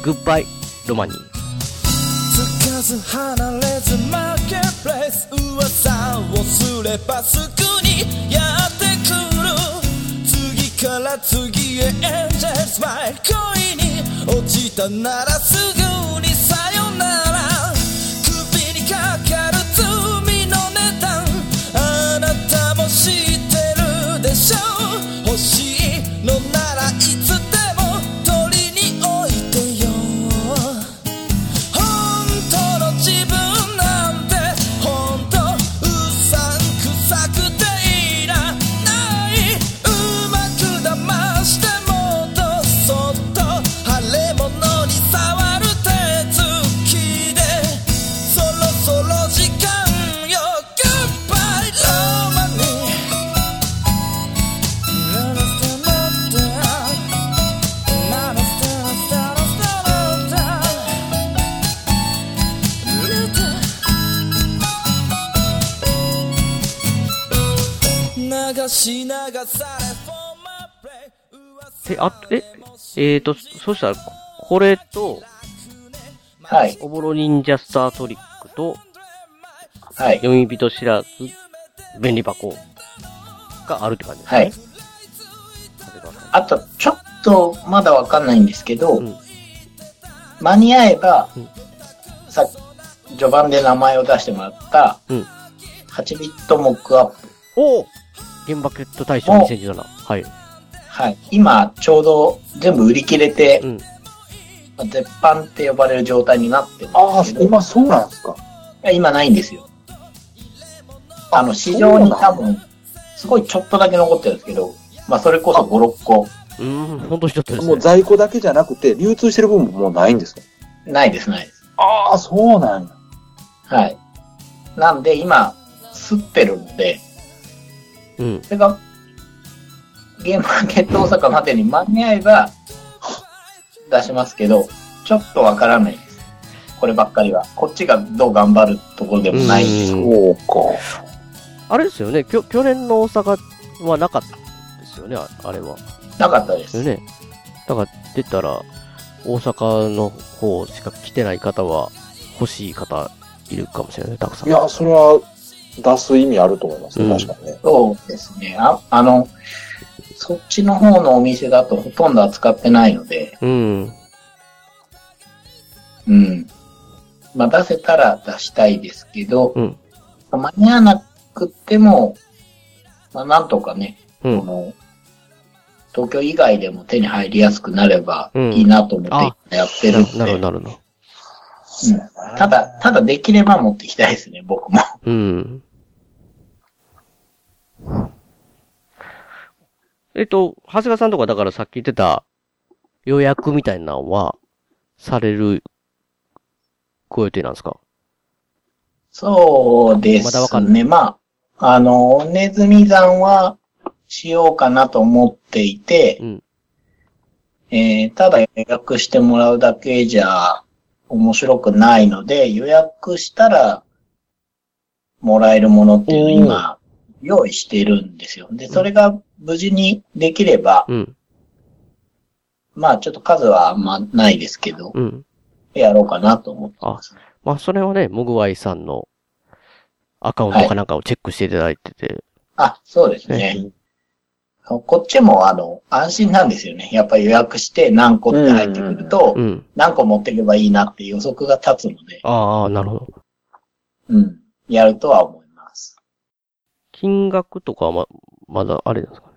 Speaker 2: グッバイロマニー。
Speaker 1: つかず離れずマーケットプレイス噂をすればすぐにやってくる次から次へエンジェルスマイ恋に落ちたならすぐにさよなら首にかかる罪の値段あなたも知ってるでしょう欲しいのならいつでも取りにおいてよ本当の自分なんて本当うさんくさくていらない」「うまく騙してもっとそっと腫れ物に触る手つき」
Speaker 2: で、あ、え、えーと、そしたら、これと、
Speaker 4: はい。
Speaker 2: おぼろ忍者スタートリックと、
Speaker 4: はい。
Speaker 2: 読み人知らず、便利箱があるって感じですね。
Speaker 4: はい。あと、ちょっとまだわかんないんですけど、間に合えば、さ序盤で名前を出してもらった、
Speaker 2: うん
Speaker 4: 8ビットモックアップ。
Speaker 2: おゲンバケット大賞2017。はい。
Speaker 4: はい。今、ちょうど全部売り切れて、まあ絶版って呼ばれる状態になってるんですけど。
Speaker 3: 今そうなんですか
Speaker 4: いや、今ないんですよ。あの、市場に多分、すごいちょっとだけ残ってるんですけど、まあ、それこそ5、6個。
Speaker 2: うん、本当一つ
Speaker 3: もう在庫だけじゃなくて、流通してる部分ももうないんですか
Speaker 4: ないです、ないです。
Speaker 3: ああ、そうなんや。
Speaker 4: はい。なんで、今、吸ってるんで、
Speaker 2: うん。
Speaker 4: それが、ゲームマーケット大阪までに間に合えば、出しますけど、ちょっとわからないです。こればっかりは。こっちがどう頑張るところでもないです。
Speaker 3: そうか。
Speaker 2: あれですよね、きょ去年の大阪はなかったですよね、ああれは。
Speaker 4: なかったです。
Speaker 2: よね。だから出たら、大阪の方しか来てない方は、欲しい方いるかもしれない、たくさん。
Speaker 3: いや、それは出す意味あると思いますね、確かにね。
Speaker 4: そうですね。あ、あの、そっちの方のお店だとほとんど扱ってないので、
Speaker 2: うん。
Speaker 4: うん。まあ出せたら出したいですけど、
Speaker 2: うん
Speaker 4: 間に合わなくても、まあなんとかね、
Speaker 2: うん
Speaker 4: この、東京以外でも手に入りやすくなればいいなと思って今やってるんで、
Speaker 2: なるほど、なるほど。
Speaker 4: うんただ、ただできれば持ってきたいですね、僕も。
Speaker 2: うん。えっと、長谷川さんとかだからさっき言ってた予約みたいなのは、されるご予定なんですか
Speaker 4: そうですね。
Speaker 2: まだわか
Speaker 4: まあ、あの、おねずみさんはしようかなと思っていて、えーただ予約してもらうだけじゃ面白くないので、予約したらもらえるものっていうのを今用意しているんですよ。で、それが無事にできれば、
Speaker 2: うん
Speaker 4: まあちょっと数はあんまないですけど、
Speaker 2: うん。
Speaker 4: やろうかなと思って
Speaker 2: ます。まあ、それはね、モグワイさんのアカウントかなんかをチェックしていただいてて。
Speaker 4: あ、そうですね。こっちも、あの、安心なんですよね。やっぱり予約して何個って入ってくると、
Speaker 2: うん。
Speaker 4: 何個持っていけばいいなっていう予測が立つので、
Speaker 2: ああ、なるほど。
Speaker 4: うん。やるとは思います。
Speaker 2: 金額とかはま、まだあれなんですか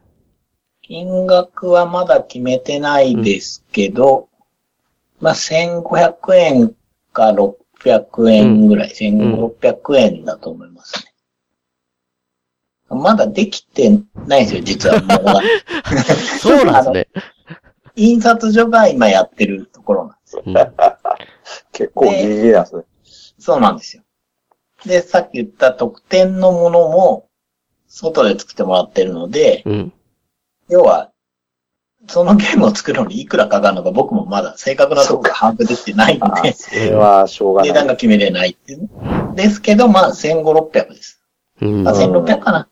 Speaker 4: 金額はまだ決めてないですけど、まあ、1500円か600円ぐらい、1600円だと思いますね。まだできてないんですよ、実はもう。
Speaker 2: そうなんです
Speaker 4: ね。印刷所が今やってるところなんですよ。
Speaker 3: 結構ギリギリなんですね。
Speaker 4: そうなんですよ。で、さっき言った特典のものも、外で作ってもらってるので、
Speaker 2: うん。
Speaker 4: 要は、そのゲームを作るのにいくらかかるのか僕もまだ正確なところが把握できてないので、
Speaker 3: それはしょうがない
Speaker 4: 値段が決めれないっていうね。ですけど、まあ、1500、600です。
Speaker 2: うん
Speaker 4: あ、1600かな。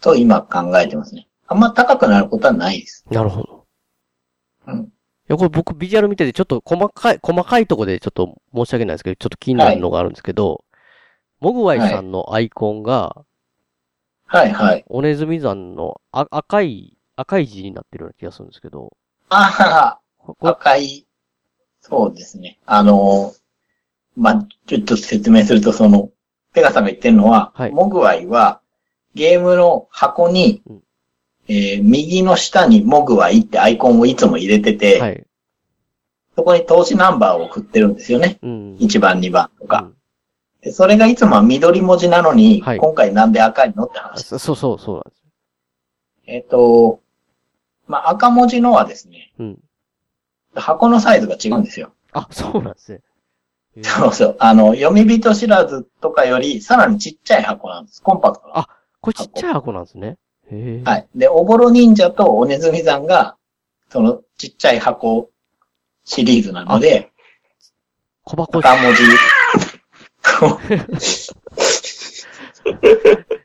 Speaker 4: と今考えてますね。あんま高くなることはないです。
Speaker 2: なるほど。
Speaker 4: うん
Speaker 2: いや、これ僕ビジュアル見てて、ちょっと細かい、細かいとこでちょっと申し訳ないですけど、ちょっと気になるのがあるんですけど、モグワイさんのアイコンが、
Speaker 4: はいはい。
Speaker 2: おねずみさんのあ赤い、赤い字になってるような気がするんですけど、
Speaker 4: ああ、赤い、そうですね。あの、まあ、ちょっと説明すると、その、ペガさんが言ってるのは、モグワイは、ゲームの箱に、えー右の下にモグワイってアイコンをいつも入れてて、そこに投資ナンバーを振ってるんですよね。
Speaker 2: うん。
Speaker 4: 1番、2番とか。でそれがいつもは緑文字なのに、今回なんで赤いのって話。
Speaker 2: そそうそう、そうなんです。
Speaker 4: えっ、と、まあ、赤文字のはですね、
Speaker 2: うん
Speaker 4: 箱のサイズが違うんですよ。
Speaker 2: あ、そうなんですね。
Speaker 4: そうそう。あの、読み人知らずとかより、さらにちっちゃい箱なんです。コンパクトな。
Speaker 2: あ、これちっちゃい箱なんですね。へえ。
Speaker 4: はい。で、おぼろ忍者とおねずみさんが、そのちっちゃい箱シリーズなので、
Speaker 2: 小箱
Speaker 4: 赤文字。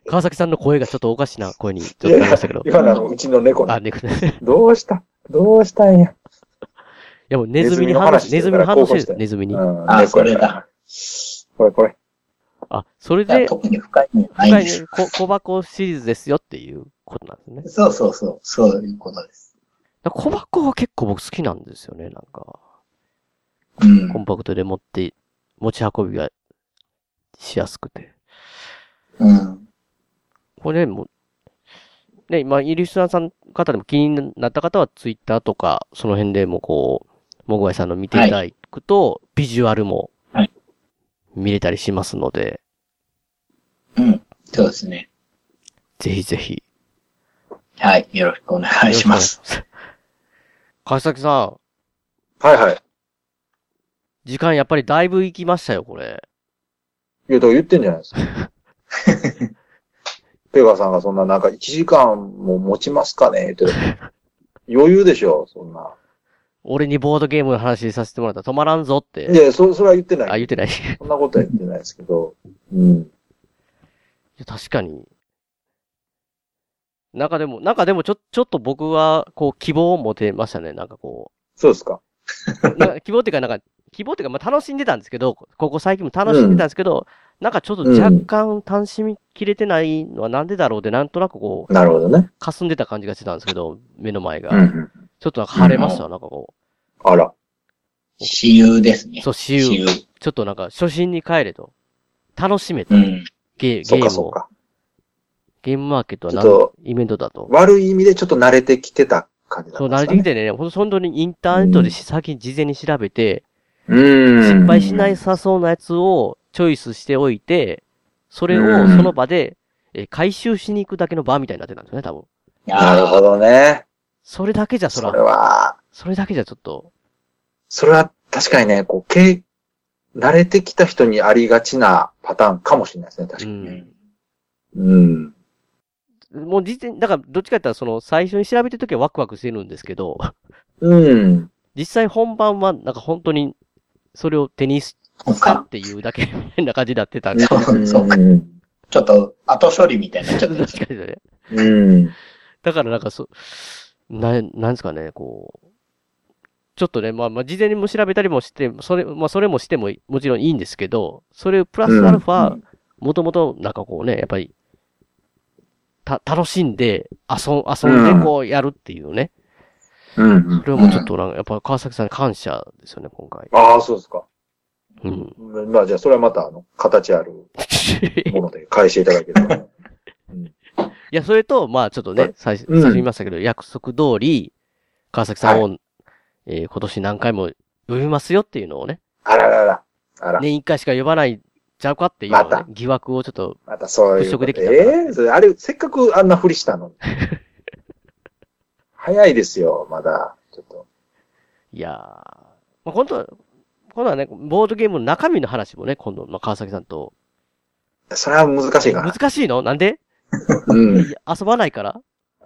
Speaker 2: 川崎さんの声がちょっとおかしな声にちょっとなりましたけど。
Speaker 3: いやいや今のあのうちの猫
Speaker 2: あ、猫ね。い
Speaker 3: どうしたどうしたんや。
Speaker 2: やもうネズミに話、ネ
Speaker 3: ネ
Speaker 2: ズ
Speaker 3: ズ
Speaker 2: ミ
Speaker 3: ミ
Speaker 2: に
Speaker 3: の
Speaker 2: 話してる
Speaker 3: 話してたから興奮して
Speaker 2: んです、ネズミに。
Speaker 3: うんあこれだ。これこれ。
Speaker 2: あ、それで、
Speaker 4: 特に深い意味はないん
Speaker 2: 深い
Speaker 4: ですよ。
Speaker 2: こ小箱シリーズですよっていうことなんですね。
Speaker 4: そうそうそう。そういうことです。
Speaker 2: だから小箱は結構僕好きなんですよね、なんか。コンパクトで持って、持ち運びがしやすくて。
Speaker 4: うん。
Speaker 2: これねもう、ね、今、イリスナーさん方でも気になった方は、ツイッターとか、その辺でもこう、もぐわいさんの見ていただくと、ビジュアルも、見れたりしますので、
Speaker 4: そうですね。
Speaker 2: ぜひぜひ。
Speaker 4: はい。よろしくお願いします。
Speaker 2: 川崎さ
Speaker 3: ん。はいはい。
Speaker 2: 時間やっぱりだいぶ行きましたよ、これ。
Speaker 3: いや、だから言ってんじゃないですか。 ペガさんがそんななんか1時間も持ちますかねって。余裕でしょ、そんな。
Speaker 2: 俺にボードゲームの話させてもらったら止まらんぞって。
Speaker 3: いや、そ、それは言ってない。
Speaker 2: あ、言ってない。 い
Speaker 3: そんなことは言ってないですけど。うん。
Speaker 2: や確かに。なんかでも、なんかでもちょ、ちょっと僕は、こう、希望を持てましたね、なんかこ
Speaker 3: そうですか。
Speaker 2: う。なんか希望っていうか、なんか、希望っていうか、まあ楽しんでたんですけど、ここ最近も楽しんでたんですけど、なんかちょっと若干楽しみきれてないのはなんでだろうって、なんとなくこう、
Speaker 3: なるほどね。
Speaker 2: 霞んでた感じがしてたんですけど、目の前が。
Speaker 3: うんうん
Speaker 2: ちょっとなんか晴れました、なんかこ
Speaker 3: あら。
Speaker 4: 私有ですね。
Speaker 2: う。そう、私有
Speaker 4: 私有。
Speaker 2: ちょっとなんか、初心に帰れと。楽しめと。
Speaker 4: うん
Speaker 2: ゲゲ
Speaker 3: そう
Speaker 2: ー
Speaker 3: か
Speaker 2: ム
Speaker 3: そう
Speaker 2: を。
Speaker 3: か。
Speaker 2: ゲームマーケットは
Speaker 3: ちょ
Speaker 2: 何イベントだと。
Speaker 3: 悪い意味でちょっと慣れてきてた感じだ
Speaker 2: そう、
Speaker 3: った
Speaker 2: 慣れてきてね、ほんと本当にインターネットでし先に事前に調べて、
Speaker 3: うん
Speaker 2: 失敗しないさそうなやつをチョイスしておいて、それを
Speaker 3: うん
Speaker 2: その場で、えー回収しに行くだけの場みたいになってたんですよね、多分。
Speaker 3: なるほどね。
Speaker 2: それだけじゃ、そら。
Speaker 3: それは。
Speaker 2: それだけじゃちょっと。
Speaker 3: それは確かにね、こう、け慣れてきた人にありがちなパターンかもしれないですね、確か
Speaker 2: に。
Speaker 3: うん。
Speaker 2: もう実に、だから、どっちかって言ったら、その、最初に調べてるときはワクワクしてるんですけど、
Speaker 3: うん。
Speaker 2: 実際本番は、なんか本当に、それを手にしたっていうだけ、変な感じになってたんで。
Speaker 4: そうそうか。ちょっと、後処理みたいになっちゃってる。
Speaker 2: 確かにね。
Speaker 3: うん。
Speaker 2: だからなんかそ、な、なんですかね、こう、ちょっとね、まあまあ事前にも調べたりもして、それ、まあそれもしてももちろんいいんですけど、それプラスアルフ
Speaker 3: う
Speaker 2: ァ、もともとなんかこうね、やっぱり、た、楽しんで、遊ん、遊んでこうやるっていうね。
Speaker 3: うん。
Speaker 2: それはもうちょっとなんか、やっぱ川崎さんに感謝ですよね、今回。
Speaker 3: ああ、そうですか。
Speaker 2: うん。
Speaker 3: まあじゃあ、それはまた、あの、形あるもので返していただけれ ば。
Speaker 2: いや、それと、まあちょっとね、最初、最
Speaker 3: うん
Speaker 2: 初に言いましたけど、約束通り、川崎さんを、えー今年何回も呼びますよっていうのをね。
Speaker 3: あららら。あら。
Speaker 2: 年一回しか呼ばないちゃうかっていうのをね、
Speaker 3: また
Speaker 2: 疑惑をちょっと、
Speaker 3: またそういう
Speaker 2: 払
Speaker 3: こ
Speaker 2: 拭
Speaker 3: と。
Speaker 2: できたから。
Speaker 3: ええそれあれ、せっかくあんなふりしたのに。早いですよ、まだ。ちょっと。
Speaker 2: いやー。まあ、今度は、今度はね、ボードゲームの中身の話もね、今度、まあ、川崎さんと。
Speaker 3: それは難しいかな。
Speaker 2: 難しいのなんで
Speaker 3: うん。
Speaker 2: いや遊ばないから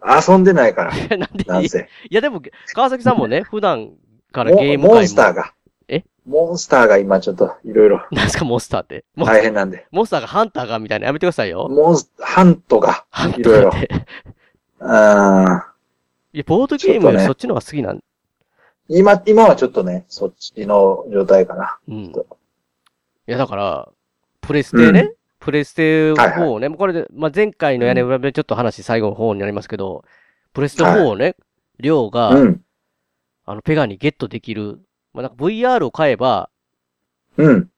Speaker 3: 遊んでないから。
Speaker 2: なんで
Speaker 3: なんせ。
Speaker 2: いや、でも、川崎さんも ね、普段から
Speaker 3: モ
Speaker 2: ゲーム
Speaker 3: モ
Speaker 2: 会
Speaker 3: ンスター
Speaker 2: も。
Speaker 3: が。
Speaker 2: え
Speaker 3: モンスターが今ちょっといろいろ
Speaker 2: なんすか、モンスターって。モン
Speaker 3: 大変なんで。
Speaker 2: モンスターがハンターがみたいなのやめてくださいよ。
Speaker 3: モンス、ハントが
Speaker 2: ハンタ
Speaker 3: いろい
Speaker 2: ー
Speaker 3: ろ
Speaker 2: っ。て。
Speaker 3: あ
Speaker 2: いや、ボードゲームより
Speaker 3: ちょっとね
Speaker 2: そっちの方が好きなん
Speaker 3: 今、今はちょっとね、そっちの状態かな。
Speaker 2: うん。いや、だから、プレステね、
Speaker 3: う
Speaker 2: プレステ4をね、
Speaker 3: はい
Speaker 2: これで、まあ、前回の屋根裏部でちょっと話最後の方になりますけど、プレステ4をね、りょうが、
Speaker 3: うん
Speaker 2: あの、ペガにゲットできる、まあ、なんか VR を買えば、
Speaker 3: うん。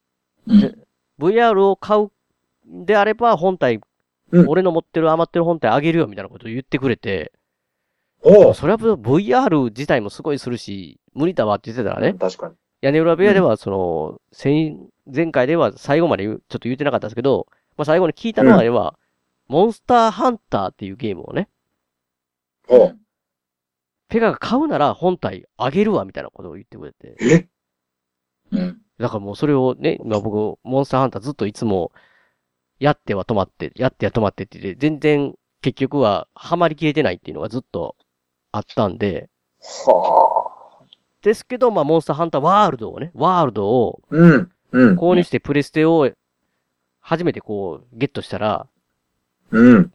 Speaker 2: VR を買うんであれば本体、
Speaker 3: うん
Speaker 2: 俺の持ってる余ってる本体あげるよみたいなことを言ってくれて、
Speaker 3: お
Speaker 2: それは VR 自体もすごいするし、無理だわって言ってたらね、
Speaker 3: 確かに。
Speaker 2: 屋根裏部屋では、その、先前回では最後まで言うちょっと言ってなかったですけど、まあ、最後に聞いたのは、
Speaker 3: うん
Speaker 2: 要は、モンスターハンターっていうゲームをね、
Speaker 3: お
Speaker 2: ペガが買うなら本体あげるわ、みたいなことを言ってくれて。
Speaker 3: え
Speaker 4: うん。
Speaker 2: だからもうそれをね、今僕、モンスターハンターずっといつも、やっては止まって、やっては止まってって言って、全然結局はハマりきれてないっていうのがずっとあったんで、
Speaker 3: は
Speaker 2: ですけど、まあ、モンスターハンターワールドをね、ワールドを
Speaker 3: うん。うん。
Speaker 2: 購入してプレステを初めてこう、ゲットしたら、
Speaker 3: うん。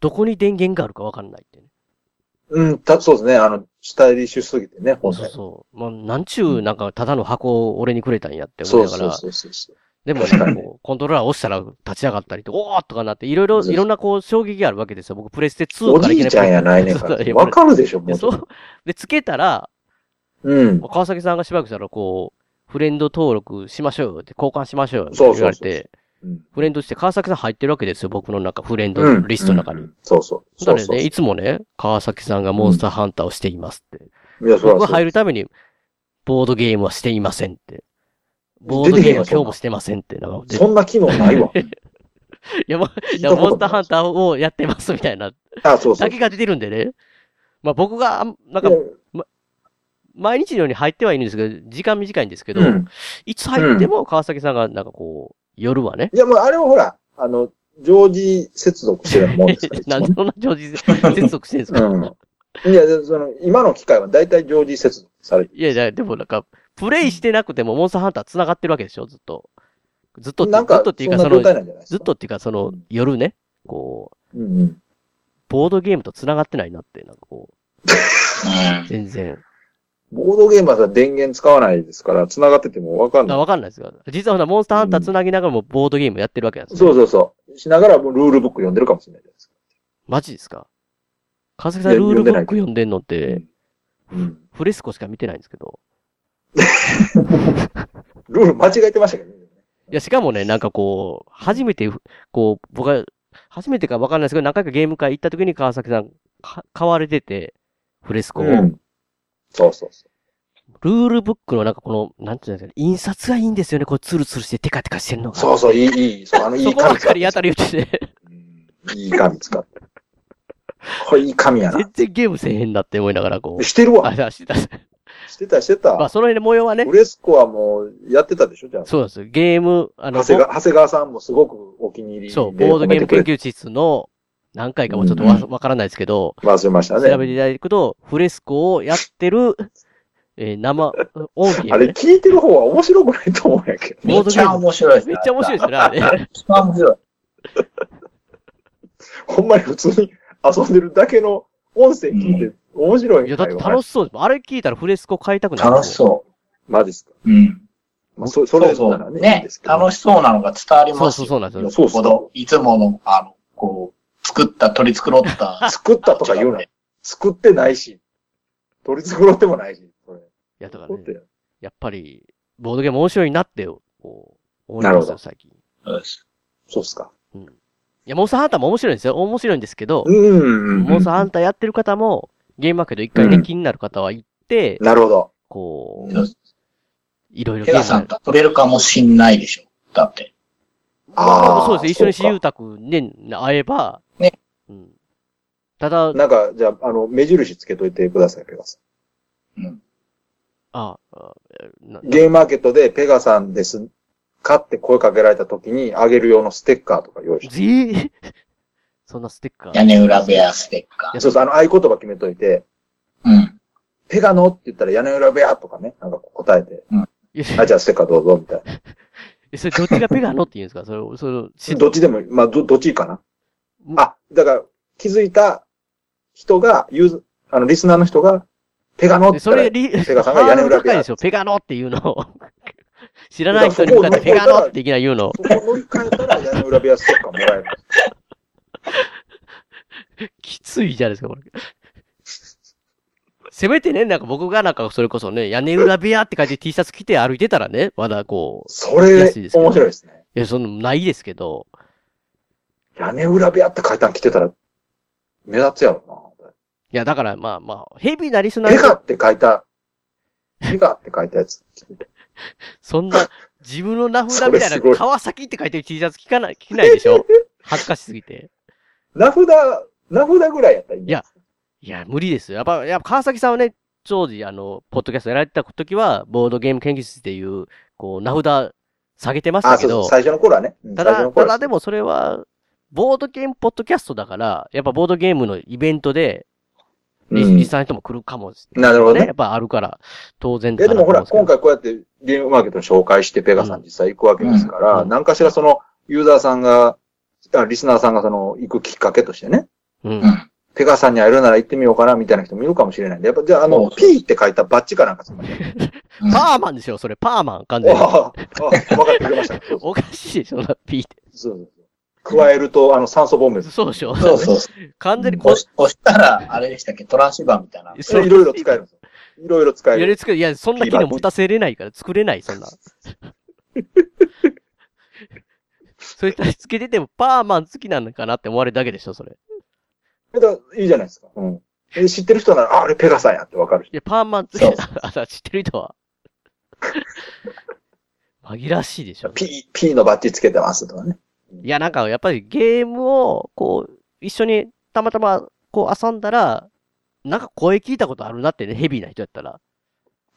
Speaker 2: どこに電源があるかわかんないってね。
Speaker 3: うん、た、そうですね。あの、スタイリッシュすぎてね、本体。
Speaker 2: そう。まあ、なんちゅう、なんか、ただの箱を俺にくれたんやって
Speaker 3: そ
Speaker 2: 思
Speaker 3: う
Speaker 2: いなが
Speaker 3: そう
Speaker 2: ら
Speaker 3: そ、うそう。
Speaker 2: でもなんかこう、コントローラー押したら立ち上がったりと、おーとかなって、いろいろ、
Speaker 3: そうそう
Speaker 2: いろんなこう、衝撃があるわけですよ。僕、プレステ2
Speaker 3: お
Speaker 2: から
Speaker 3: じいちゃんやないねん
Speaker 2: そ
Speaker 3: か
Speaker 2: う
Speaker 3: ら
Speaker 2: いや。
Speaker 3: わかるでしょ、
Speaker 2: い
Speaker 3: も
Speaker 2: や
Speaker 3: う。
Speaker 2: そう。で、つけたら、
Speaker 3: うん。
Speaker 2: 川崎さんがしばらくしたら、こう、フレンド登録しましょうよって、交換しましょうよって言われて、フレンドして川崎さん入ってるわけですよ、僕の中、フレンドリストの中に。
Speaker 3: そうそう。
Speaker 2: そ
Speaker 3: そう
Speaker 2: れ
Speaker 3: そう
Speaker 2: ね、いつもね、川崎さんがモンスターハンターをしていますって。
Speaker 3: いやそう
Speaker 2: 僕
Speaker 3: そ
Speaker 2: が
Speaker 3: う
Speaker 2: 入るために、ボードゲームはしていませんって。ボードゲームは今日もしてませんって。なんか
Speaker 3: そんな機能ないわ。
Speaker 2: いや、もう、いや、モンスターハンターをやってますみたいな。
Speaker 3: あ、そう
Speaker 2: だけが出てるんでね。まあ僕が、あんなんか、ま毎日のように入ってはいるんですけど、時間短いんですけど、
Speaker 3: うん
Speaker 2: いつ入っても川崎さんが、なんかこう、夜はね、
Speaker 3: いや、もうあれはほら、あの、常時接続してるようなもんですから。
Speaker 2: なんでそんな常時接続してるんですか、
Speaker 3: うん。いや、でその、今の機械は大体常時接続されて
Speaker 2: いやいや、でもなんか、プレイしてなくてもモンスターハンター繋がってるわけでしょずっと。ずっとって、ず
Speaker 3: なんか
Speaker 2: っとっていうか、
Speaker 3: そ
Speaker 2: そ
Speaker 3: んな
Speaker 2: の、
Speaker 3: 状態なんじゃない
Speaker 2: ずっとっていうか、その、夜ね、こ
Speaker 3: う、うん
Speaker 2: ボードゲームと繋がってないなって、なんかこう、全然。
Speaker 3: ボードゲームはさ、電源使わないですから、繋がっててもわかんない。
Speaker 2: わかんないですよ。実はほな、モンスターハンター繋ぎながらもボードゲームやってるわけなんですよ。
Speaker 3: そうそうそう。しながらもうルールブック読んでるかもしれないじゃないですか。
Speaker 2: マジですか川崎さん、
Speaker 3: いや
Speaker 2: ルール
Speaker 3: 読ん
Speaker 2: ブ
Speaker 3: でな
Speaker 2: ッ
Speaker 3: い
Speaker 2: ク読んでんのって、
Speaker 3: うん
Speaker 2: フレスコしか見てないんですけど。
Speaker 3: ルール間違えてましたけどね。
Speaker 2: いや、しかもね、なんかこう、初めて、こう、僕は、初めてかわかんないですけど、何回かゲーム会行った時に川崎さん、か買われてて、フレスコを。
Speaker 3: うんそうそうそ
Speaker 2: ルールブックのなんかこの、なんていうんですかね、印刷がいいんですよね、こう、ツルツルしてテカテカしてるのが。
Speaker 3: そうそういいいいそうあのいい
Speaker 2: そこばっ
Speaker 3: 紙使
Speaker 2: か
Speaker 3: っ
Speaker 2: りやたり言ってて、
Speaker 3: う。いい紙使って。これいい紙やな
Speaker 2: 全。然ゲームせえへんなって思いながらこう。
Speaker 3: してるわ
Speaker 2: あ、してた。
Speaker 3: してたしてた。
Speaker 2: まあ、その辺の模様はね。
Speaker 3: フレスコはもう、やってたでしょじゃあ。
Speaker 2: そうなんですよ。ゲーム、あの、
Speaker 3: 長谷川長谷川さんもすごくお気に入りで
Speaker 2: そう、ボードゲーム研
Speaker 3: 究
Speaker 2: 究室の何回かもちょっとわ,、
Speaker 3: うん
Speaker 2: わからないですけど、
Speaker 3: 忘れましたね
Speaker 2: 調べていただくと、フレスコをやってる、えー生、音源、ね。
Speaker 3: あれ聞いてる方は面白くないと思うんやけど。
Speaker 2: ボードゲームめっちゃ面白いですよね、あれ。
Speaker 3: 一番面白い。ほんまに普通に遊んでるだけの音声聞いて、面白い。。
Speaker 2: いや、だって楽しそうですもん。あれ聞いたらフレスコ買いたくなる。
Speaker 4: 楽しそう
Speaker 3: マジっすか。
Speaker 4: うん。
Speaker 3: まあ、そそれ
Speaker 4: そう
Speaker 3: な
Speaker 4: そ
Speaker 3: ら
Speaker 4: う。
Speaker 3: ね。
Speaker 4: ね、楽しそうなのが伝わりますよ。
Speaker 2: そうそうそうなんですよ
Speaker 4: よっぽど、いつもの、あの、こう、作った、取り繕った。
Speaker 3: 作ったとか言うな。作ってないし、取り繕ってもないし、それ。
Speaker 2: いや、だからね、やっぱり、ボードゲーム面白いなって、こう、思い
Speaker 3: なる
Speaker 2: ま
Speaker 3: ほ
Speaker 2: す
Speaker 3: ど
Speaker 2: よ、最近。
Speaker 3: そうっすか。
Speaker 2: いや、モンスターハンターも面白いんですよ。面白いんですけど、
Speaker 3: うんうんうん
Speaker 2: モンスターハンターやってる方も、ゲームマーケット一回ね、
Speaker 3: うん
Speaker 2: 気になる方は行って、
Speaker 3: なるほど。
Speaker 2: こ
Speaker 4: う、
Speaker 2: いろいろ
Speaker 4: ペガさんと取れるかもしんないでしょ。だって。
Speaker 3: あー
Speaker 2: そうです。一緒に私
Speaker 3: そうか
Speaker 2: 有宅ね、会えば、
Speaker 4: ね。
Speaker 2: うん。ただ、
Speaker 3: なんか、じゃあ、あの、目印つけといてください、ペガさ。
Speaker 2: あ、あえなん
Speaker 3: ゲームマーケットでペガさんです。かって声かけられた時に、あげる用のステッカーとか用意して。
Speaker 2: ぜ そんなステッカー。
Speaker 4: 屋根裏部屋ステッカ
Speaker 3: ー。そうそう、あの、合言葉決めといて、
Speaker 4: うん。
Speaker 3: ペガのって言ったら屋根裏部屋とかね、なんかこう答えて、
Speaker 2: うん
Speaker 3: あ、じゃあステッカーどうぞ、みたいな。
Speaker 2: え、それどっちがペガのって言うんですかそれ、それし、
Speaker 3: どっちでもいい、まあ、ど、どっちかな。あ、だから、気づいた人が、ユーズあの、リスナーの人が、ペガのって言
Speaker 2: そ
Speaker 3: ったら
Speaker 2: れ、リ、
Speaker 3: ペガさんが屋根裏部
Speaker 2: 高い
Speaker 3: 屋
Speaker 2: で。しょペガのっていうの を。知らない人に向かってペガのっていきなり言うの。
Speaker 3: 屋根裏部屋ステッカーもらえる。
Speaker 2: きついじゃないですか、これ。 せめてね、なんか僕がなんかそれこそね、屋根裏部屋って書いて T シャツ着て歩いてたらね、まだこう。
Speaker 3: それ
Speaker 2: 安ですけど
Speaker 3: 面白いですね。
Speaker 2: いや、その、ないですけど。
Speaker 3: 屋根裏部屋って書いたん来てたら、目立つやろ
Speaker 2: いや、だからまあまあ、ヘビーなリスナ
Speaker 3: な。
Speaker 2: ーに
Speaker 3: ペガって書いた、ペガって書いたやつ。
Speaker 2: そんな、自分の名札
Speaker 3: そ
Speaker 2: み
Speaker 3: れ
Speaker 2: たい
Speaker 3: す
Speaker 2: な
Speaker 3: ごい
Speaker 2: 川崎って書いてる T シャツ着かない、着ないでしょ恥ずかしすぎて。
Speaker 3: 名札、名札ぐらいやったらいい。
Speaker 2: いや、いや、無理ですよ。やっぱ、やっぱ川崎さんはね、当時、あの、ポッドキャストやられてた時は、ボードゲーム研究室っていう、こう、名札下げてました
Speaker 3: あ、
Speaker 2: け
Speaker 3: そう
Speaker 2: ど、
Speaker 3: そう、最初の頃はね。うん
Speaker 2: た
Speaker 3: 最初
Speaker 2: だ、
Speaker 3: の頃
Speaker 2: た
Speaker 3: は
Speaker 2: だでもそれは、ボードゲームポッドキャストだから、やっぱボードゲームのイベントで、リス
Speaker 3: うん
Speaker 2: リスナーの人も来るかもしれ
Speaker 3: なるほどね
Speaker 2: やっぱあるから、当然
Speaker 3: いや
Speaker 2: だ
Speaker 3: で
Speaker 2: なと
Speaker 3: も
Speaker 2: 思
Speaker 3: ほ
Speaker 2: うん
Speaker 3: ら、
Speaker 2: ですけど
Speaker 3: 今回こうやってゲームマーケットに紹介してペガさん実際行くわけですから、何かしらそのユーザーさんがあリスナーさんがその、行くきっかけとしてね、
Speaker 2: うん。
Speaker 3: ペガさんに会えるなら行ってみようかな、みたいな人もいるかもしれないんで、やっぱ、じゃあ、あの、P って書いたバッジかなんかそんな
Speaker 2: パーマンでしょ、それ、パーマン、完
Speaker 3: お
Speaker 2: 全に。
Speaker 3: ああ、分かってくれました。
Speaker 2: おかしいでしょ、な、ピーって。
Speaker 3: そうそう。加えると、あの、酸素ボンベです。
Speaker 2: そうでしょ
Speaker 4: そうそうそ
Speaker 2: 完全に
Speaker 4: 押し押したら、あれでしたっけ、トランシーバーみたいな。
Speaker 3: いろいろ使えるんですよ。いろいろ使え
Speaker 2: や
Speaker 3: る。
Speaker 2: りつけ、いや、そんな機能持たせれないから、作れな い、そんな。それにつけてても、パーマン好きなのかなって思われるだけでしょ、それ。
Speaker 3: えだからいいじゃないですか。うん。え知ってる人なら、あ、あれペガさんやってわかるし。
Speaker 2: いや、パーマンつけた、あ知ってる 人は。紛らわしいでしょ。
Speaker 3: P、P のバッジつけてますとかね。
Speaker 2: いや、なんか、やっぱりゲームを、こう、一緒にたまたま、こう、遊んだら、なんか声聞いたことあるなってね、ヘビーな人やったら。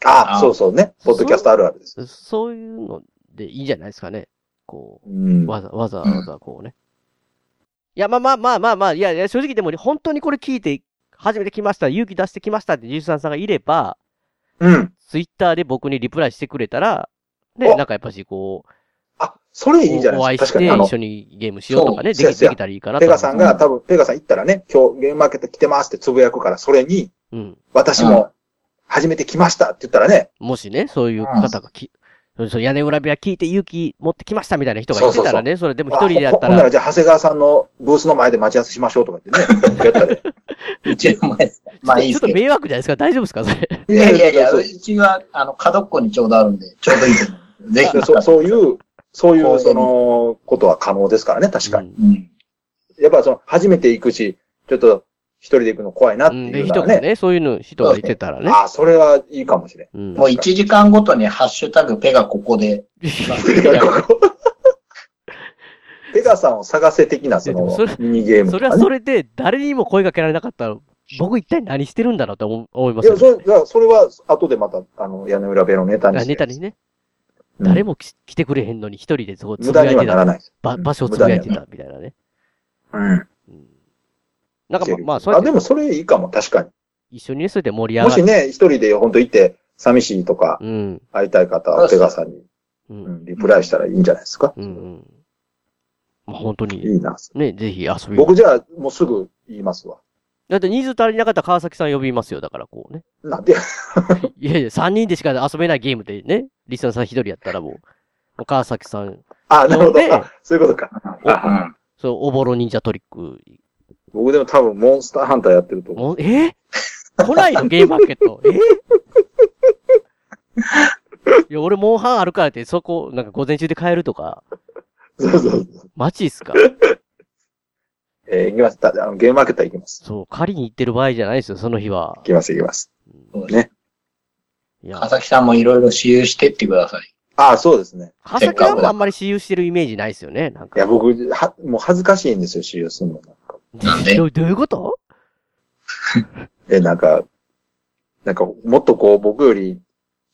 Speaker 3: あそうそうね。ポッドキャストあるあるです。
Speaker 2: そそういうのでいいんじゃないですかね。こう、
Speaker 3: うん
Speaker 2: わざわざわざこうね。いや、まあまあまあまあまあ、いやいや、正直でも本当にこれ聞いて、初めて来ました、勇気出してきましたってジューさんさんがいれば、
Speaker 3: うん。
Speaker 2: ツイッターで僕にリプライしてくれたら、ね、なんかやっぱしこう、
Speaker 3: それいいんじゃないですか。
Speaker 2: おお会いして
Speaker 3: 確かに。あの
Speaker 2: 一緒にゲームしようとかね
Speaker 3: そう
Speaker 2: でき
Speaker 3: そうや
Speaker 2: できたらいいかなと
Speaker 3: ペガさんが、多分、ペガさん行ったらね、今日ゲームマーケット来てますってつぶやくから、それに、
Speaker 2: うん。
Speaker 3: 私も、初めて来ましたって言ったらね、
Speaker 2: もしね、そういう方がき、そう屋根裏部屋聞いて勇気持ってきましたみたいな人がいてたらね、それでも一人でやった
Speaker 3: あほほんな
Speaker 2: ら
Speaker 3: ら、じゃあ、長谷川さんのブースの前で待ち合わせしましょうとか言ってね、やったら。
Speaker 4: うちの前ですまあいい
Speaker 2: ち
Speaker 4: で
Speaker 2: ょっ
Speaker 4: す
Speaker 2: と
Speaker 4: けど。
Speaker 2: 迷惑じゃないですか大丈夫ですかそれ。
Speaker 4: いやいやいや、うちは、あの、角っこにちょうどあるんで、ちょうどいいと思う。ぜひ。
Speaker 3: そうそういう、そういう、その、ことは可能ですからね、確かに。やっぱその、初めて行くし、ちょっと、一人で行くの怖いなっていうの
Speaker 2: 人
Speaker 3: は
Speaker 2: が
Speaker 3: ね。
Speaker 2: ね、そういうの人がいてたらね。
Speaker 3: ああ、それはいいかもしれん。
Speaker 2: も
Speaker 4: もう1時 間ごとにハッシュタグペガここで。
Speaker 3: ペガさんを探せ的な、その、ミニゲーム
Speaker 2: そ
Speaker 3: と
Speaker 2: れ
Speaker 3: かね、
Speaker 2: はそれで、誰にも声かけられなかったら、僕一体何してるんだろうと思思いま
Speaker 3: い
Speaker 2: すよ
Speaker 3: や、
Speaker 2: ね。
Speaker 3: それ、だからそれは、後でまた、あの、屋根裏部屋のネタに
Speaker 2: あ
Speaker 3: して。
Speaker 2: ネタにね。
Speaker 3: うん
Speaker 2: 誰もき来てくれへんのに一人でそうつ
Speaker 3: 無
Speaker 2: ぶ
Speaker 3: 駄
Speaker 2: やい
Speaker 3: に
Speaker 2: て
Speaker 3: はならない
Speaker 2: た
Speaker 3: です。
Speaker 2: ば場所をつぶやいてたみたいなね。
Speaker 3: うん。
Speaker 2: なんかまあ、まあ、そうや
Speaker 3: あ、
Speaker 2: っ
Speaker 3: で
Speaker 2: て
Speaker 3: もそれいいかも、確かに。
Speaker 2: 一緒にね、それで盛り上
Speaker 3: も
Speaker 2: が
Speaker 3: し
Speaker 2: る。
Speaker 3: ね、一人で本当行って、寂しいとか、
Speaker 2: うん。
Speaker 3: 会いたい方は、ペガさんに、
Speaker 2: うん、
Speaker 3: リプライしたらいいんじゃないですか。
Speaker 2: うんうん。まあ、本当に。
Speaker 3: いいな。
Speaker 2: ね、ぜひ遊びに
Speaker 3: 僕じゃあ、もうすぐ言いますわ。
Speaker 2: だって人数足りなかったら川崎さん呼びますよ、だからこうね。
Speaker 3: なんで
Speaker 2: いやいや、3人でしか遊べないゲームでね、リスナーさん一人やったらもう、もう川崎さん。
Speaker 3: あ、なるほど。
Speaker 2: で
Speaker 3: あ、 そういうことか。あ
Speaker 2: そう、おぼろ忍者トリック。
Speaker 3: 僕でも多分、モンスターハンターやってると思
Speaker 2: う。え来ないのゲームマーケット。えいや、俺、モンハンあるからって、そこ、なんか午前中で帰るとか。
Speaker 3: そうそう
Speaker 2: マジっすか
Speaker 3: えー、行きます。たあのゲームマーケットは行きます。
Speaker 2: そう、借りに行ってる場合じゃないですよ、その日は。行
Speaker 3: きます、行きます。ね。
Speaker 4: 川崎さんもいろいろ私有してってください。
Speaker 3: ああ、そうですね。
Speaker 2: 川崎さんもあんまり私有してるイメージないですよね、なんか。
Speaker 3: いや、僕、は、もう恥ずかしいんですよ、使用するの。
Speaker 4: なんで
Speaker 2: どうどういうこと
Speaker 3: え、なんか、なんか、もっとこう、僕より、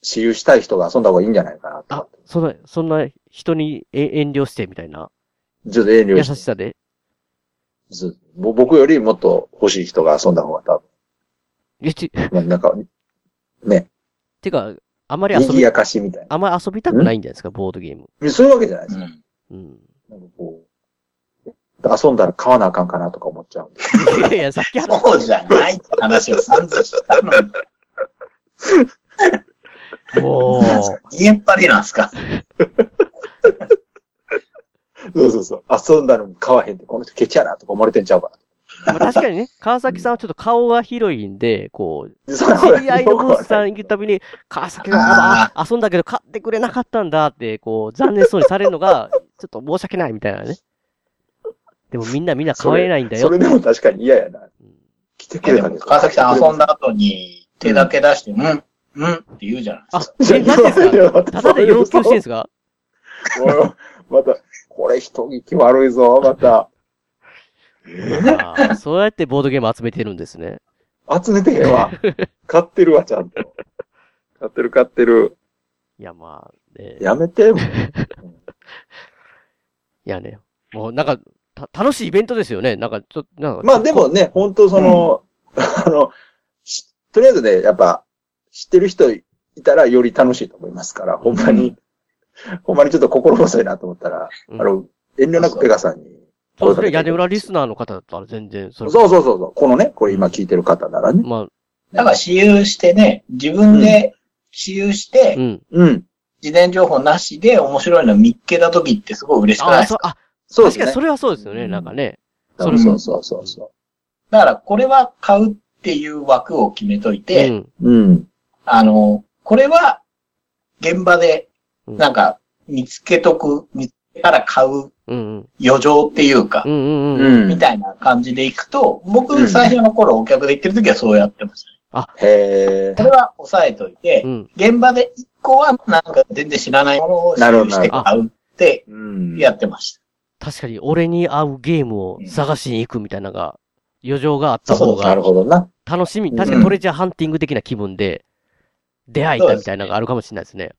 Speaker 3: 私有したい人が遊んだ方がいいんじゃないかなと。
Speaker 2: あ、そんな、そんな人にえ遠慮してみたいな。
Speaker 3: ちょっと遠慮
Speaker 2: 優
Speaker 3: して
Speaker 2: しさで。
Speaker 3: ずぼ僕よりもっと欲しい人が遊んだ方が多
Speaker 2: 分。え、ち、
Speaker 3: まあなんか、ね、
Speaker 2: てか、あまり遊
Speaker 3: 賑
Speaker 2: び
Speaker 3: や、かしみたい
Speaker 2: あまり遊びたくないんじゃないですか、ボードゲーム。
Speaker 3: な。そういうわけじゃないです
Speaker 4: か。
Speaker 2: うん。
Speaker 3: 遊んだら買わなあかんかなとか思っちゃうんで。
Speaker 2: いやいや、さっき話
Speaker 4: そうじゃないって話を散々したの に。
Speaker 2: おー。
Speaker 4: 言えっぱりなんすか。
Speaker 3: そうそうそう。遊んだのに買わへんって、この人ケチやなとか思われてんちゃうかな。
Speaker 2: まあ確かに ね、川崎さんはちょっと顔が広いんで、こう、知
Speaker 3: そう
Speaker 2: り合いのブースさん行くたびに、川崎さんまだ遊んだけど買ってくれなかったんだって、こう、残念そうにされるのが、ちょっと申し訳ないみたいなね。でもみんなみんな
Speaker 3: そ
Speaker 2: 買
Speaker 3: れ
Speaker 2: えないんだよ。
Speaker 3: それでも確かに嫌やな。来てくれたけど。
Speaker 4: 川崎さん遊んだ後に手だけ出して、うん、うんって言うじゃない
Speaker 2: あ、え、マジですかただで要求してんすか
Speaker 3: おい また、これ人聞き悪いぞ、また。
Speaker 2: あーそうやってボードゲーム集めてるんですね。
Speaker 3: 集めてへ んわ。買ってるわ、ちゃんと。買ってる、買ってる。
Speaker 2: いや、まあ、ね
Speaker 3: やめて、もう。
Speaker 2: いやね、もうなんか、た、楽しいイベントですよね。なんか、ちょっと、なんか。
Speaker 3: まあでもね、本当その、あの、しとりあえずね、やっぱ、知ってる人いたらより楽しいと思いますから、ほんまに、ほんまにちょっと心細いなと思ったら、あの、遠慮なくペガさんに
Speaker 2: そうそれ屋根裏リスナーの方だったら全然、そ
Speaker 3: そ
Speaker 2: れ。
Speaker 3: うそうそうそう。このね、これ今聞いてる方ならね。
Speaker 4: だ
Speaker 2: ま
Speaker 4: から私有してね、自分で私有して、
Speaker 2: うん。
Speaker 3: うん。
Speaker 4: 事前情報なしで面白いの見っけた時ってすごい嬉しくない
Speaker 2: あ、
Speaker 4: です
Speaker 2: そう、
Speaker 4: か
Speaker 2: あ、
Speaker 4: そうです
Speaker 2: 確
Speaker 4: ね
Speaker 2: かにそれはそうですよね、なんかね。それ
Speaker 3: そうそうそうそう。
Speaker 4: だからこれは買うっていう枠を決めといて、
Speaker 2: うん
Speaker 3: うん。
Speaker 4: あの、これは現場でなんか見つけとく、見つけたら買う
Speaker 2: うん
Speaker 4: 余剰っていうか、
Speaker 2: うん
Speaker 3: うん
Speaker 4: みたいな感じでいくと、僕最初の頃お客で行ってる時はそうやってましたね。
Speaker 3: へ
Speaker 4: これは抑えといて、現場で一個はなんか全然知らないものを使用して買うってやってました。
Speaker 2: 確かに俺に合うゲームを探しに行くみたいなのが、余剰があった
Speaker 3: そ
Speaker 2: 方
Speaker 3: う、な
Speaker 2: が
Speaker 3: る、ほどな。
Speaker 2: 楽しみ、
Speaker 3: うん
Speaker 2: 確かにトレジャーハンティング的な気分で、出会えたみたいなのがあるかもしれないですね。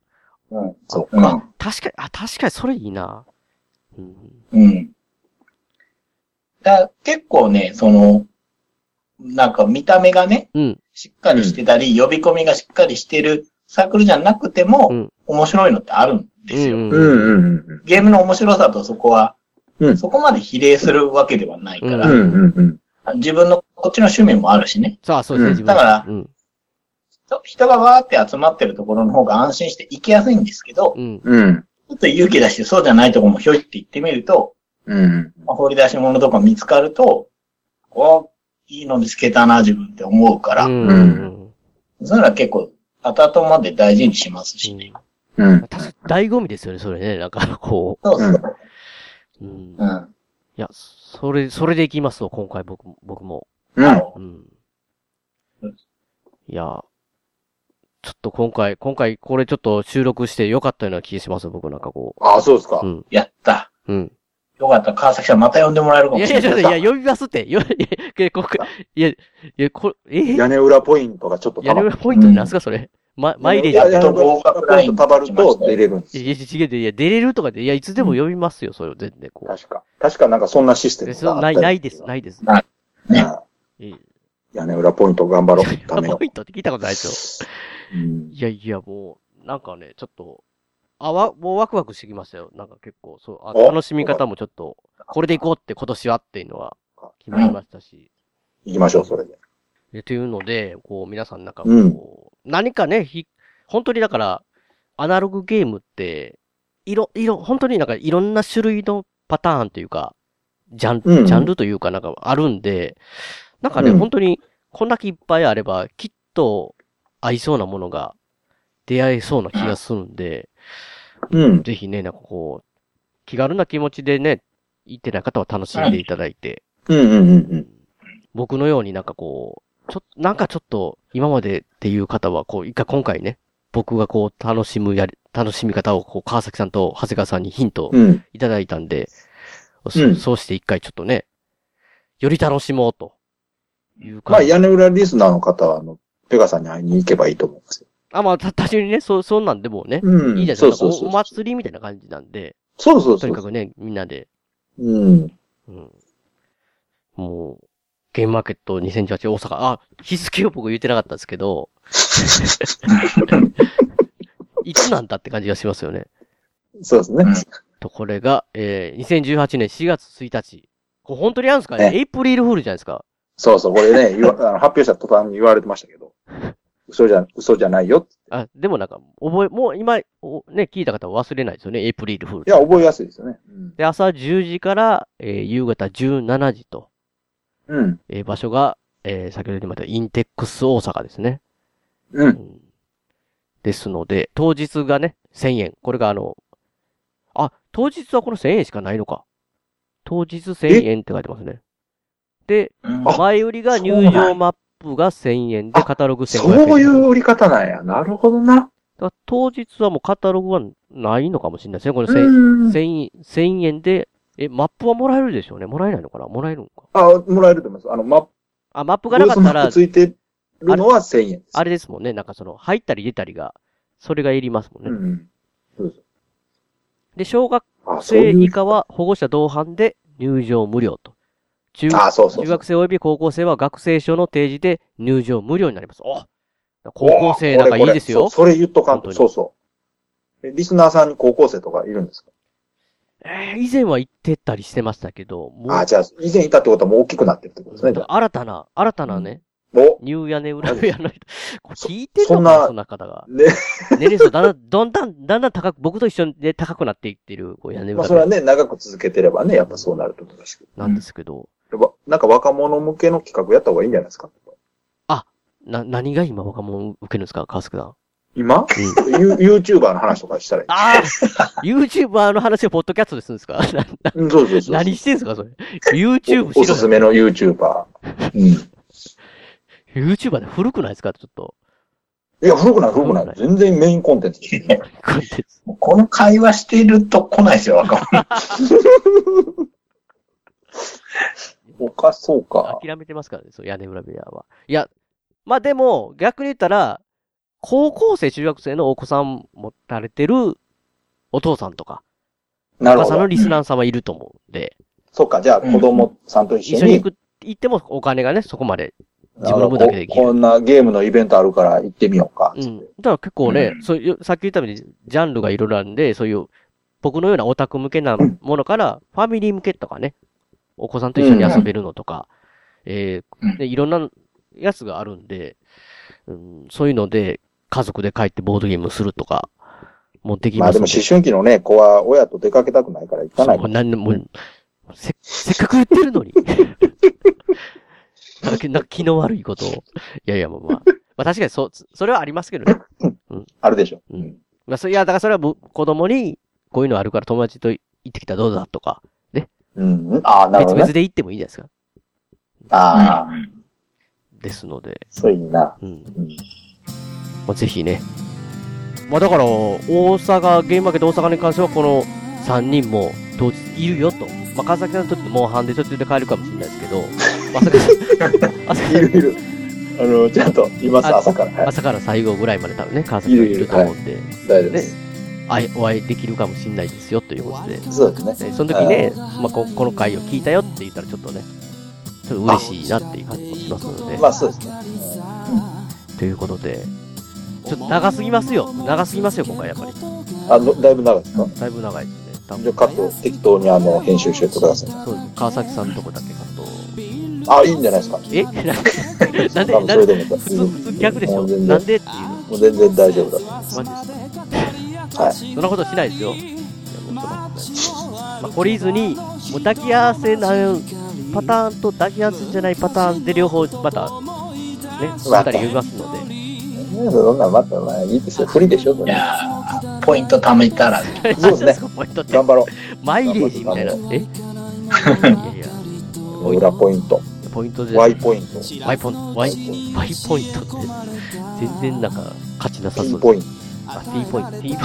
Speaker 4: うん、
Speaker 3: そっか。
Speaker 2: 確かに、あ、確かにそれいいな。
Speaker 4: うん。だから結構ね、その、なんか見た目がね、
Speaker 2: うん。
Speaker 4: しっかりしてたり、呼び込みがしっかりしてるサークルじゃなくても、面白いのってあるんですよ。
Speaker 3: うんうんうん。
Speaker 4: ゲームの面白さとそこは、
Speaker 3: うん
Speaker 4: そこまで比例するわけではないから、
Speaker 3: うんうんうん。
Speaker 4: 自分のこっちの趣味もあるしね。
Speaker 2: さあ、そうですね、自分
Speaker 4: だから、
Speaker 2: うん。
Speaker 4: 人人がわーって集まってるところの方が安心して行きやすいんですけど、
Speaker 2: うん。
Speaker 3: うん。
Speaker 4: ちょっと勇気出してそうじゃないとこもひょいって行ってみると、
Speaker 3: うん。
Speaker 4: まあ放り出し物とか見つかると、おいいの見つけたな、自分って思うから、
Speaker 2: うん。
Speaker 4: そういうのは結構、後々まで大事にしますしね。
Speaker 3: うん。
Speaker 2: 醍醐味ですよね、それね。なんか、こう。
Speaker 4: そうそう。
Speaker 2: うん。
Speaker 4: うん。
Speaker 2: いや、それ、それでいきますわ、今回僕も、僕も。
Speaker 3: うん。
Speaker 2: うん。いや、ちょっと今回、今回これちょっと収録して良かったような気がします、僕なんかこう。
Speaker 3: あ、そうですか。
Speaker 2: うん。
Speaker 4: やった。
Speaker 2: うん。
Speaker 4: よかった。川崎さんまた呼んでもらえるかも
Speaker 2: い や
Speaker 4: し
Speaker 2: い
Speaker 4: れ
Speaker 2: や、
Speaker 4: な
Speaker 2: ち
Speaker 4: い
Speaker 2: ょっ。と、いや、呼びますって。 よ、いや、結構、いや、いや、これ、え
Speaker 3: 屋根裏ポイントがちょっと
Speaker 2: や
Speaker 3: 溜ま
Speaker 2: る
Speaker 3: る。
Speaker 2: ポイントなんすか、それ。ま、マイレージ
Speaker 3: いやいや合格ライン溜まると出れるんです。
Speaker 2: いや、いや違う、いや、出れるとかで、いや、いつでも呼びますよ、それを全然、こう。
Speaker 3: 確か。確かなんかそんなシステム
Speaker 2: そ
Speaker 3: があ
Speaker 2: う
Speaker 3: っ
Speaker 2: な
Speaker 3: た
Speaker 2: い、
Speaker 3: り
Speaker 2: ないです、ないです。
Speaker 4: ない
Speaker 3: ね。
Speaker 2: いい
Speaker 3: 屋根裏ポイント頑張ろう。ダメ よ
Speaker 2: ポイントって聞いたことないです
Speaker 3: よ。
Speaker 2: いやいや、もう、なんかね、ちょっと、あわ、もうワクワクしてきましたよ。なんか結構、そう、あ
Speaker 3: お
Speaker 2: 楽しみ方もちょっと、これでいこうって今年はっていうのは決まりましたし。
Speaker 3: 行きましょう、それで。
Speaker 2: えというので、こう、皆さんなんかこう、
Speaker 3: うん
Speaker 2: 何かね、ひ、本当にだから、アナログゲームって、いろ、いろ、本当になんかいろんな種類のパターンというか、ジャン、
Speaker 12: うん
Speaker 2: ジャンルというかなんかあるんで、なんかね、
Speaker 12: うん
Speaker 2: 本当に、こんだけいっぱいあれば、きっと合いそうなものが出会えそうな気がするんで、
Speaker 3: うん
Speaker 2: ぜひね、なんかこう、気軽な気持ちでね、行ってない方は楽しんでいただいて、
Speaker 3: うんうんうんうん。
Speaker 2: 僕のようになんかこう、ちょっと、なんかちょっと、今までっていう方は、こう、一回今回ね、僕がこう、楽しむやり、楽しみ方を、こう、川崎さんと長谷川さんにヒントを
Speaker 3: うん
Speaker 2: いただいたんで、
Speaker 3: う
Speaker 2: そ
Speaker 3: ん
Speaker 2: そうして一回ちょっとね、より楽しもうと。
Speaker 3: まあ、屋根裏リスナーの方は、あの、ペガさんに会いに行けばいいと思うんですよ。
Speaker 2: あ、まあ、た、単純にね、そう、そんなんでもうね、
Speaker 3: うん
Speaker 2: いいじゃないですか。
Speaker 3: そうそうそうそう
Speaker 2: おお祭りみたいな感じなんで、
Speaker 3: そうそうそう
Speaker 2: とにかくね、みんなで、
Speaker 3: うん。
Speaker 2: うん。もう、ゲームマーケット2018大阪、あ、日付を僕言ってなかったんですけ ど、いつなんだって感じがしますよね。
Speaker 3: そうですね。
Speaker 2: と、これが、えー、2018年4月1日。これ本当にあるんですかね
Speaker 3: ね
Speaker 2: エイプリルフールじゃないですか。
Speaker 3: そうそう、これね、言わあの発表した途端に言われてましたけど、嘘じゃ、嘘じゃないよ。
Speaker 2: あ、でもなんか、覚え、もう今、おね、聞いた方は忘れないですよね、エイプリルフール。
Speaker 3: いや、覚えやすいですよね。
Speaker 2: で、朝10時から、えー夕方17時と、
Speaker 3: うん。
Speaker 2: えー場所が、えー先ほど言いました、インテックス大阪ですね。。
Speaker 3: うん
Speaker 2: ですので、当日がね、1000円。これがあの、あ、当日はこの1000円しかないのか。当日1000円って書いてますね。で、前売りが入場マップが1000円で、カタログ1500円。
Speaker 3: そういう売り方なんや。なるほどな。
Speaker 2: だから当日はもうカタログはないのかもしれないですね。これ
Speaker 3: う
Speaker 2: 1000
Speaker 3: ん
Speaker 2: 1000 1000円で、え、マップはもらえるでしょうね。もらえないのかなもらえるんか。
Speaker 3: あ、もらえると思います。あの、マップ。
Speaker 2: あ、マップがなかったら
Speaker 3: ついてるのは1000円です。
Speaker 2: あれですもんね。なんかその、入ったり出たりが、それがいりますもんね。
Speaker 3: うん。そうです
Speaker 2: で、小学
Speaker 3: あそう
Speaker 2: 生
Speaker 3: いう
Speaker 2: 以下は保護者同伴で入場無料と。中
Speaker 3: あそうそうそう
Speaker 2: 中学生及び高校生は学生証の提示で入場無料になります。お高校生なんかいいです
Speaker 3: お
Speaker 2: よ。
Speaker 3: ーこれこれそそれ言っとかんと。そうそう。えリスナーさんに高校生とかいるんですか
Speaker 2: えー以前は行ってたりしてましたけど、もう、
Speaker 3: あ、じゃあ、以前いたってことはもう大きくなってるってことですね。じゃあ
Speaker 2: 新たな、新たなね、
Speaker 3: お
Speaker 2: ニュー屋根裏部屋の人、これ聞いてるのかな、そんな方が。
Speaker 3: ね。
Speaker 2: 年齢層だんだん、どんだん、だんだん高く、僕と一緒で高くなっていってる、こう屋根裏部
Speaker 3: まあ、
Speaker 2: 屋
Speaker 3: それはね、長く続けてればね、やっぱそうなると思いますけ
Speaker 2: なんですけど、
Speaker 3: ど。やっぱなんか若者向けの企画やった方がいいんじゃないですか
Speaker 2: な、何が今若者受けるんですか、川崎さん。
Speaker 3: 今、ユ ?YouTuber の話とかした らいい。
Speaker 2: ああ !YouTuber の話をポッドキャストでするんですかなな
Speaker 3: うんそうそうそうそう。
Speaker 2: 何してんすかそれ。YouTube
Speaker 3: おお
Speaker 2: しろ
Speaker 3: すすめ の YouTuber。
Speaker 2: YouTuber で古くないですかちょっと。
Speaker 3: いや、古くない、古くない。全然メインコンテ ンツですね。
Speaker 2: コンテンツ。
Speaker 4: この会話してると来ないですよ、若者。
Speaker 3: おか、そうか。
Speaker 2: 諦めてますからね、そう、屋根裏部屋は。いや、まあでも、逆に言ったら、高校生、中学生のお子さん持たれてるお父さんとか、お
Speaker 3: なる
Speaker 2: 母
Speaker 3: ほ
Speaker 2: さんの
Speaker 3: ど。
Speaker 2: リスナーさんはいると思うんで、
Speaker 3: そうか、じゃあ子供さんと一
Speaker 2: 一
Speaker 3: 緒
Speaker 2: 緒に
Speaker 3: に、
Speaker 2: 行く、行ってもお金がね、そこまで自
Speaker 3: あ
Speaker 2: 分の
Speaker 3: の
Speaker 2: 分だけで
Speaker 3: こ
Speaker 2: きる。
Speaker 3: こんなゲームのイベントあるから行ってみようか。
Speaker 2: うん。だから結構ね、そういう、さっき言ったように、ジャンルがいろいろあるんで、そういう、僕のようなオタク向けなものから、ファミリー向けとかね、お子さんと一緒に遊べるのとか、えーでいろんなやつがあるんで、うん、そういうので、家族で帰ってボードゲームするとか、もうでき
Speaker 3: ま
Speaker 2: ま
Speaker 3: あ
Speaker 2: す
Speaker 3: で
Speaker 2: ん
Speaker 3: も
Speaker 2: で
Speaker 3: 思春期のね、子は親と出かけたくないから行かない
Speaker 2: そうなんでもうせ、せっかく言ってる のに。なんかなんか気の悪いことを。いやいや、まあまあ。まあ確かにそ、それはありますけどね。
Speaker 3: あるでしょ。
Speaker 2: まあ、そいや、だからそれはぶ子供に、こういうのあるから友達と行ってきたらどうだとか、
Speaker 3: うん。うんああ、なるほ
Speaker 2: 別
Speaker 3: ど、
Speaker 2: 々
Speaker 3: ね。
Speaker 2: で行ってもいいじゃないですか。
Speaker 3: ああ、
Speaker 2: ですので、
Speaker 3: そういいな。
Speaker 2: うん。まあ、ぜひね。まあ、だから、大阪、ゲームマーケット大阪に関しては、この3人も当日いるよと。まあ、川崎さんにとってモンハンで途中で帰るかもしれないですけど、まさか、 まさ
Speaker 3: いるいる。あの、ちゃんと、います、
Speaker 2: あ
Speaker 3: 朝から。はい
Speaker 2: 朝から最後ぐらいまで多分ね、川崎さんいると思うんで、
Speaker 3: 大丈夫です。
Speaker 2: あいお会いできるかもしれないですよということで。
Speaker 3: そうですね。
Speaker 2: でその時ね、まあ、ここの回を聞いたよって言ったらちょっとね、ちょっと嬉しいなっていう感じもしますので。
Speaker 3: まあそうですね。
Speaker 2: ということで、ちょっと長すぎますよ。長すぎますよ、今回やっぱり。
Speaker 3: あの、だいぶ長いですか
Speaker 2: だいぶ長いですね。多
Speaker 3: じゃ
Speaker 2: 分
Speaker 3: あカット、適当にあの、編集してってください。
Speaker 2: そうです。川崎さんのとこだけカット。
Speaker 3: あ、いいんじゃないですか。
Speaker 2: え なんで、
Speaker 3: 多分
Speaker 2: な
Speaker 3: それ
Speaker 2: ん
Speaker 3: で
Speaker 2: で、
Speaker 3: も
Speaker 2: 普通、普通逆でしょ
Speaker 3: もう全然
Speaker 2: なんでっていう。
Speaker 3: もう全然大丈夫だと思います。
Speaker 2: マジです
Speaker 3: はい。
Speaker 2: そんなことしないですよ。いやもうそんなことないまあ、懲りずに、もう抱き合わせなパターンと抱き合わせじゃないパターンで両方また、ね、またり言いますので。
Speaker 3: ねそんなんまた、まあいいですよ。不利でしょ、そ
Speaker 4: い
Speaker 3: れ
Speaker 4: やーポイント貯めたら、
Speaker 3: そ うですね。
Speaker 2: ポイントって
Speaker 3: 頑張ろ
Speaker 2: マイレージみたいな。え いやいや、
Speaker 3: う。裏ポイント。
Speaker 2: ポイントで。
Speaker 3: Y ポイント。
Speaker 2: ワイポン、ワイ、ワイポイントって、全然なんか、勝ちなさそ
Speaker 3: T
Speaker 2: う。
Speaker 3: ポイント。
Speaker 2: あ、T ポイント、T ポイント。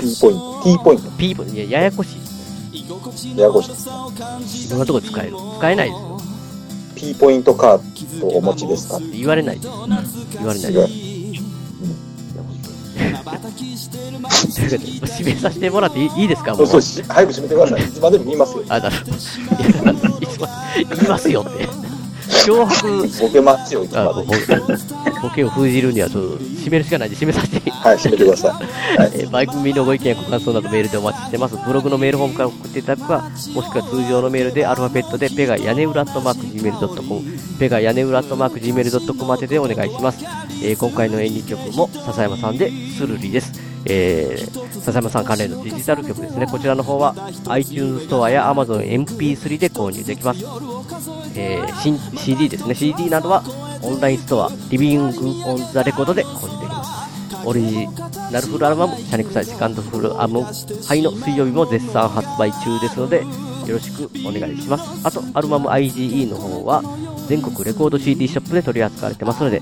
Speaker 3: T ポイント。T ポイント。
Speaker 2: P ポイント、いや、ややこしいですね。
Speaker 3: ややこしいです。
Speaker 2: いろんなとこ使える。使えないですよ。
Speaker 3: T ポイントカードをお持ちですか
Speaker 2: 言われないです。言われない
Speaker 3: 違う
Speaker 2: です。いや、本当に。すべて、締めさせてもらっていいいいですかも
Speaker 3: そう
Speaker 2: う。
Speaker 3: そうし、早く閉めてください。いつまでも言いますよ。
Speaker 2: あ、なるほど。いやいつま言いますよって。脅迫。
Speaker 3: ボケますよ、いつ
Speaker 2: あ
Speaker 3: ま
Speaker 2: ボ
Speaker 3: で。
Speaker 2: ボボケを封じるにはちょっと締めるしかないんで締めさせて、
Speaker 3: はい、閉めてください。はい。
Speaker 2: えー番組のご意見やご感想などメールでお待ちしてますブログのメールフォームから送っていただくかもしくは通常のメールでアルファベットでペガ屋根裏とマーク Gmail.com ペガ屋根裏とマーク Gmail.com 宛てでお願いします、えー今回の演技曲も笹山さんでスルリですえー、笹山さん関連のデジタル曲ですねこちらの方は iTunes ストアや AmazonMP3 で購入できますえー新 CD ですね CD などはオンラインストアリビングオンザレコードで購入できますオリジナルフルアルバム「シャニクサイセカンドフルアルバムはい」の水曜日も絶賛発売中ですのでよろしくお願いしますあとアルバム IGE の方は全国レコード CD ショップで取り扱われてますので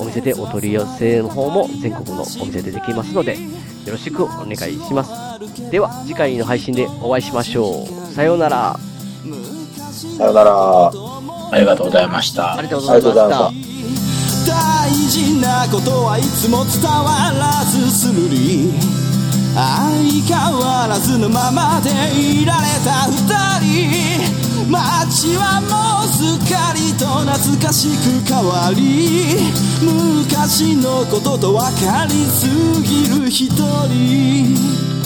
Speaker 2: お店でお取り寄せの方も全国のお店でできますのでよろしくお願いしますでは次回の配信でお会いしましょうさようなら
Speaker 3: さよなら。
Speaker 4: ありがとうございました
Speaker 2: あ。りがとうございま
Speaker 3: ありがとうござい
Speaker 2: し
Speaker 3: ましたた
Speaker 1: 大事なことはいつも伝わらずするり相変わらずのままでいられた二人街はもうすっかりと懐かしく変わり昔のことと分かりすぎる一人